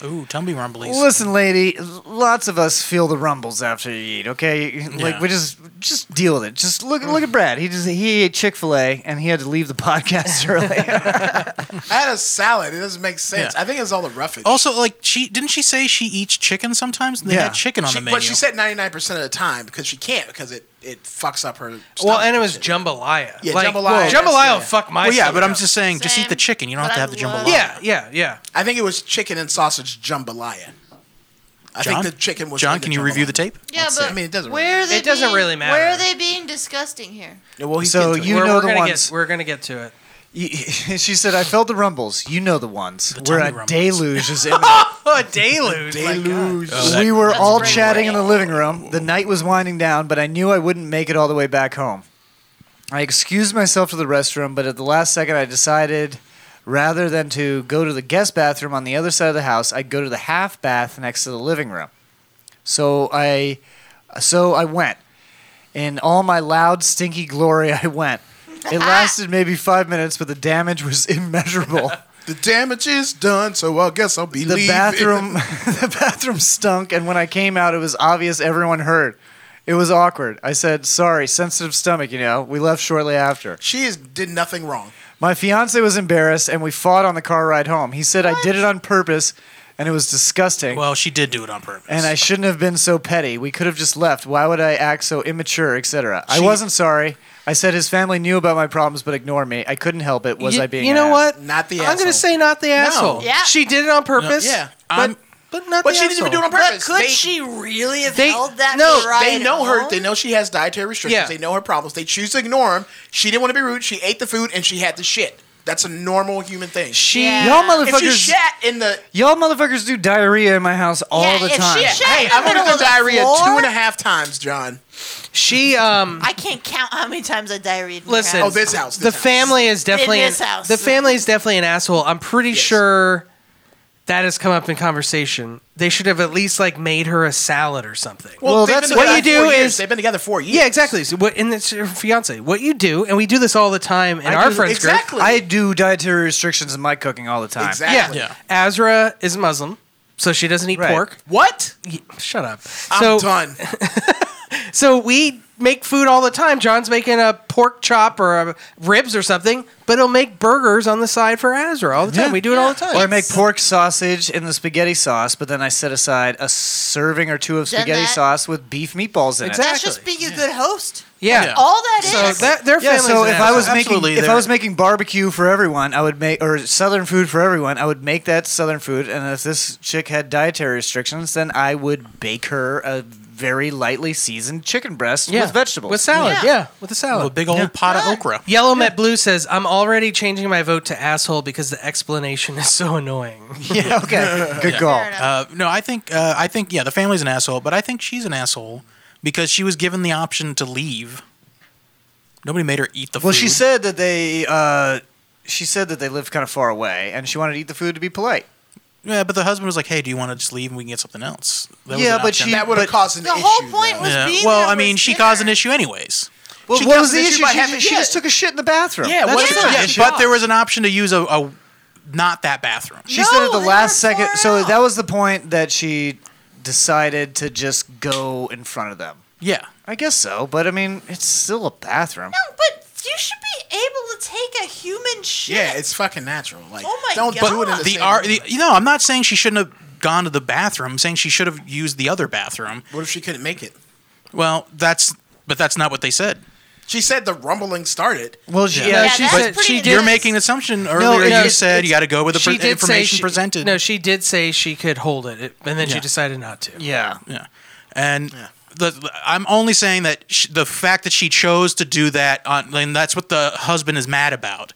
S5: Ooh, tummy rumblies.
S4: Listen, lady, lots of us feel the rumbles after you eat. Okay, like
S5: Yeah.
S4: we just just deal with it. Just look look at Brad. He just he ate Chick Fil A and he had to leave the podcast early.
S7: I had a salad. It doesn't make sense. I think it's all the roughage.
S5: Also, like she didn't she say she eats chicken sometimes? They had chicken on
S7: She-
S5: the menu.
S7: Well, she said 99% of the time because she can't because it, it fucks up her.
S6: Well, and it was jambalaya.
S7: Yeah,
S6: Like,
S7: jambalaya.
S6: well,
S7: that's-
S6: jambalaya
S7: yeah.
S6: will fuck my
S5: Well, yeah, but
S6: stomach
S5: I'm
S6: up.
S5: just saying, just eat the chicken. You don't have to have the jambalaya.
S6: Yeah, yeah, yeah.
S7: I think it was chicken and sausage jambalaya. I
S5: John?
S7: think the chicken was.
S5: John,
S7: in the
S5: can you
S7: jambalaya.
S5: review the tape?
S9: Yeah,
S7: Let's see.
S9: but
S7: I mean, it doesn't.
S9: Where are they
S6: It doesn't
S9: being-
S6: really matter.
S9: Where are they being disgusting here?
S7: well,
S4: so you
S6: We're-
S4: know
S6: we're
S4: the
S6: gonna get-
S4: ones.
S6: we're gonna get to it.
S4: she said, "I felt the rumbles." You know the ones where a
S6: tummy rumbles.
S4: deluge is imminent.
S6: a deluge.
S7: Deluge.
S4: we were
S9: Oh, That's
S4: all
S9: great.
S4: chatting in the living room. The night was winding down, but I knew I wouldn't make it all the way back home. I excused myself to the restroom, but at the last second, I decided rather than to go to the guest bathroom on the other side of the house, I'd go to the half bath next to the living room. So I, so I went. In all my loud, stinky glory, I went. It lasted maybe five minutes, but the damage was immeasurable
S7: The damage is done, so I guess I'll be
S4: the
S7: leaving.
S4: bathroom the bathroom stunk and when i came out it was obvious everyone heard it was awkward i said sorry sensitive stomach you know we left shortly after
S7: She is, did nothing wrong.
S4: my fiance was embarrassed and we fought on the car ride home he said i did it on purpose and it was disgusting
S5: Well, she did do it on purpose.
S4: and i shouldn't have been so petty we could have just left why would i act so immature etc i
S5: She-
S4: wasn't sorry i said his family knew about my problems but ignored me i couldn't help it was
S6: you,
S4: i being
S6: You
S4: an
S6: know
S4: ass?
S6: what?
S7: Not the
S6: I'm gonna
S7: asshole.
S6: say not the asshole.
S2: Yeah.
S6: She did it on purpose.
S7: yeah.
S5: I'm-
S6: But but not
S7: But
S6: the
S7: she didn't
S6: asshole.
S7: even do it on
S2: But
S7: purpose.
S2: could
S7: They-
S2: she really have
S6: They-
S2: held that
S6: no,
S2: pride
S7: They
S2: at
S7: know her.
S2: home?
S7: They know she has dietary restrictions.
S6: Yeah.
S7: They know her problems. They choose to ignore them. She didn't want to be rude. She ate the food and she had the shit. That's a normal human thing.
S4: she
S2: Yeah.
S4: y'all
S7: if you
S4: motherfuckers
S7: shat in the
S4: y'all motherfuckers do diarrhea in my house all
S2: Yeah,
S4: the
S2: if she
S4: time
S2: shat
S7: hey,
S2: in the
S7: I've only
S2: middle
S7: done
S2: of the
S7: diarrhea
S2: floor,
S7: two and a half times, John.
S6: She um.
S2: I can't count how many times I diarrhea.
S6: Listen.
S7: Oh, this house. This
S6: the
S7: house.
S6: family is definitely
S2: this
S6: an-
S2: house.
S6: the family is definitely an asshole. I'm pretty sure that has come up in conversation. They should have at least like made her a salad or something.
S4: Well,
S7: they've
S4: that's
S7: been
S6: what
S7: together
S6: you
S7: four
S6: do
S7: years.
S6: is-
S7: they've been together four years.
S6: yeah, exactly. So what and it's your fiance. What you do, and we do this all the time in our
S4: do-
S6: friends
S7: exactly.
S4: I do dietary restrictions in my cooking all the time.
S6: group.
S7: Exactly.
S5: Yeah.
S6: Yeah. Azra is Muslim, so she doesn't eat
S4: Right.
S6: pork.
S7: What?
S6: Shut up. So
S7: I'm done.
S6: So we make food all the time. John's making a pork chop or a ribs or something, but he'll make burgers on the side for Azra all the time.
S4: Yeah.
S6: We do it all the time.
S4: Or I make pork sausage in the spaghetti sauce, but then I set aside a serving or two of
S2: Done
S4: spaghetti
S2: that.
S4: sauce with beef meatballs in
S6: Exactly.
S2: That's just being a good host.
S6: yeah.
S5: Yeah.
S2: All that is.
S6: So that their
S4: it. Yeah,
S6: family's
S4: so
S6: an
S4: if I was
S6: asshole.
S4: making
S5: Absolutely,
S4: if I
S5: they're-
S4: was making barbecue for everyone, I would make or southern food for everyone, I would make that southern food and if this chick had dietary restrictions, then I would bake her a very lightly seasoned chicken breast
S6: yeah.
S4: with vegetables.
S6: with salad, yeah,
S2: Yeah.
S6: with a
S5: a
S6: salad.
S5: big old pot of okra.
S6: Yellow Met Blue says, "I'm already changing my vote to asshole because the explanation is so annoying."
S4: yeah, okay. Good call.
S2: Fair enough.
S5: Uh, no, I think uh, I think yeah, the family's an asshole, but I think she's an asshole because she was given the option to leave. Nobody made her eat the food.
S4: Well, she said that they. Uh, she said that they lived kind of far away, and she wanted to eat the food to be polite.
S5: Yeah, but the husband was like, "Hey, do you want to just leave and we can get something else?" That was
S4: Yeah,
S5: an
S4: but
S5: option.
S4: she-
S7: that would have
S4: but-
S7: caused an
S2: the
S7: issue.
S2: whole point was
S5: Yeah.
S2: being
S5: Well,
S2: there
S5: I mean,
S2: was
S5: she
S2: dinner.
S5: caused an issue anyways.
S4: Well,
S7: She
S4: what
S7: caused
S4: was the
S7: an issue
S4: issue?
S7: by
S4: She,
S7: having-
S4: just, she
S7: yeah.
S4: just took a shit in the bathroom.
S7: Yeah,
S4: That's
S7: what's
S4: the
S7: the
S4: issue.
S7: issue?
S5: But there was an option to use a, a not that bathroom.
S4: She said at
S2: No,
S4: the
S2: they
S4: last
S2: were far
S4: second. So
S2: out.
S4: that was the point that she decided to just go in front of them.
S5: Yeah.
S4: I guess so, but I mean, it's still a bathroom.
S2: No, but you should be able to take a human shit.
S7: Yeah, it's fucking natural. Like,
S2: Oh my
S7: don't
S2: God.
S7: do it in the,
S2: But
S5: The
S7: same
S5: are
S7: room.
S5: the, you know, I'm not saying she shouldn't have gone to the bathroom. I'm saying she should have used the other bathroom.
S7: What if she couldn't make it?
S5: Well, that's but that's not what they said.
S7: She said the rumbling started.
S4: Well, she, uh, yeah,
S6: Yeah,
S4: she
S2: that's
S4: said.
S2: pretty
S6: she-
S5: You're
S2: intense.
S5: making an assumption earlier.
S4: it's-
S5: you said
S4: it's-
S5: you got to go with the
S6: She
S5: pre-
S6: did say
S5: information
S6: she,
S5: presented.
S6: No, she did say she could hold it, it- and then she
S5: Yeah.
S6: decided not to.
S4: Yeah,
S5: Yeah, and the- The, I'm only saying that sh- the fact that she chose to do that, on, and that's what the husband is mad about,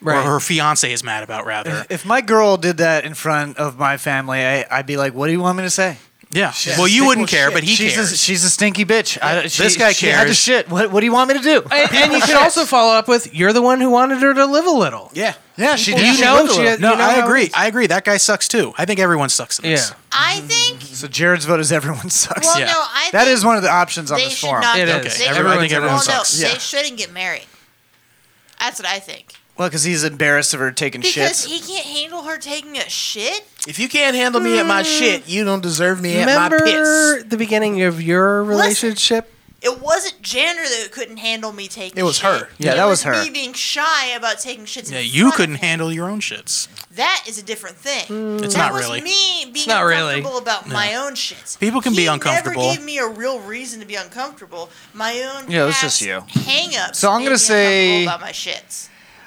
S6: Right.
S5: or her fiance is mad about, rather.
S4: if my girl did that in front of my family, I, I'd be like, "What do you want me to say?"
S5: Yeah. Well, you wouldn't care, but he
S4: she's
S5: cares.
S4: A, she's a stinky bitch. I, she,
S5: This guy
S4: she had to
S5: cares.
S4: shit. What, what do you want me to do?
S6: And, and you can also follow up with, "You're the one who wanted her to live a little."
S5: Yeah.
S4: Yeah, she
S6: did. You She know lived a she- little.
S5: no,
S6: you know
S5: I
S6: how
S5: agree. I agree. That guy sucks too. I think everyone sucks in this.
S4: Yeah.
S2: I think
S4: So Jared's vote is everyone sucks.
S2: Well, Yeah. no, I
S4: that
S2: think
S4: is one of the options on
S2: they
S4: this
S2: should
S4: forum.
S2: not.
S4: It is.
S2: get- They,
S5: I think
S2: well,
S5: everyone
S2: no,
S5: sucks.
S2: they
S5: Yeah.
S2: shouldn't get married. That's what I think.
S4: Well, because he's embarrassed of her taking
S2: Because
S4: shits.
S2: he can't handle her taking a shit.
S7: If you can't handle me at my shit, you don't deserve me at my piss.
S6: Remember the beginning of your relationship?
S2: It wasn't Jander that couldn't handle me taking.
S6: It was
S2: shit.
S6: her. Yeah,
S2: It
S6: that was
S2: Me
S6: her.
S2: being shy about taking shits.
S5: Yeah,
S2: in
S5: you
S2: front of
S5: couldn't
S2: him.
S5: handle your own shits.
S2: That is a different thing.
S5: It's
S2: that
S5: not
S2: was
S5: really.
S2: Me being
S5: It's not really.
S2: uncomfortable about
S5: No.
S2: my own shits.
S5: People can
S2: He
S5: be uncomfortable.
S2: Never gave me a real reason to be uncomfortable. My own.
S4: Yeah, it was
S2: past
S4: just you.
S2: Hang-ups.
S4: So I'm
S2: made
S4: gonna
S2: me
S4: say-
S2: uncomfortable about my shits.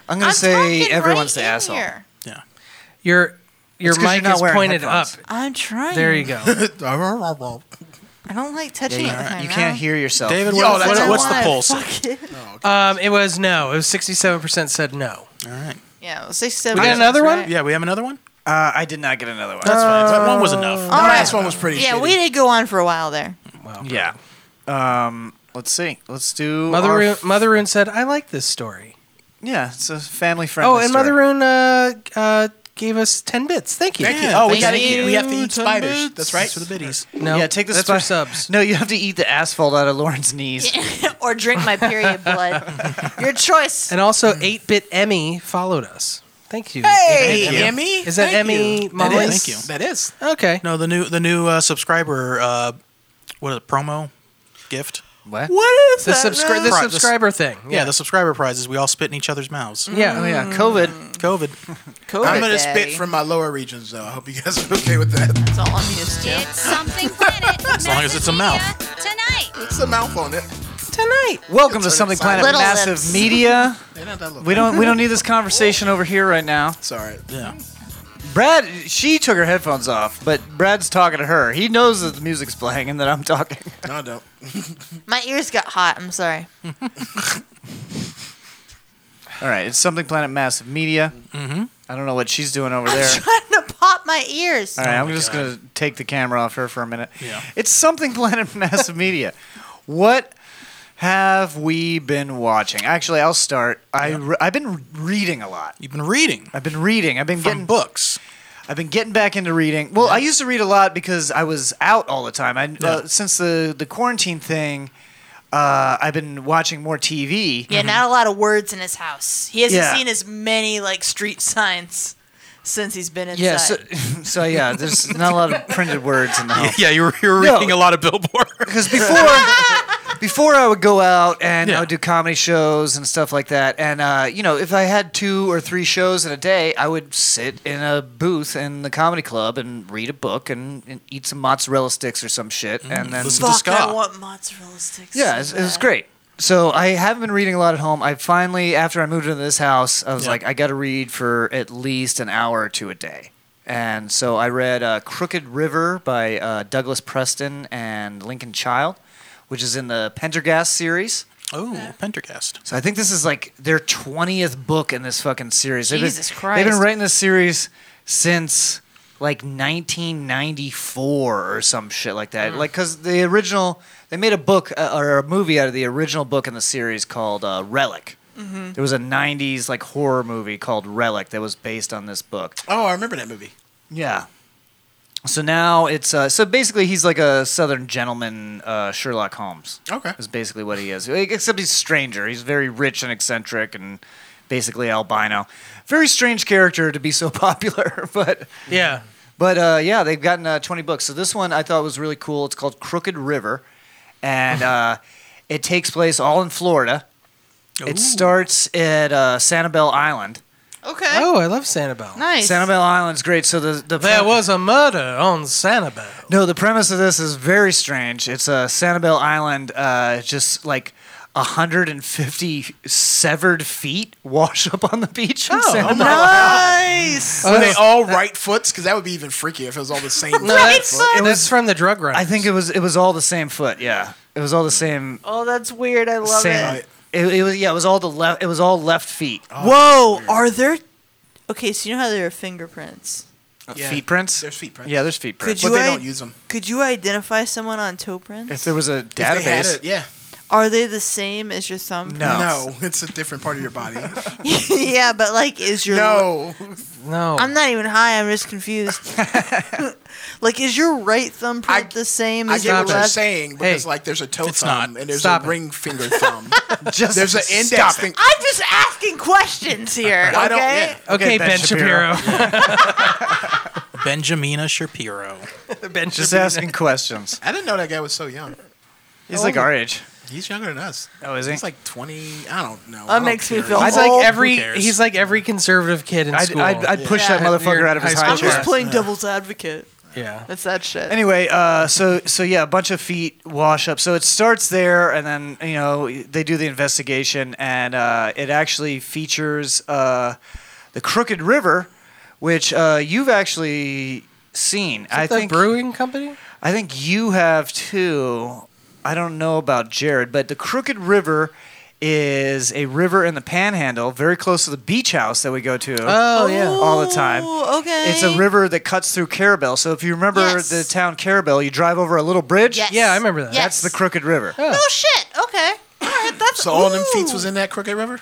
S4: I'm gonna say everyone's the
S2: in
S4: asshole.
S2: here.
S6: Your your
S4: 'cause you're
S6: mic
S4: not
S6: is
S4: wearing
S6: pointed
S4: headphones.
S6: up.
S2: I'm trying.
S6: There you go.
S2: I don't like
S4: Yeah,
S2: touching
S4: you,
S2: it with my
S4: you
S2: mouth.
S4: can't hear yourself.
S5: David, Yo, what- that's what- a- what's the
S2: wanna
S5: pulse?
S2: fuck it.
S6: um, it was no. It was sixty-seven percent said no.
S5: All right.
S2: Yeah, well,
S6: We
S2: 67.
S6: got another one.
S5: Yeah, we have another one.
S4: Uh, I did not get another one.
S5: That's fine. That one was enough.
S2: All right.
S7: last one was pretty
S2: Yeah, we did go on for a while there.
S4: Yeah. Um, let's see. Let's do
S6: Mother
S4: our-
S6: Rune, Mother Rune said, "I like this story."
S4: Yeah, it's a family friendly.
S6: Oh, and Mother Rune uh, uh, gave us ten bits. Thank you.
S4: Thank you. Oh, we gotta
S6: Thank
S4: eat-
S6: you.
S4: we have to eat
S6: 10
S4: spiders.
S6: bits.
S4: That's right.
S5: for the biddies.
S6: No,
S4: yeah, take the
S6: that's for
S4: spi-
S6: subs.
S4: No, you have to eat the asphalt out of Lauren's knees.
S2: or drink my period blood. Your choice.
S6: And also, eight bit Emmy followed us. Thank you.
S2: Hey,
S6: Thank you.
S2: Emmy.
S6: Is that
S5: Thank
S6: Emmy?
S5: you. That
S6: Molly?
S5: is. Thank you.
S7: That is.
S6: Okay.
S5: No, the new the new uh, subscriber. Uh, what is it, promo gift?
S4: What?
S2: What is
S6: The that subscri- now? the subscriber thing,
S5: Yeah.
S6: yeah.
S5: the subscriber prizes. We all spit in each other's mouths.
S6: Yeah. Oh,
S2: Mm.
S6: yeah.
S4: COVID.
S5: COVID.
S2: COVID.
S7: I'm gonna
S2: Daddy.
S7: spit from my lower regions though. I hope you guys are okay with that.
S2: That's all I'm used to.
S9: It's something planet.
S5: As long as it's a mouth.
S9: Tonight.
S7: It's a mouth on it.
S6: Tonight.
S4: Welcome to Something Planet
S2: Little
S4: Massive
S2: lips.
S4: Media.
S7: They're not that little.
S4: We don't we don't need this conversation over here right now.
S7: It's all right.
S5: Yeah.
S4: Brad, she took her headphones off, but Brad's talking to her. He knows that the music's playing and that I'm talking.
S7: No, I don't.
S2: My ears got hot. I'm sorry.
S4: All right, it's Something Planet Massive Media.
S5: Mm-hmm.
S4: I don't know what she's doing over
S2: I'm
S4: there.
S2: trying to pop my ears.
S4: All right,
S5: Oh
S4: I'm
S5: my
S4: just
S5: God.
S4: going to take the camera off her for a minute.
S5: Yeah.
S4: It's something Planet Massive Media. What have we been watching? Actually, I'll start. I re- I've been reading a lot.
S5: You've been reading
S4: I've been reading. I've been
S5: from
S4: getting
S5: books.
S4: I've been getting back into reading. Well, I used to read a lot because I was out all the time. I
S5: Yeah.
S4: uh, since the the quarantine thing, uh, I've been watching more TV.
S2: Yeah, not a lot of words in his house. He hasn't
S4: Yeah.
S2: seen as many like street signs since he's been inside.
S4: Yeah, so, so yeah, there's not a lot of printed words in the home.
S5: Yeah, you were, you were
S4: No.
S5: reading a lot of Billboard.
S4: because before before I would go out and I
S5: Yeah.
S4: would do comedy shows and stuff like that. And uh, you know, if I had two or three shows in a day, I would sit in a booth in the comedy club and read a book and, and eat some mozzarella sticks or some shit, and then
S5: Mm, Listen to
S2: Fuck, I
S5: Scott.
S2: want mozzarella sticks.
S4: yeah,
S2: so
S4: it was, it was
S2: bad.
S4: great. So I haven't been reading a lot at home. I finally, after I moved into this house, I was
S5: Yeah.
S4: like, I got to read for at least an hour or two a day. And so I read uh, Crooked River by uh, Douglas Preston and Lincoln Child, which is in the Pendergast series.
S5: Oh, Pendergast.
S4: So I think this is like their 20th book in this fucking series. They've
S2: Jesus
S4: been,
S2: Christ.
S4: They've been writing this series since like 1994 or some shit like
S2: Hmm.
S4: that. Like, because the original, they made a book uh, or a movie out of the original book in the series called uh, Relic.
S2: Mm-hmm.
S4: There was a 90s like horror movie called Relic that was based on this book.
S7: Oh, I remember that movie.
S4: Yeah. So now it's uh, so basically he's like a southern gentleman uh, Sherlock Holmes.
S7: Okay.
S4: is basically what he is. Like, Except he's a stranger. He's very rich and eccentric and basically albino. Very strange character to be so popular, but
S6: Yeah.
S4: but uh, yeah, they've gotten uh, 20 books. So this one I thought was really cool. It's called Crooked River, and uh, it takes place all in Florida. It starts at uh, Sanibel Island.
S2: Okay.
S6: Oh, I love Sanibel.
S2: nice.
S4: Sanibel Island's great. So the the
S6: There was a murder on Sanibel.
S4: No, the premise of this is very strange. It's uh, Sanibel Island, uh, just like 150 severed feet wash up on the beach. in
S6: Oh,
S4: Sanibel.
S2: nice.
S7: Were they all right foots? Because that would be even freakier if it was all the same.
S6: No,
S7: right
S6: that's,
S2: uh,
S7: foot.
S6: that's from the drug run.
S4: I think it was it was all the same foot. Yeah, it was all the same.
S2: Oh, that's weird. I love
S4: same.
S2: it.
S4: It, it was yeah. It was all the left. It was all left feet. Uh,
S2: Whoa, are there? Okay, so you know how there are fingerprints.
S4: Uh, Feet prints?
S7: There's feet prints.
S4: Yeah, there's feet
S2: Could
S4: prints.
S2: you i- Could you identify someone on toe prints?
S4: If there was a
S7: they had
S4: database,
S7: it, yeah.
S2: Are they the same as your thumb?
S7: No, it's a different part of your body. Oh,
S2: yeah, but like, is your
S7: No.
S6: no?
S2: I'm not even high. I'm just confused. like, is your right thumbprint the same
S7: I
S2: as your
S7: get what you're
S2: left?
S7: saying because like there's a toe thumb and there's
S2: Stop
S7: a
S2: it.
S7: ring finger thumb.
S2: Just
S7: there's an
S2: stop
S7: index
S2: it.
S7: thing.
S2: I'm just asking questions here.
S7: Why don't-
S2: okay.
S7: yeah. Okay, Ben Shapiro.
S5: Benjamina Shapiro.
S4: just asking questions.
S7: I didn't know that guy was so young.
S4: He's like our age.
S7: He's younger than us.
S4: Oh, is he?
S7: He's like 20. I don't know.
S6: That makes me feel He's like old. every- he's like every conservative kid in
S4: I'd,
S6: school.
S4: I'd, I'd push
S6: Yeah.
S4: that motherfucker out of his
S6: High
S4: high
S6: school.
S4: chair.
S6: I'm just
S2: Playing devil's advocate.
S6: Yeah.
S2: That's that shit.
S4: Anyway, uh, so so yeah, a bunch of feet wash up. So it starts there, and then you know they do the investigation, and uh, it actually features uh, the Crooked River, which uh, you've actually seen. I
S6: the
S4: think
S6: brewing company.
S4: I think you have too. I don't know about Jared, but the Crooked River is a river in the Panhandle, very close to the beach house that we go to.
S6: Oh, yeah. Oh,
S4: all the time.
S2: okay.
S4: It's a river that cuts through Carabel. So if you remember the town Carabel, you drive over a little bridge.
S2: Yes. Yeah, I remember
S7: that.
S4: That's the Crooked River.
S2: No shit. Okay. All right. That's
S7: So all them feats
S2: ooh.
S7: was in that Crooked River?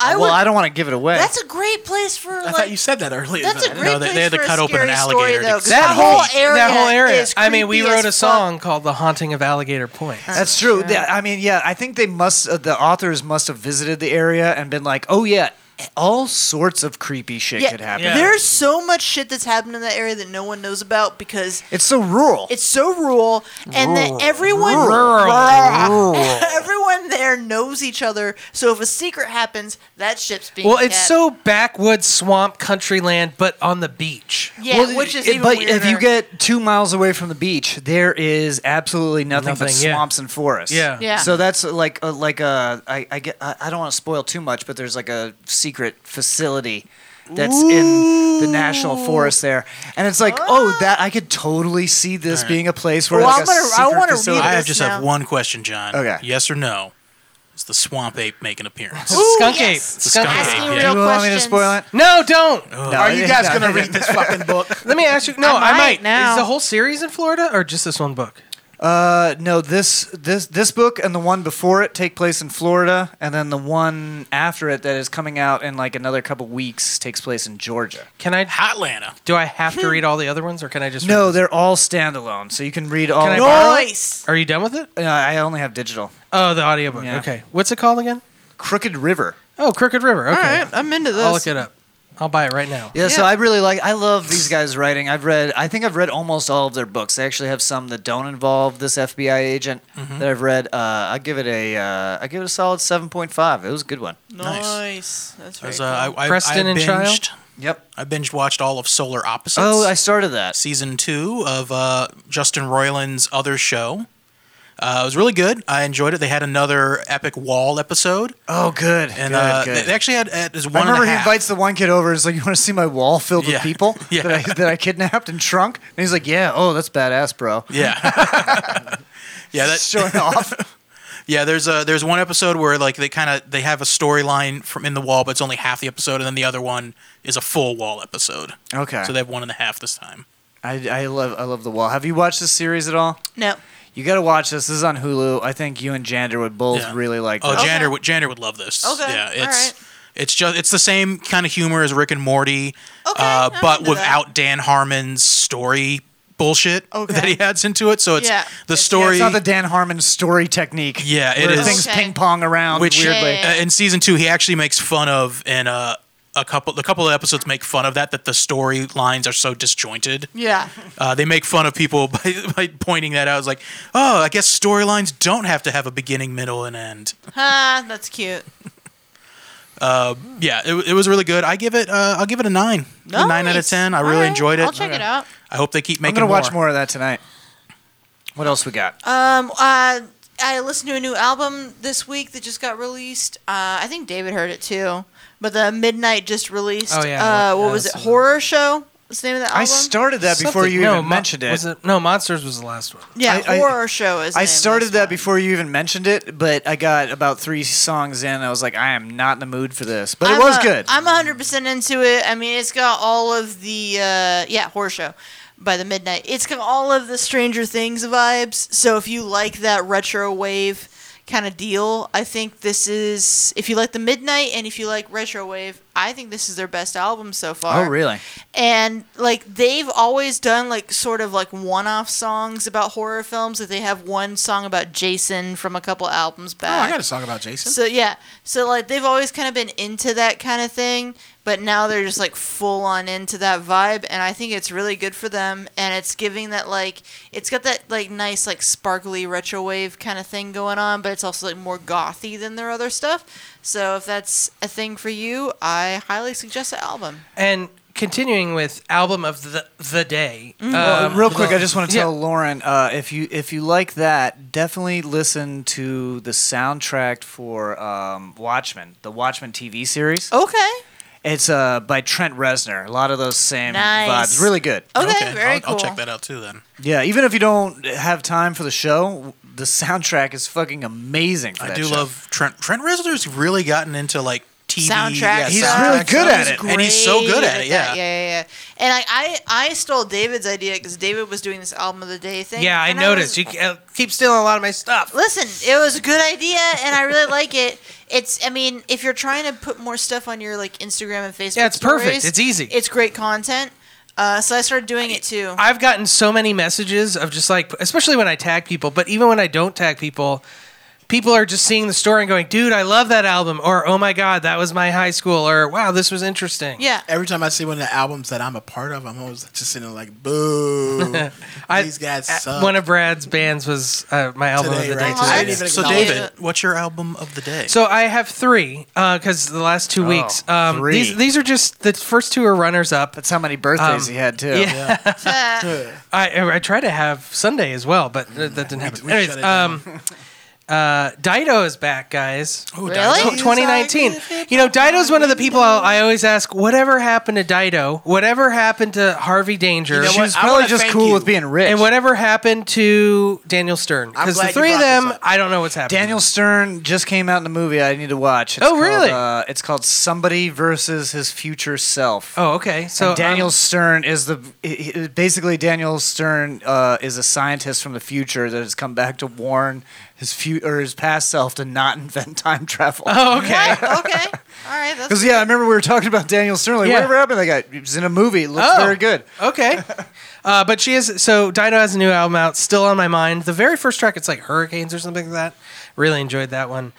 S2: I
S4: well,
S2: would-
S4: I don't want to give it away.
S2: That's a great place for
S7: I
S2: like.
S7: thought you said that earlier.
S2: That's a
S7: though.
S2: great No, they- they had place to for a cut open an scary story, alligator to though, 'cause
S6: that
S2: that
S6: whole
S2: whole area
S6: that whole area.
S2: is
S6: I mean, we
S2: creepy
S6: wrote
S2: as
S6: a song called "The Haunting of Alligator Point."
S4: That's true. Yeah, I mean, yeah, I think they must, uh, the authors must have visited the area and been like, oh, yeah, all sorts of creepy shit could happen.
S2: There's so much shit that's happened in that area that no one knows about because
S4: It's so rural.
S2: it's so rural, and that
S4: Rural.
S2: everyone
S4: Rural.
S2: Rah.
S4: Rural.
S2: everyone there knows each other. So if a secret happens, that shit's being
S6: Well, it's
S2: kept.
S6: so backwoods swamp country land, but on the beach.
S2: yeah, which is
S4: It-
S2: even
S4: but
S2: weirder.
S4: if you get two miles away from the beach, there is absolutely nothing, but
S6: Nothing, yeah.
S4: swamps and forests.
S6: Yeah.
S2: Yeah.
S4: So that's uh, like a, like a I, I get I, I don't want to spoil too much, but there's like a secret facility that's in the national forest there, and it's like oh that I could totally see this being a place where like a secret facility.
S5: I have just have one question, John.
S4: Okay.
S5: Yes or no? Does the swamp ape make an appearance?
S6: Ooh, Skunk yes. ape.
S5: The skunk
S6: Skunk ape.
S5: ape.
S6: Asking
S5: yeah.
S6: real You want me to questions. spoil it? No, don't.
S7: Are you guys going to read this fucking book?
S6: Let me ask you. No,
S7: I
S6: I might.
S7: might now.
S6: Is the whole series in Florida or just this one book?
S4: Uh, no, this this this book and the one before it take place in Florida, and then the one after it that is coming out in like another couple weeks takes place in Georgia.
S6: Can I
S5: Hotlanta?
S6: Do I have to read all the other ones, or can I just?
S4: No, they're all standalone, so you can read all.
S6: Can I borrow it? Are you done with it?
S4: Uh, I only have digital.
S6: Oh, the audiobook. Okay. What's it called again?
S4: Crooked River.
S6: Oh, Crooked River. Okay.
S4: All right, I'm into
S6: I'll
S4: this.
S6: look it up. I'll buy it right now.
S4: Yeah, so I really like. I love these guys' writing. I've read. I think I've read almost all of their books. They actually have some that don't involve this FBI agent
S5: Mhm.
S4: that I've read. Uh, I give it a. Uh, I give it a solid seven point five. It was a good one.
S2: nice. That's
S5: As,
S2: right.
S5: uh, I, I,
S4: Preston
S5: I
S4: and
S5: binged,
S4: Child? Yep.
S5: I binge watched all of Solar Opposites.
S4: Oh, I started that.
S5: Season two of uh, Justin Roiland's other show. Uh, it was really good. I enjoyed it. They had another epic wall episode.
S4: Oh, good.
S5: And
S4: good,
S5: uh,
S4: good.
S5: They, they actually had uh, there's
S4: I
S5: one and a
S4: remember he
S5: half.
S4: invites the one kid over. and He's like, "You want to see my wall filled
S5: Yeah.
S4: with people that I that I kidnapped and shrunk?" And he's like, "Yeah, oh, that's badass, bro."
S5: Yeah. yeah, that
S4: showing off.
S5: Yeah, there's a there's one episode where like they kind of they have a storyline from in the wall, but it's only half the episode, and then the other one is a full wall episode.
S4: Okay.
S5: So they have one and a half this time.
S4: I, I love I love the wall. Have you watched this series at all?
S2: No.
S4: You got to watch this. This is on Hulu. I think you and Jander would both
S5: Yeah.
S4: really like.
S5: Oh,
S4: this.
S5: Jander would Jander would love this.
S2: Okay,
S5: Yeah,
S2: all
S5: it's
S2: right.
S5: it's just it's the same kind of humor as Rick and Morty, uh, but without Dan Harmon's story bullshit that he adds into it. So it's
S4: Yeah.
S5: the
S4: Yeah,
S5: story.
S4: it's not the Dan Harmon story technique.
S5: Yeah, it
S4: where
S5: is.
S4: Things ping pong around
S5: which
S4: weirdly.
S5: uh, in season two he actually makes fun of and uh, a couple a couple of episodes make fun of that that the storylines are so disjointed
S2: yeah.
S5: uh, they make fun of people by, by pointing that out it's like oh i guess storylines don't have to have a beginning middle and end
S2: Ah, that's cute.
S5: uh, yeah it, it was really good i give it uh, i'll give it a nine a nine out of
S2: Nice.
S5: ten i
S2: All
S5: really
S2: right,
S5: enjoyed it
S2: I'll check it out.
S5: i hope they keep
S4: I'm
S5: making
S4: gonna
S5: more.
S4: watch more of that tonight. What else we got?
S2: Um, uh, I listened to a new album this week that just got released. Uh, I think David heard it too. But the Midnight just released.
S6: Oh, yeah.
S2: Uh, what
S6: Yeah,
S2: was
S6: that's
S2: it? Horror show. What's the name of that album?
S4: I started that before
S6: Something-
S4: you
S6: no,
S4: even
S6: Mo-
S4: mentioned it.
S6: was it- No, Monsters was the last one.
S2: Yeah,
S4: I- I-
S2: horror show is. the
S4: I
S2: name of
S4: started that before you even mentioned it, but I got about three songs in. And I was like, I am not in the mood for this, but
S2: I'm
S4: it was
S2: a-
S4: good.
S2: I'm 100% into it. I mean, it's got all of the, uh, yeah, horror show by the midnight. It's got all of the Stranger Things vibes. So if you like that retro wave kind of deal, I think this is, if you like the midnight and if you like retro wave, I think this is their best album so far.
S4: oh, really?
S2: And like they've always done like sort of like one-off songs about horror films. That they have one song about Jason from a couple albums
S7: Oh, I
S2: back.
S7: got a song about Jason.
S2: So yeah, so like they've always kind of been into that kind of thing, but now they're just like full on into that vibe, and I think it's really good for them. And it's giving that like it's got that like nice like sparkly retro wave kind of thing going on, but it's also like more gothy than their other stuff. So if that's a thing for you, I highly suggest the album.
S6: And continuing with album of the the day.
S2: Mhm.
S4: Mm-hmm. Well,
S6: um,
S4: Uh, real quick, I just want to
S6: yeah.
S4: tell Lauren uh, if you if you like that, definitely listen to the soundtrack for um, Watchmen, the Watchmen TV series.
S2: Okay.
S4: It's uh, by Trent Reznor. A lot of those same
S5: Nice.
S4: vibes. Really good.
S2: Okay, very
S5: I'll,
S2: cool.
S5: I'll check that out too then.
S4: Yeah, even if you don't have time for the show, the soundtrack is fucking amazing. For
S5: I
S4: that
S5: do
S4: show.
S5: love Trent. Trent Reznor's really gotten into like TV
S2: soundtrack.
S5: yeah,
S4: He's
S5: soundtrack
S4: really good at
S5: stuff.
S4: it.
S5: and he's so good at
S2: Great
S5: it. Yeah.
S2: that. yeah, yeah. And I, I, I stole David's idea because David was doing this album of the day thing.
S6: Yeah, I
S2: and
S6: noticed. you uh, keep stealing a lot of my stuff.
S2: Listen, it was a good idea, and I really like it. It's, I mean, if you're trying to put more stuff on your like Instagram and Facebook,
S6: Yeah, it's perfect.
S2: stories,
S6: It's easy.
S2: It's great content. Uh, so I started doing it too.
S6: I've gotten so many messages of just like, especially when I tag people, but even when I don't tag people, people are just seeing the story and going, dude, I love that album. Or, oh my God, that was my high school. Or, wow, this was interesting.
S2: Yeah.
S7: Every time I see one of the albums that I'm a part of, I'm always just sitting there like, boo. These guys suck.
S6: One of Brad's bands was uh, my album
S7: Today,
S6: of the day.
S7: right? I didn't
S6: today.
S7: even
S5: So David, what's your album of the day?
S6: So I have three because the last two
S5: Oh,
S6: weeks. Um,
S5: three.
S6: These these are just the first two are runners up. That's
S4: how many
S5: Um,
S4: birthdays he had, too.
S6: Yeah. I I tried to have Sunday as well, but uh, that didn't happen.
S4: we
S6: Anyways,
S4: shut it down.
S6: um, uh, Dido is back, guys.
S4: Ooh, Dido. Really?
S6: Tw- 2019. Oh, You know, Dido's one of the people I'll, I always ask, whatever happened to Dido? Whatever happened to Harvey Danger?
S4: You know She what? was I probably wanna just thank cool you. with being rich.
S6: And whatever happened to Daniel Stern?
S4: I'm
S6: Because the
S4: glad you
S6: three of
S4: brought this
S6: them, I don't know what's happening.
S4: Daniel Stern just came out in the movie I need to watch. It's
S6: Oh,
S4: called,
S6: really?
S4: uh, it's called Somebody versus His Future Self.
S6: Oh, okay. So
S4: And Daniel
S6: um,
S4: Stern is the he- he- basically Daniel Stern uh, is a scientist from the future that has come back to warn his fu- or his past self to not invent time travel.
S6: Oh, okay.
S2: okay. All right. That's
S4: Because yeah, I remember we were talking about Daniel Stern. Like,
S6: Yeah.
S4: whatever happened to that guy? He was in a movie. It Looks
S6: Oh.
S4: very good.
S6: Okay. Uh, but she is so Dido has a new album out, still on my mind. The very first track, it's like Hurricanes or something like that. Really enjoyed that one.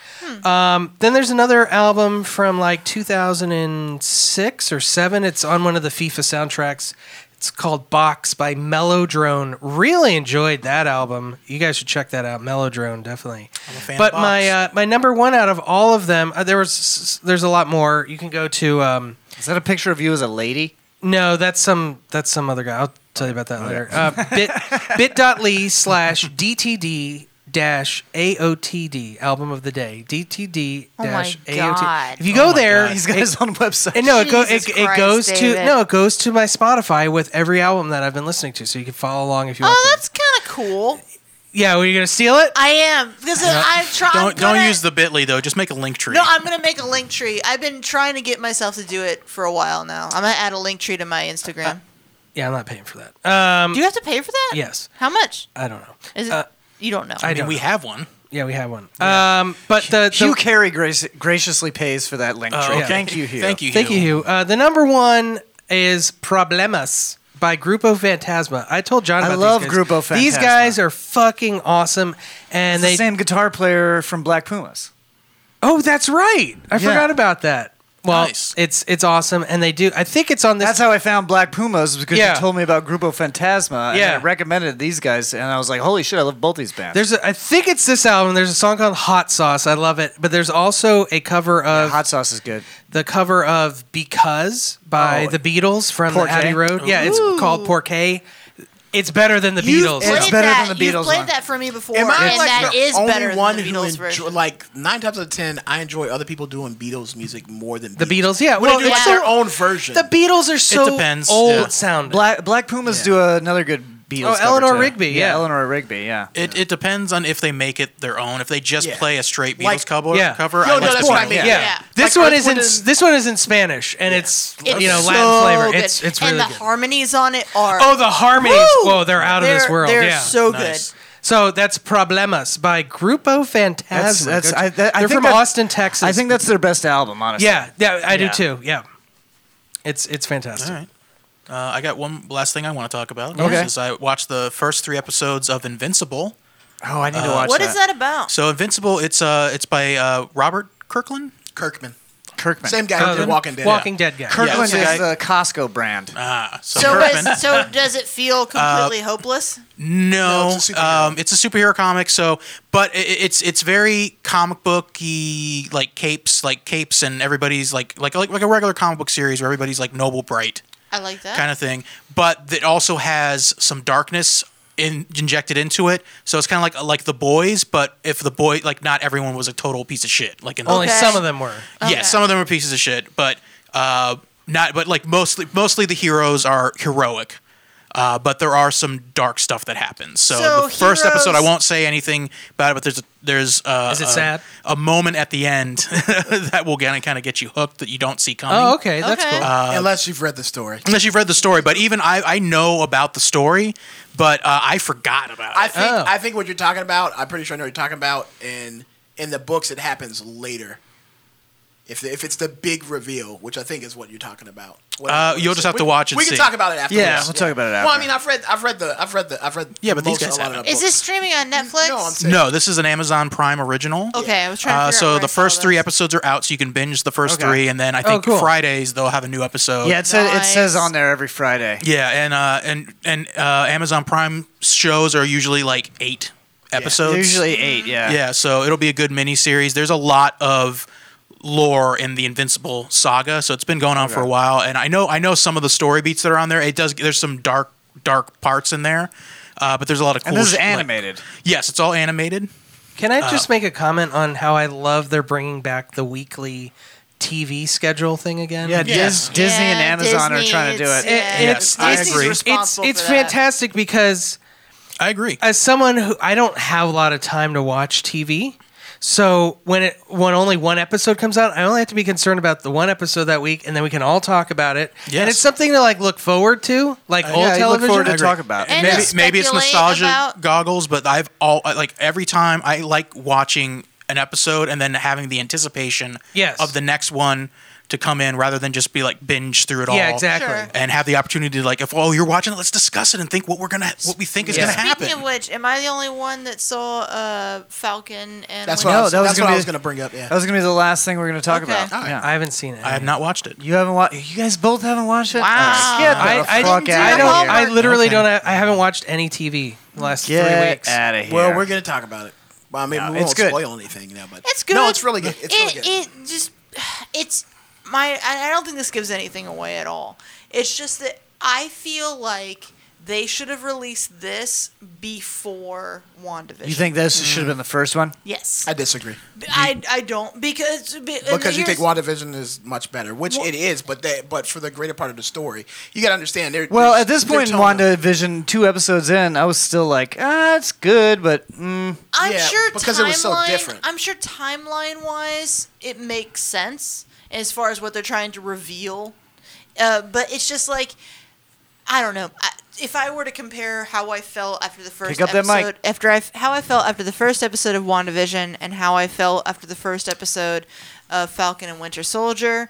S6: Um, then there's another album from like 2006 or seven. It's on one of the FIFA soundtracks. It's called Box by Melodrone. Really enjoyed that album. You guys should check that out. Melodrone, definitely. I'm a
S5: fan
S6: but
S5: of
S6: my uh, my number one out of all of them, uh, there was there's a lot more. You can go to. Um,
S4: Is that a picture of you as a lady?
S6: No, that's some that's some other guy. I'll tell you about that later. Uh, bit bit.ly slash DTD dash AOTD album of the day. DTD
S4: Oh my
S6: dash
S4: God.
S6: AOTD. If you go
S4: Oh my
S6: there,
S4: God. He's got his own website.
S6: And no, it, go, it,
S4: Jesus
S6: it
S4: Christ,
S6: goes to
S4: David.
S6: no, it goes to my Spotify with every album that I've been listening to, so you can follow along if you want.
S2: oh, that's kind of cool.
S6: to. Yeah, were you gonna steal it?
S2: I am because
S5: No,
S2: I've tried.
S5: Don't don't use the Bitly though. Just make a link tree.
S2: No, I'm gonna make a link tree. I've been trying to get myself to do it for a while now. I'm gonna add a link tree to my Instagram.
S6: Yeah, I'm not paying for that. Uh, Um,
S2: do you have to pay for that?
S6: Yes,
S2: How much?
S6: I don't know.
S2: Is it?
S6: Uh,
S2: you don't know.
S6: I mean, we
S5: have one.
S6: Yeah, we have one. Um, but the, the
S4: Hugh Carey grac- graciously pays for that link
S6: Oh,
S4: tree.
S6: okay.
S4: Thank you, Hugh.
S6: Thank you, Hugh. Uh, the number one is Problemas by Grupo Fantasma. I told John
S4: I
S6: about
S4: love
S6: these guys.
S4: Grupo
S6: These
S4: Fantasma.
S6: guys are fucking awesome, and
S4: It's
S6: they
S4: the same guitar player from Black Pumas.
S6: Oh, that's right. I
S4: Yeah.
S6: forgot about that. Well, it's it's awesome, and they do. I think it's on this.
S4: That's how I found Black Pumas because
S6: Yeah.
S4: you told me about Grupo Fantasma. And
S6: Yeah.
S4: I recommended these guys, and I was like, holy shit, I love both these bands.
S6: There's a, I think it's this album. There's a song called Hot Sauce. I love it. But there's also a cover of
S4: Hot Sauce is good.
S6: The cover of Because by
S4: Oh.
S6: the Beatles from the
S4: Porquet.
S6: Abbey Road. Yeah, it's
S4: Ooh.
S6: called Porquet. It's better than the
S7: You've
S6: Beatles.
S7: played It's better
S2: that,
S7: than the
S2: you've
S7: Beatles
S2: played
S7: one.
S2: that for me before,
S7: Am I
S2: and
S7: like
S2: that
S7: the
S2: is
S7: only
S2: better
S7: one
S2: than the
S7: who
S2: Beatles
S7: enjoy,
S2: version.
S7: Like nine times out of ten, I enjoy other people doing Beatles music more than
S6: The Beatles, yeah.
S7: Well,
S6: Well,
S7: they do
S6: it's
S7: like
S6: so-
S7: their own version.
S6: The Beatles are so
S4: depends,
S6: old
S4: yeah.
S6: sound.
S4: Black Black Pumas do another good Beatles.
S5: Oh,
S4: cover,
S5: Eleanor
S4: too.
S5: Rigby, yeah.
S4: Eleanor Rigby. Yeah.
S5: It, it depends on if they make it their own. If they just
S4: Yeah.
S5: play a straight Beatles
S4: Like-
S5: cover,
S6: yeah.
S5: cover
S6: No,
S5: I
S6: no,
S5: like
S6: that's
S5: the
S6: what I
S5: one.
S6: mean. Yeah. Yeah. This one is in this one is in Spanish and it's,
S2: It's
S6: you know
S2: so
S6: Latin flavor.
S2: good.
S6: It's it's really
S2: and the
S6: good.
S2: harmonies on it are
S6: Oh, the harmonies!
S2: Woo!
S6: Whoa, they're out of this
S2: They're-
S6: world.
S2: They're
S6: yeah.
S2: so good.
S6: So that's Problemas by Grupo Fantasma.
S4: That's, that's,
S6: Good-
S4: I, that, I
S6: they're
S4: think
S6: from
S4: that-
S6: Austin, Texas.
S4: I think that's their best album, honestly.
S6: Yeah, yeah, I
S4: Yeah.
S6: do too. Yeah, it's it's fantastic.
S5: All right. Uh, I got one last thing I want to talk about.
S6: Okay.
S5: Is I watched the first three episodes of Invincible.
S4: Oh, I need
S2: to watch What is that. that about?
S5: So Invincible, it's uh, it's by uh, Robert Kirkland.
S7: Kirkman.
S4: Kirkman.
S7: Same guy who
S6: Oh,
S7: did Kirkman? Walking Dead. Walking
S5: Yeah.
S7: Dead guy.
S5: Yeah,
S4: Kirkland
S5: it's the guy-
S4: is the Costco brand.
S5: Ah, so,
S2: So,
S5: Kirkman.
S2: is, so does it
S6: Uh,
S2: feel completely hopeless?
S5: No, it's, a um, it's a superhero comic. So, but i- i it's it's very comic booky, like capes, like capes, and everybody's like like like like a regular comic book series where everybody's like noble, bright
S2: I like that.
S5: kind of thing. But it also has some darkness in, injected into it. So it's kind of like like the boys, but if the boy like not everyone was a total piece of shit. Like in the
S6: Only some of them were.
S5: yeah, some of them are pieces of shit, but uh, not. But like mostly, mostly the heroes are heroic. Uh, but there are some dark stuff that happens. So,
S6: So
S5: the first
S6: heroes-
S5: episode, I won't say anything about it, but there's a, there's uh,
S6: Is it
S5: a,
S6: sad?
S5: a moment at the end that will kind of kind of get you hooked that you don't see
S6: Oh,
S5: coming. Uh,
S7: Unless you've read the story.
S5: Unless you've read the story, but even I, I know about the story, but uh, I forgot about it.
S7: I think I think what you're talking about. I'm pretty sure I know what you're talking about. And in the books, it happens later. If the, if it's the big reveal, which I think is what you're talking about. What-
S5: Uh, you'll just have
S7: we-
S5: to watch and
S7: We can
S5: see.
S7: talk about it after.
S5: Yeah, we'll talk about it
S7: Well, I
S5: after.
S7: mean, I've read I've read the I've read the I've read
S5: Yeah, but these
S7: most of
S5: guys
S7: a lot of
S5: haven't.
S7: the
S2: Is this streaming on Netflix? No, I'm
S5: No, this is an Amazon Prime original.
S2: Okay, I was trying to
S5: Uh,
S2: figure out
S5: so
S2: where I
S5: the
S2: saw
S5: first three episodes are out, so you can binge the first
S4: Okay.
S5: three, and then I
S4: Oh,
S5: think
S4: cool.
S5: Fridays they'll have a new episode.
S4: Yeah, it says it says on there every Friday.
S5: Yeah, and uh, and and uh, Amazon Prime shows are usually like eight episodes.
S4: they're usually eight, yeah.
S5: Yeah, so it'll be a good mini series. There's a lot of lore in the Invincible saga, so it's been going on for a while. And I know I know some of the story beats that are on there. It does. There's some dark dark parts in there, uh, but there's a lot of cool.
S6: And this is
S5: sh- like-
S6: animated.
S5: yes, it's all animated.
S6: Can I
S5: Uh,
S6: just make a comment on how I love they're bringing back the weekly TV schedule thing again?
S4: Yeah, Yeah. Dis- Disney and Yeah, Amazon are Disney, trying to do it. it's- yeah.
S6: It's,
S4: Yes, I
S6: it's-
S4: agree.
S6: It's,
S4: responsible
S6: it's
S4: for that.
S6: fantastic because
S5: I agree.
S6: As someone who I don't have a lot of time to watch TV, so when it when only one episode comes out, I only have to be concerned about the one episode that week, and then we can all talk about it.
S5: Yes.
S6: And it's something to like look forward to,
S4: Uh,
S6: like old television.
S5: And maybe maybe it's nostalgia goggles, but I've all like every time I like watching an episode and then having the anticipation
S6: Yes.
S5: of the next one to come in rather than just be like binge through it all.
S6: Yeah, exactly. Sure.
S5: And have the opportunity to like if oh you're watching it, let's discuss it and think what we're gonna what we think is gonna
S2: Speaking
S5: happen.
S2: of which, am I the only one that saw uh, Falcon and
S7: That's
S2: Winter
S7: what I was,
S4: that was
S7: that's
S4: gonna
S7: what I
S4: be-
S7: was going to bring up. Yeah.
S5: Oh,
S4: That was gonna be the last thing we're gonna talk
S2: Okay.
S4: about.
S2: All right.
S4: Yeah.
S6: I haven't seen it. I
S5: have not watched it.
S4: You haven't watched. You guys both haven't watched it.
S2: Ah.
S6: Wow.
S4: Get the
S6: I, I,
S4: fuck
S6: I
S4: out
S6: don't.
S4: of here.
S6: I literally don't. Have, I haven't watched any TV the last three
S4: Get
S6: weeks.
S4: outta here.
S7: Well, we're going to talk about it. Well, I mean,
S6: No,
S7: we
S6: it's
S7: won't
S6: good.
S7: spoil anything now, but
S2: It's good.
S7: No, it's really good. It's
S2: it,
S7: really good.
S2: It just, it's my. I I don't think this gives anything away at all. It's just that I feel like they should have released this before Wandavision.
S4: You think this should have been the first one?
S2: Yes.
S7: I disagree.
S2: I, I don't because be- and
S7: because you
S2: here's-
S7: think WandaVision is much better, which
S2: Well-
S7: it is, but that but for the greater part of the story, you got to understand. They're,
S4: Well,
S7: they're-
S4: at this
S7: they're
S4: point in
S7: telling-
S4: WandaVision, two episodes in, I was still like, ah, it's good, but mm.
S2: I'm sure
S7: because
S2: timeline,
S7: it was so different.
S2: I'm sure timeline wise, it makes sense as far as what they're trying to reveal. Uh, but it's just like, I don't know. I, if I were to compare how I felt after the first
S4: Pick up that
S2: episode,
S4: mic.
S2: after I how I felt after the first episode of WandaVision and how I felt after the first episode of Falcon and Winter Soldier,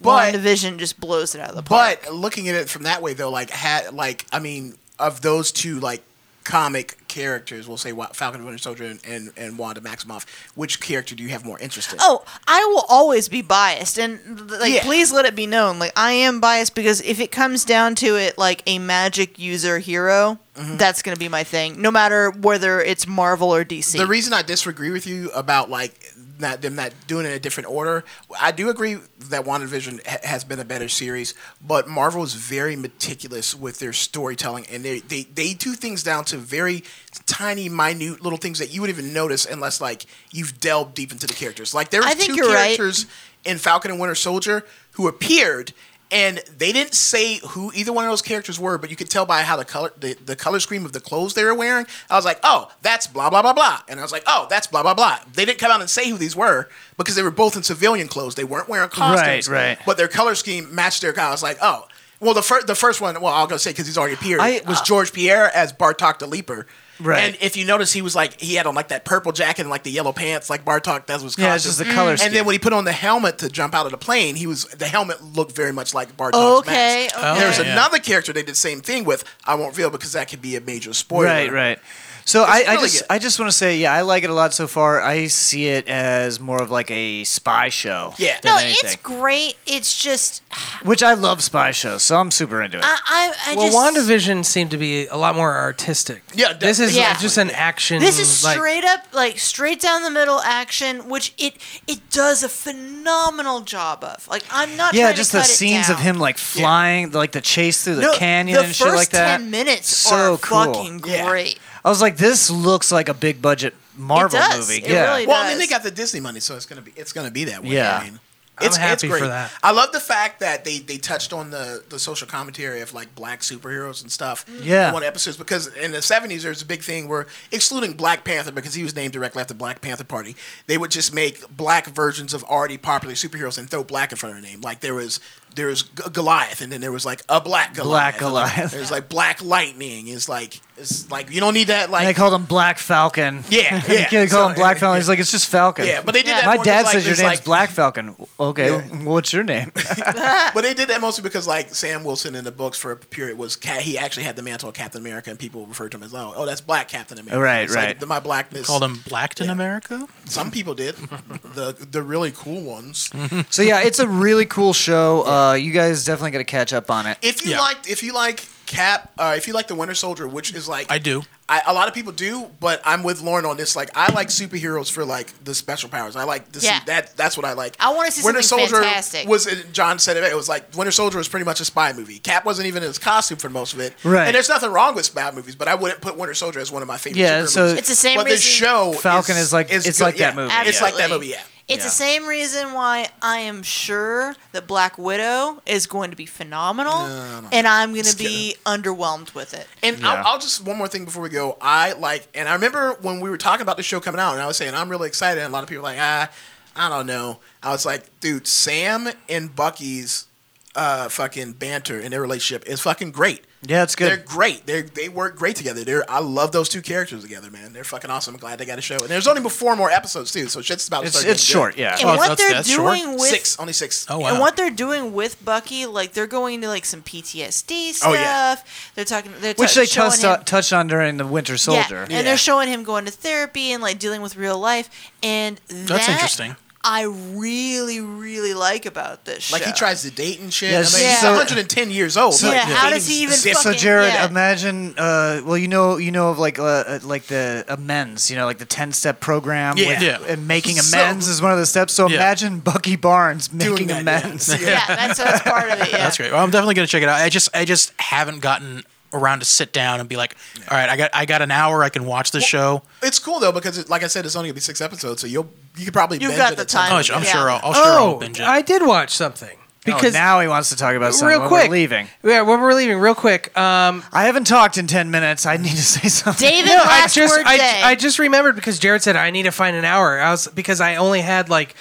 S7: But-
S2: WandaVision just blows it out of the park.
S7: But looking at it from that way, though, like had like I mean, of those two like comic characters, we'll say Wa- Falcon and Winter Soldier and, and and Wanda Maximoff. Which character do you have more interest in?
S2: Oh, I will always be biased, and like,
S7: Yeah.
S2: please let it be known, like I am biased because if it comes down to it, like a magic user hero,
S4: Mm-hmm.
S7: Mhm.
S2: That's going to be my thing, no matter whether it's Marvel or DC.
S7: The reason I disagree with you about like not them not doing it in a different order, I do agree that WandaVision ha- has been a better series, but Marvel is very meticulous with their storytelling, and they they they do things down to very tiny, minute little things that you would even notice unless like you've delved deep into the characters. Like there
S2: I
S7: were
S2: think
S7: two
S2: you're right.
S7: characters in Falcon and Winter Soldier who appeared. And they didn't say who either one of those characters were, but you could tell by how the color the, the color scheme of the clothes they were wearing. I was like, oh, that's blah blah blah blah, and I was like, oh, that's blah blah blah. They didn't come out and say who these were because they were both in civilian clothes. They weren't wearing costumes,
S4: right.
S7: But their color scheme matched their. I was like, oh, well, the first the first one. Well, I'll go say because he's already appeared.
S4: I-
S7: was
S4: uh,
S7: George Pierre as Bartok the Leaper.
S4: Right.
S7: And if you notice, he was like he had on like that purple jacket and like the yellow pants, like Bartok. That was
S4: Yeah, it's just the color
S7: and
S4: scheme.
S7: then when he put on the helmet to jump out of the plane, he was the helmet looked very much like Bartok's
S2: Okay, okay.
S7: mask.
S2: Oh,
S7: There's
S2: yeah.
S7: another character they did the same thing with. I won't reveal because that could be a major spoiler.
S4: Right, right. So I, I
S7: really
S4: just
S7: good.
S4: I just want to say yeah I like it a lot so far. I see it as more of like a spy show.
S7: Yeah.
S4: than
S9: No, it's
S4: anything.
S9: great. It's just
S4: which I love spy shows, so I'm super into it.
S9: I I, I
S6: well,
S9: just
S6: WandaVision seemed to be a lot more artistic.
S7: Yeah,
S6: this is
S2: Yeah.
S6: like just an action.
S2: This is
S6: like-
S2: straight up like straight down the middle action, which it it does a phenomenal job of. Like I'm not
S4: yeah,
S2: trying to
S4: just the
S2: cut it
S4: scenes of
S2: down.
S4: him like flying, like the chase through the
S2: No,
S4: canyon
S2: the
S4: and shit like
S2: first
S4: that.
S2: 10 minutes
S4: so
S2: are
S4: cool.
S2: fucking great.
S4: I was like, this looks like a big budget Marvel
S2: does.
S4: movie.
S2: It
S4: yeah.
S2: really
S7: Well, I mean,
S2: does.
S7: they got the Disney money, so it's gonna be it's gonna be that way.
S4: Yeah.
S7: I mean,
S6: I'm
S7: it's,
S6: happy
S7: it's great.
S6: for that.
S7: I love the fact that they they touched on the the social commentary of like black superheroes and stuff.
S4: Yeah.
S7: in one of the episodes because in the seventies there's a big thing where excluding Black Panther because he was named directly after Black Panther Party, they would just make black versions of already popular superheroes and throw black in front of their name. Like there was there was G- Goliath, and then there was like a black
S4: Black
S7: Goliath.
S4: Goliath.
S7: There's like Black Lightning. It's like it's like you don't need that like.
S4: And they called him Black Falcon.
S7: Yeah,
S4: they
S7: yeah.
S4: call
S7: So-
S4: him Black Falcon. He's like, it's just Falcon.
S7: Yeah, but they did that
S4: My
S7: more
S4: dad
S7: just like-
S4: says your
S7: it's
S4: name's
S7: like-
S4: Black Falcon. Okay, what's your name?
S7: but they did that mostly because like Sam Wilson in the books for a period was ca he actually had the mantle of Captain America and people referred to him as oh, oh that's Black Captain America.
S4: Right,
S7: It's like
S4: right.
S7: the- my blackness.
S5: Called him Blackton America.
S7: Some people did. the the really cool ones.
S5: Mm-hmm.
S4: so yeah, it's a really cool show. Uh, you guys definitely got to catch up on it.
S7: If you
S5: Yeah.
S7: liked, if you like Cap, uh, if you like the Winter Soldier, which is like
S5: I do.
S7: I, a lot of people do, but I'm with Lauren on this. Like, I like superheroes for like the special powers. I like this.
S9: Yeah.
S7: That that's what I like.
S9: I wanna see
S7: Winter
S9: something
S7: Soldier
S9: fantastic.
S7: was uh, John said it. It was like Winter Soldier was pretty much a spy movie. Cap wasn't even in his costume for most of it.
S4: Right.
S7: And there's nothing wrong with spy movies, but I wouldn't put Winter Soldier as one of my favorite.
S4: Yeah,
S7: superhero
S4: so-
S7: movies.
S9: It's the same
S7: But this
S9: reason-
S7: show,
S4: Falcon is like- it's
S7: good.
S4: like that
S7: Yeah.
S4: movie,
S7: It's like that
S2: Absolutely.
S7: movie. Yeah.
S2: It's the same reason why I am sure that Black Widow is going to be phenomenal, and I'm going to be underwhelmed with it.
S7: And
S4: Yeah.
S7: I'll, I'll just one more thing before we go. I like, and I remember when we were talking about the show coming out, and I was saying I'm really excited, and a lot of people were like, ah, I don't know. I was like, dude, Sam and Bucky's uh, fucking banter and their relationship is fucking great.
S4: Yeah, it's
S7: They're
S4: good.
S7: great. They they work great together. They're I love those two characters together, man. They're fucking awesome. I'm glad they got a show. And there's only four more episodes too, so shit's about. to
S4: It's
S7: start
S4: it's
S7: getting
S4: short.
S7: good.
S4: Yeah.
S2: And
S5: Oh,
S2: what
S5: that's-
S2: they're
S5: that's short.
S2: doing with
S7: Six, only six.
S5: Oh
S2: And
S5: wow.
S2: what they're doing with Bucky, like they're going to like some PTSD stuff.
S7: Oh, yeah.
S2: They're talking. They're
S4: Which
S2: tou-
S4: they
S2: showing
S4: touched
S2: him-
S4: on, touched on during the Winter Soldier.
S2: Yeah, and they're showing him going to therapy and like dealing with real life. And
S5: That's
S2: that
S5: interesting.
S2: I really, really like about this show.
S7: Like he tries to date and shit.
S4: Yeah,
S7: I mean, he's
S2: so-
S7: 110 years old.
S2: Yeah,
S7: like,
S2: how does
S7: dating's
S2: he even
S7: zip-
S4: So
S2: fucking-
S4: Jared,
S2: yeah.
S4: imagine. Uh, well, you know, you know of like uh, uh, like the amends. You know, like the ten step program.
S7: Yeah.
S4: with-
S5: Yeah.
S4: And making
S7: So-
S4: amends is one of the steps. So
S5: Yeah.
S4: imagine Bucky Barnes making
S7: Doing that, yeah.
S4: amends. Oh,
S2: yeah, that's, that's part of it. Yeah.
S5: That's great. Well, I'm definitely gonna check it out. I just I just haven't gotten around to sit down and be like, all right, I got I got an hour. I can watch this show.
S7: It's cool though because, it, like I said, it's only gonna be six episodes, so you'll you could probably
S2: You've
S7: binge
S2: got
S7: it
S2: the
S7: at some
S2: time.
S5: Oh, I'm
S7: point.
S2: Yeah.
S5: sure. I'll, I'll sure I'll
S6: oh,
S5: binge it.
S6: I did watch something
S4: Because
S6: because
S4: Oh, now he wants to talk about something.
S6: real
S4: when
S6: quick
S4: we're leaving.
S6: Yeah, when we're leaving, real quick. Um,
S4: I haven't talked in ten minutes. I need to say something.
S9: David
S6: no, I
S9: last
S6: just
S9: word
S6: I,
S9: day.
S6: I just remembered because Jared said I need to find an hour. I was because I only had like.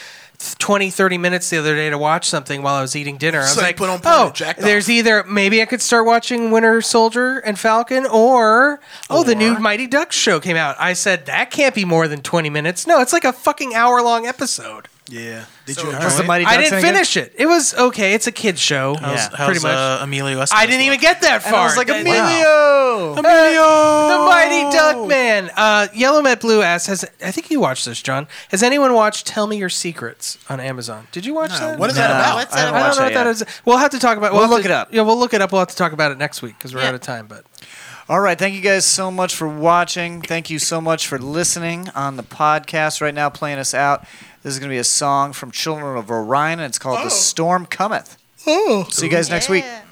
S6: 20 30 minutes the other day to watch something while I was eating dinner. I was
S7: So you
S6: like,
S7: put on porn
S6: "Oh,
S7: and jacked
S6: there's either maybe I could start watching Winter Soldier and Falcon or oh, the new Mighty Ducks show came out." I said, "That can't be more than 20 minutes." No, it's like a fucking hour long episode.
S7: Yeah. Did you
S4: Was the Mighty
S6: I
S4: Ducks
S6: didn't
S4: any good?
S6: finish it. It was okay. It's a kids show.
S5: How's,
S4: Yeah,
S5: how's,
S6: pretty much.
S5: uh, Emilio Estevez
S6: I didn't even
S5: look?
S6: get that
S4: And
S6: far.
S4: I was like,
S6: That-
S4: Emilio.
S6: The Mighty Duck Man. Uh, Yellow Met Blue asks, has, I think you watched this, John. Has anyone watched Tell Me Your Secrets on Amazon? Did you watch that?
S7: What is that about?
S2: What's
S4: I
S2: that
S4: haven't
S2: about?
S6: I
S4: watched
S6: don't know what
S4: yet.
S6: that is. We'll have to talk about.
S4: We'll
S6: have
S4: look
S6: to-
S4: it up.
S6: Yeah, we'll look it up. We'll have to talk about it next week because we're
S2: Yeah.
S6: out of time. But
S4: All right. Thank you guys so much for watching. Thank you so much for listening on the podcast. Right now, playing us out. This is going to be a song from Children of Orion, and it's called The Storm Cometh. Oh. See you guys next week.
S2: Yeah.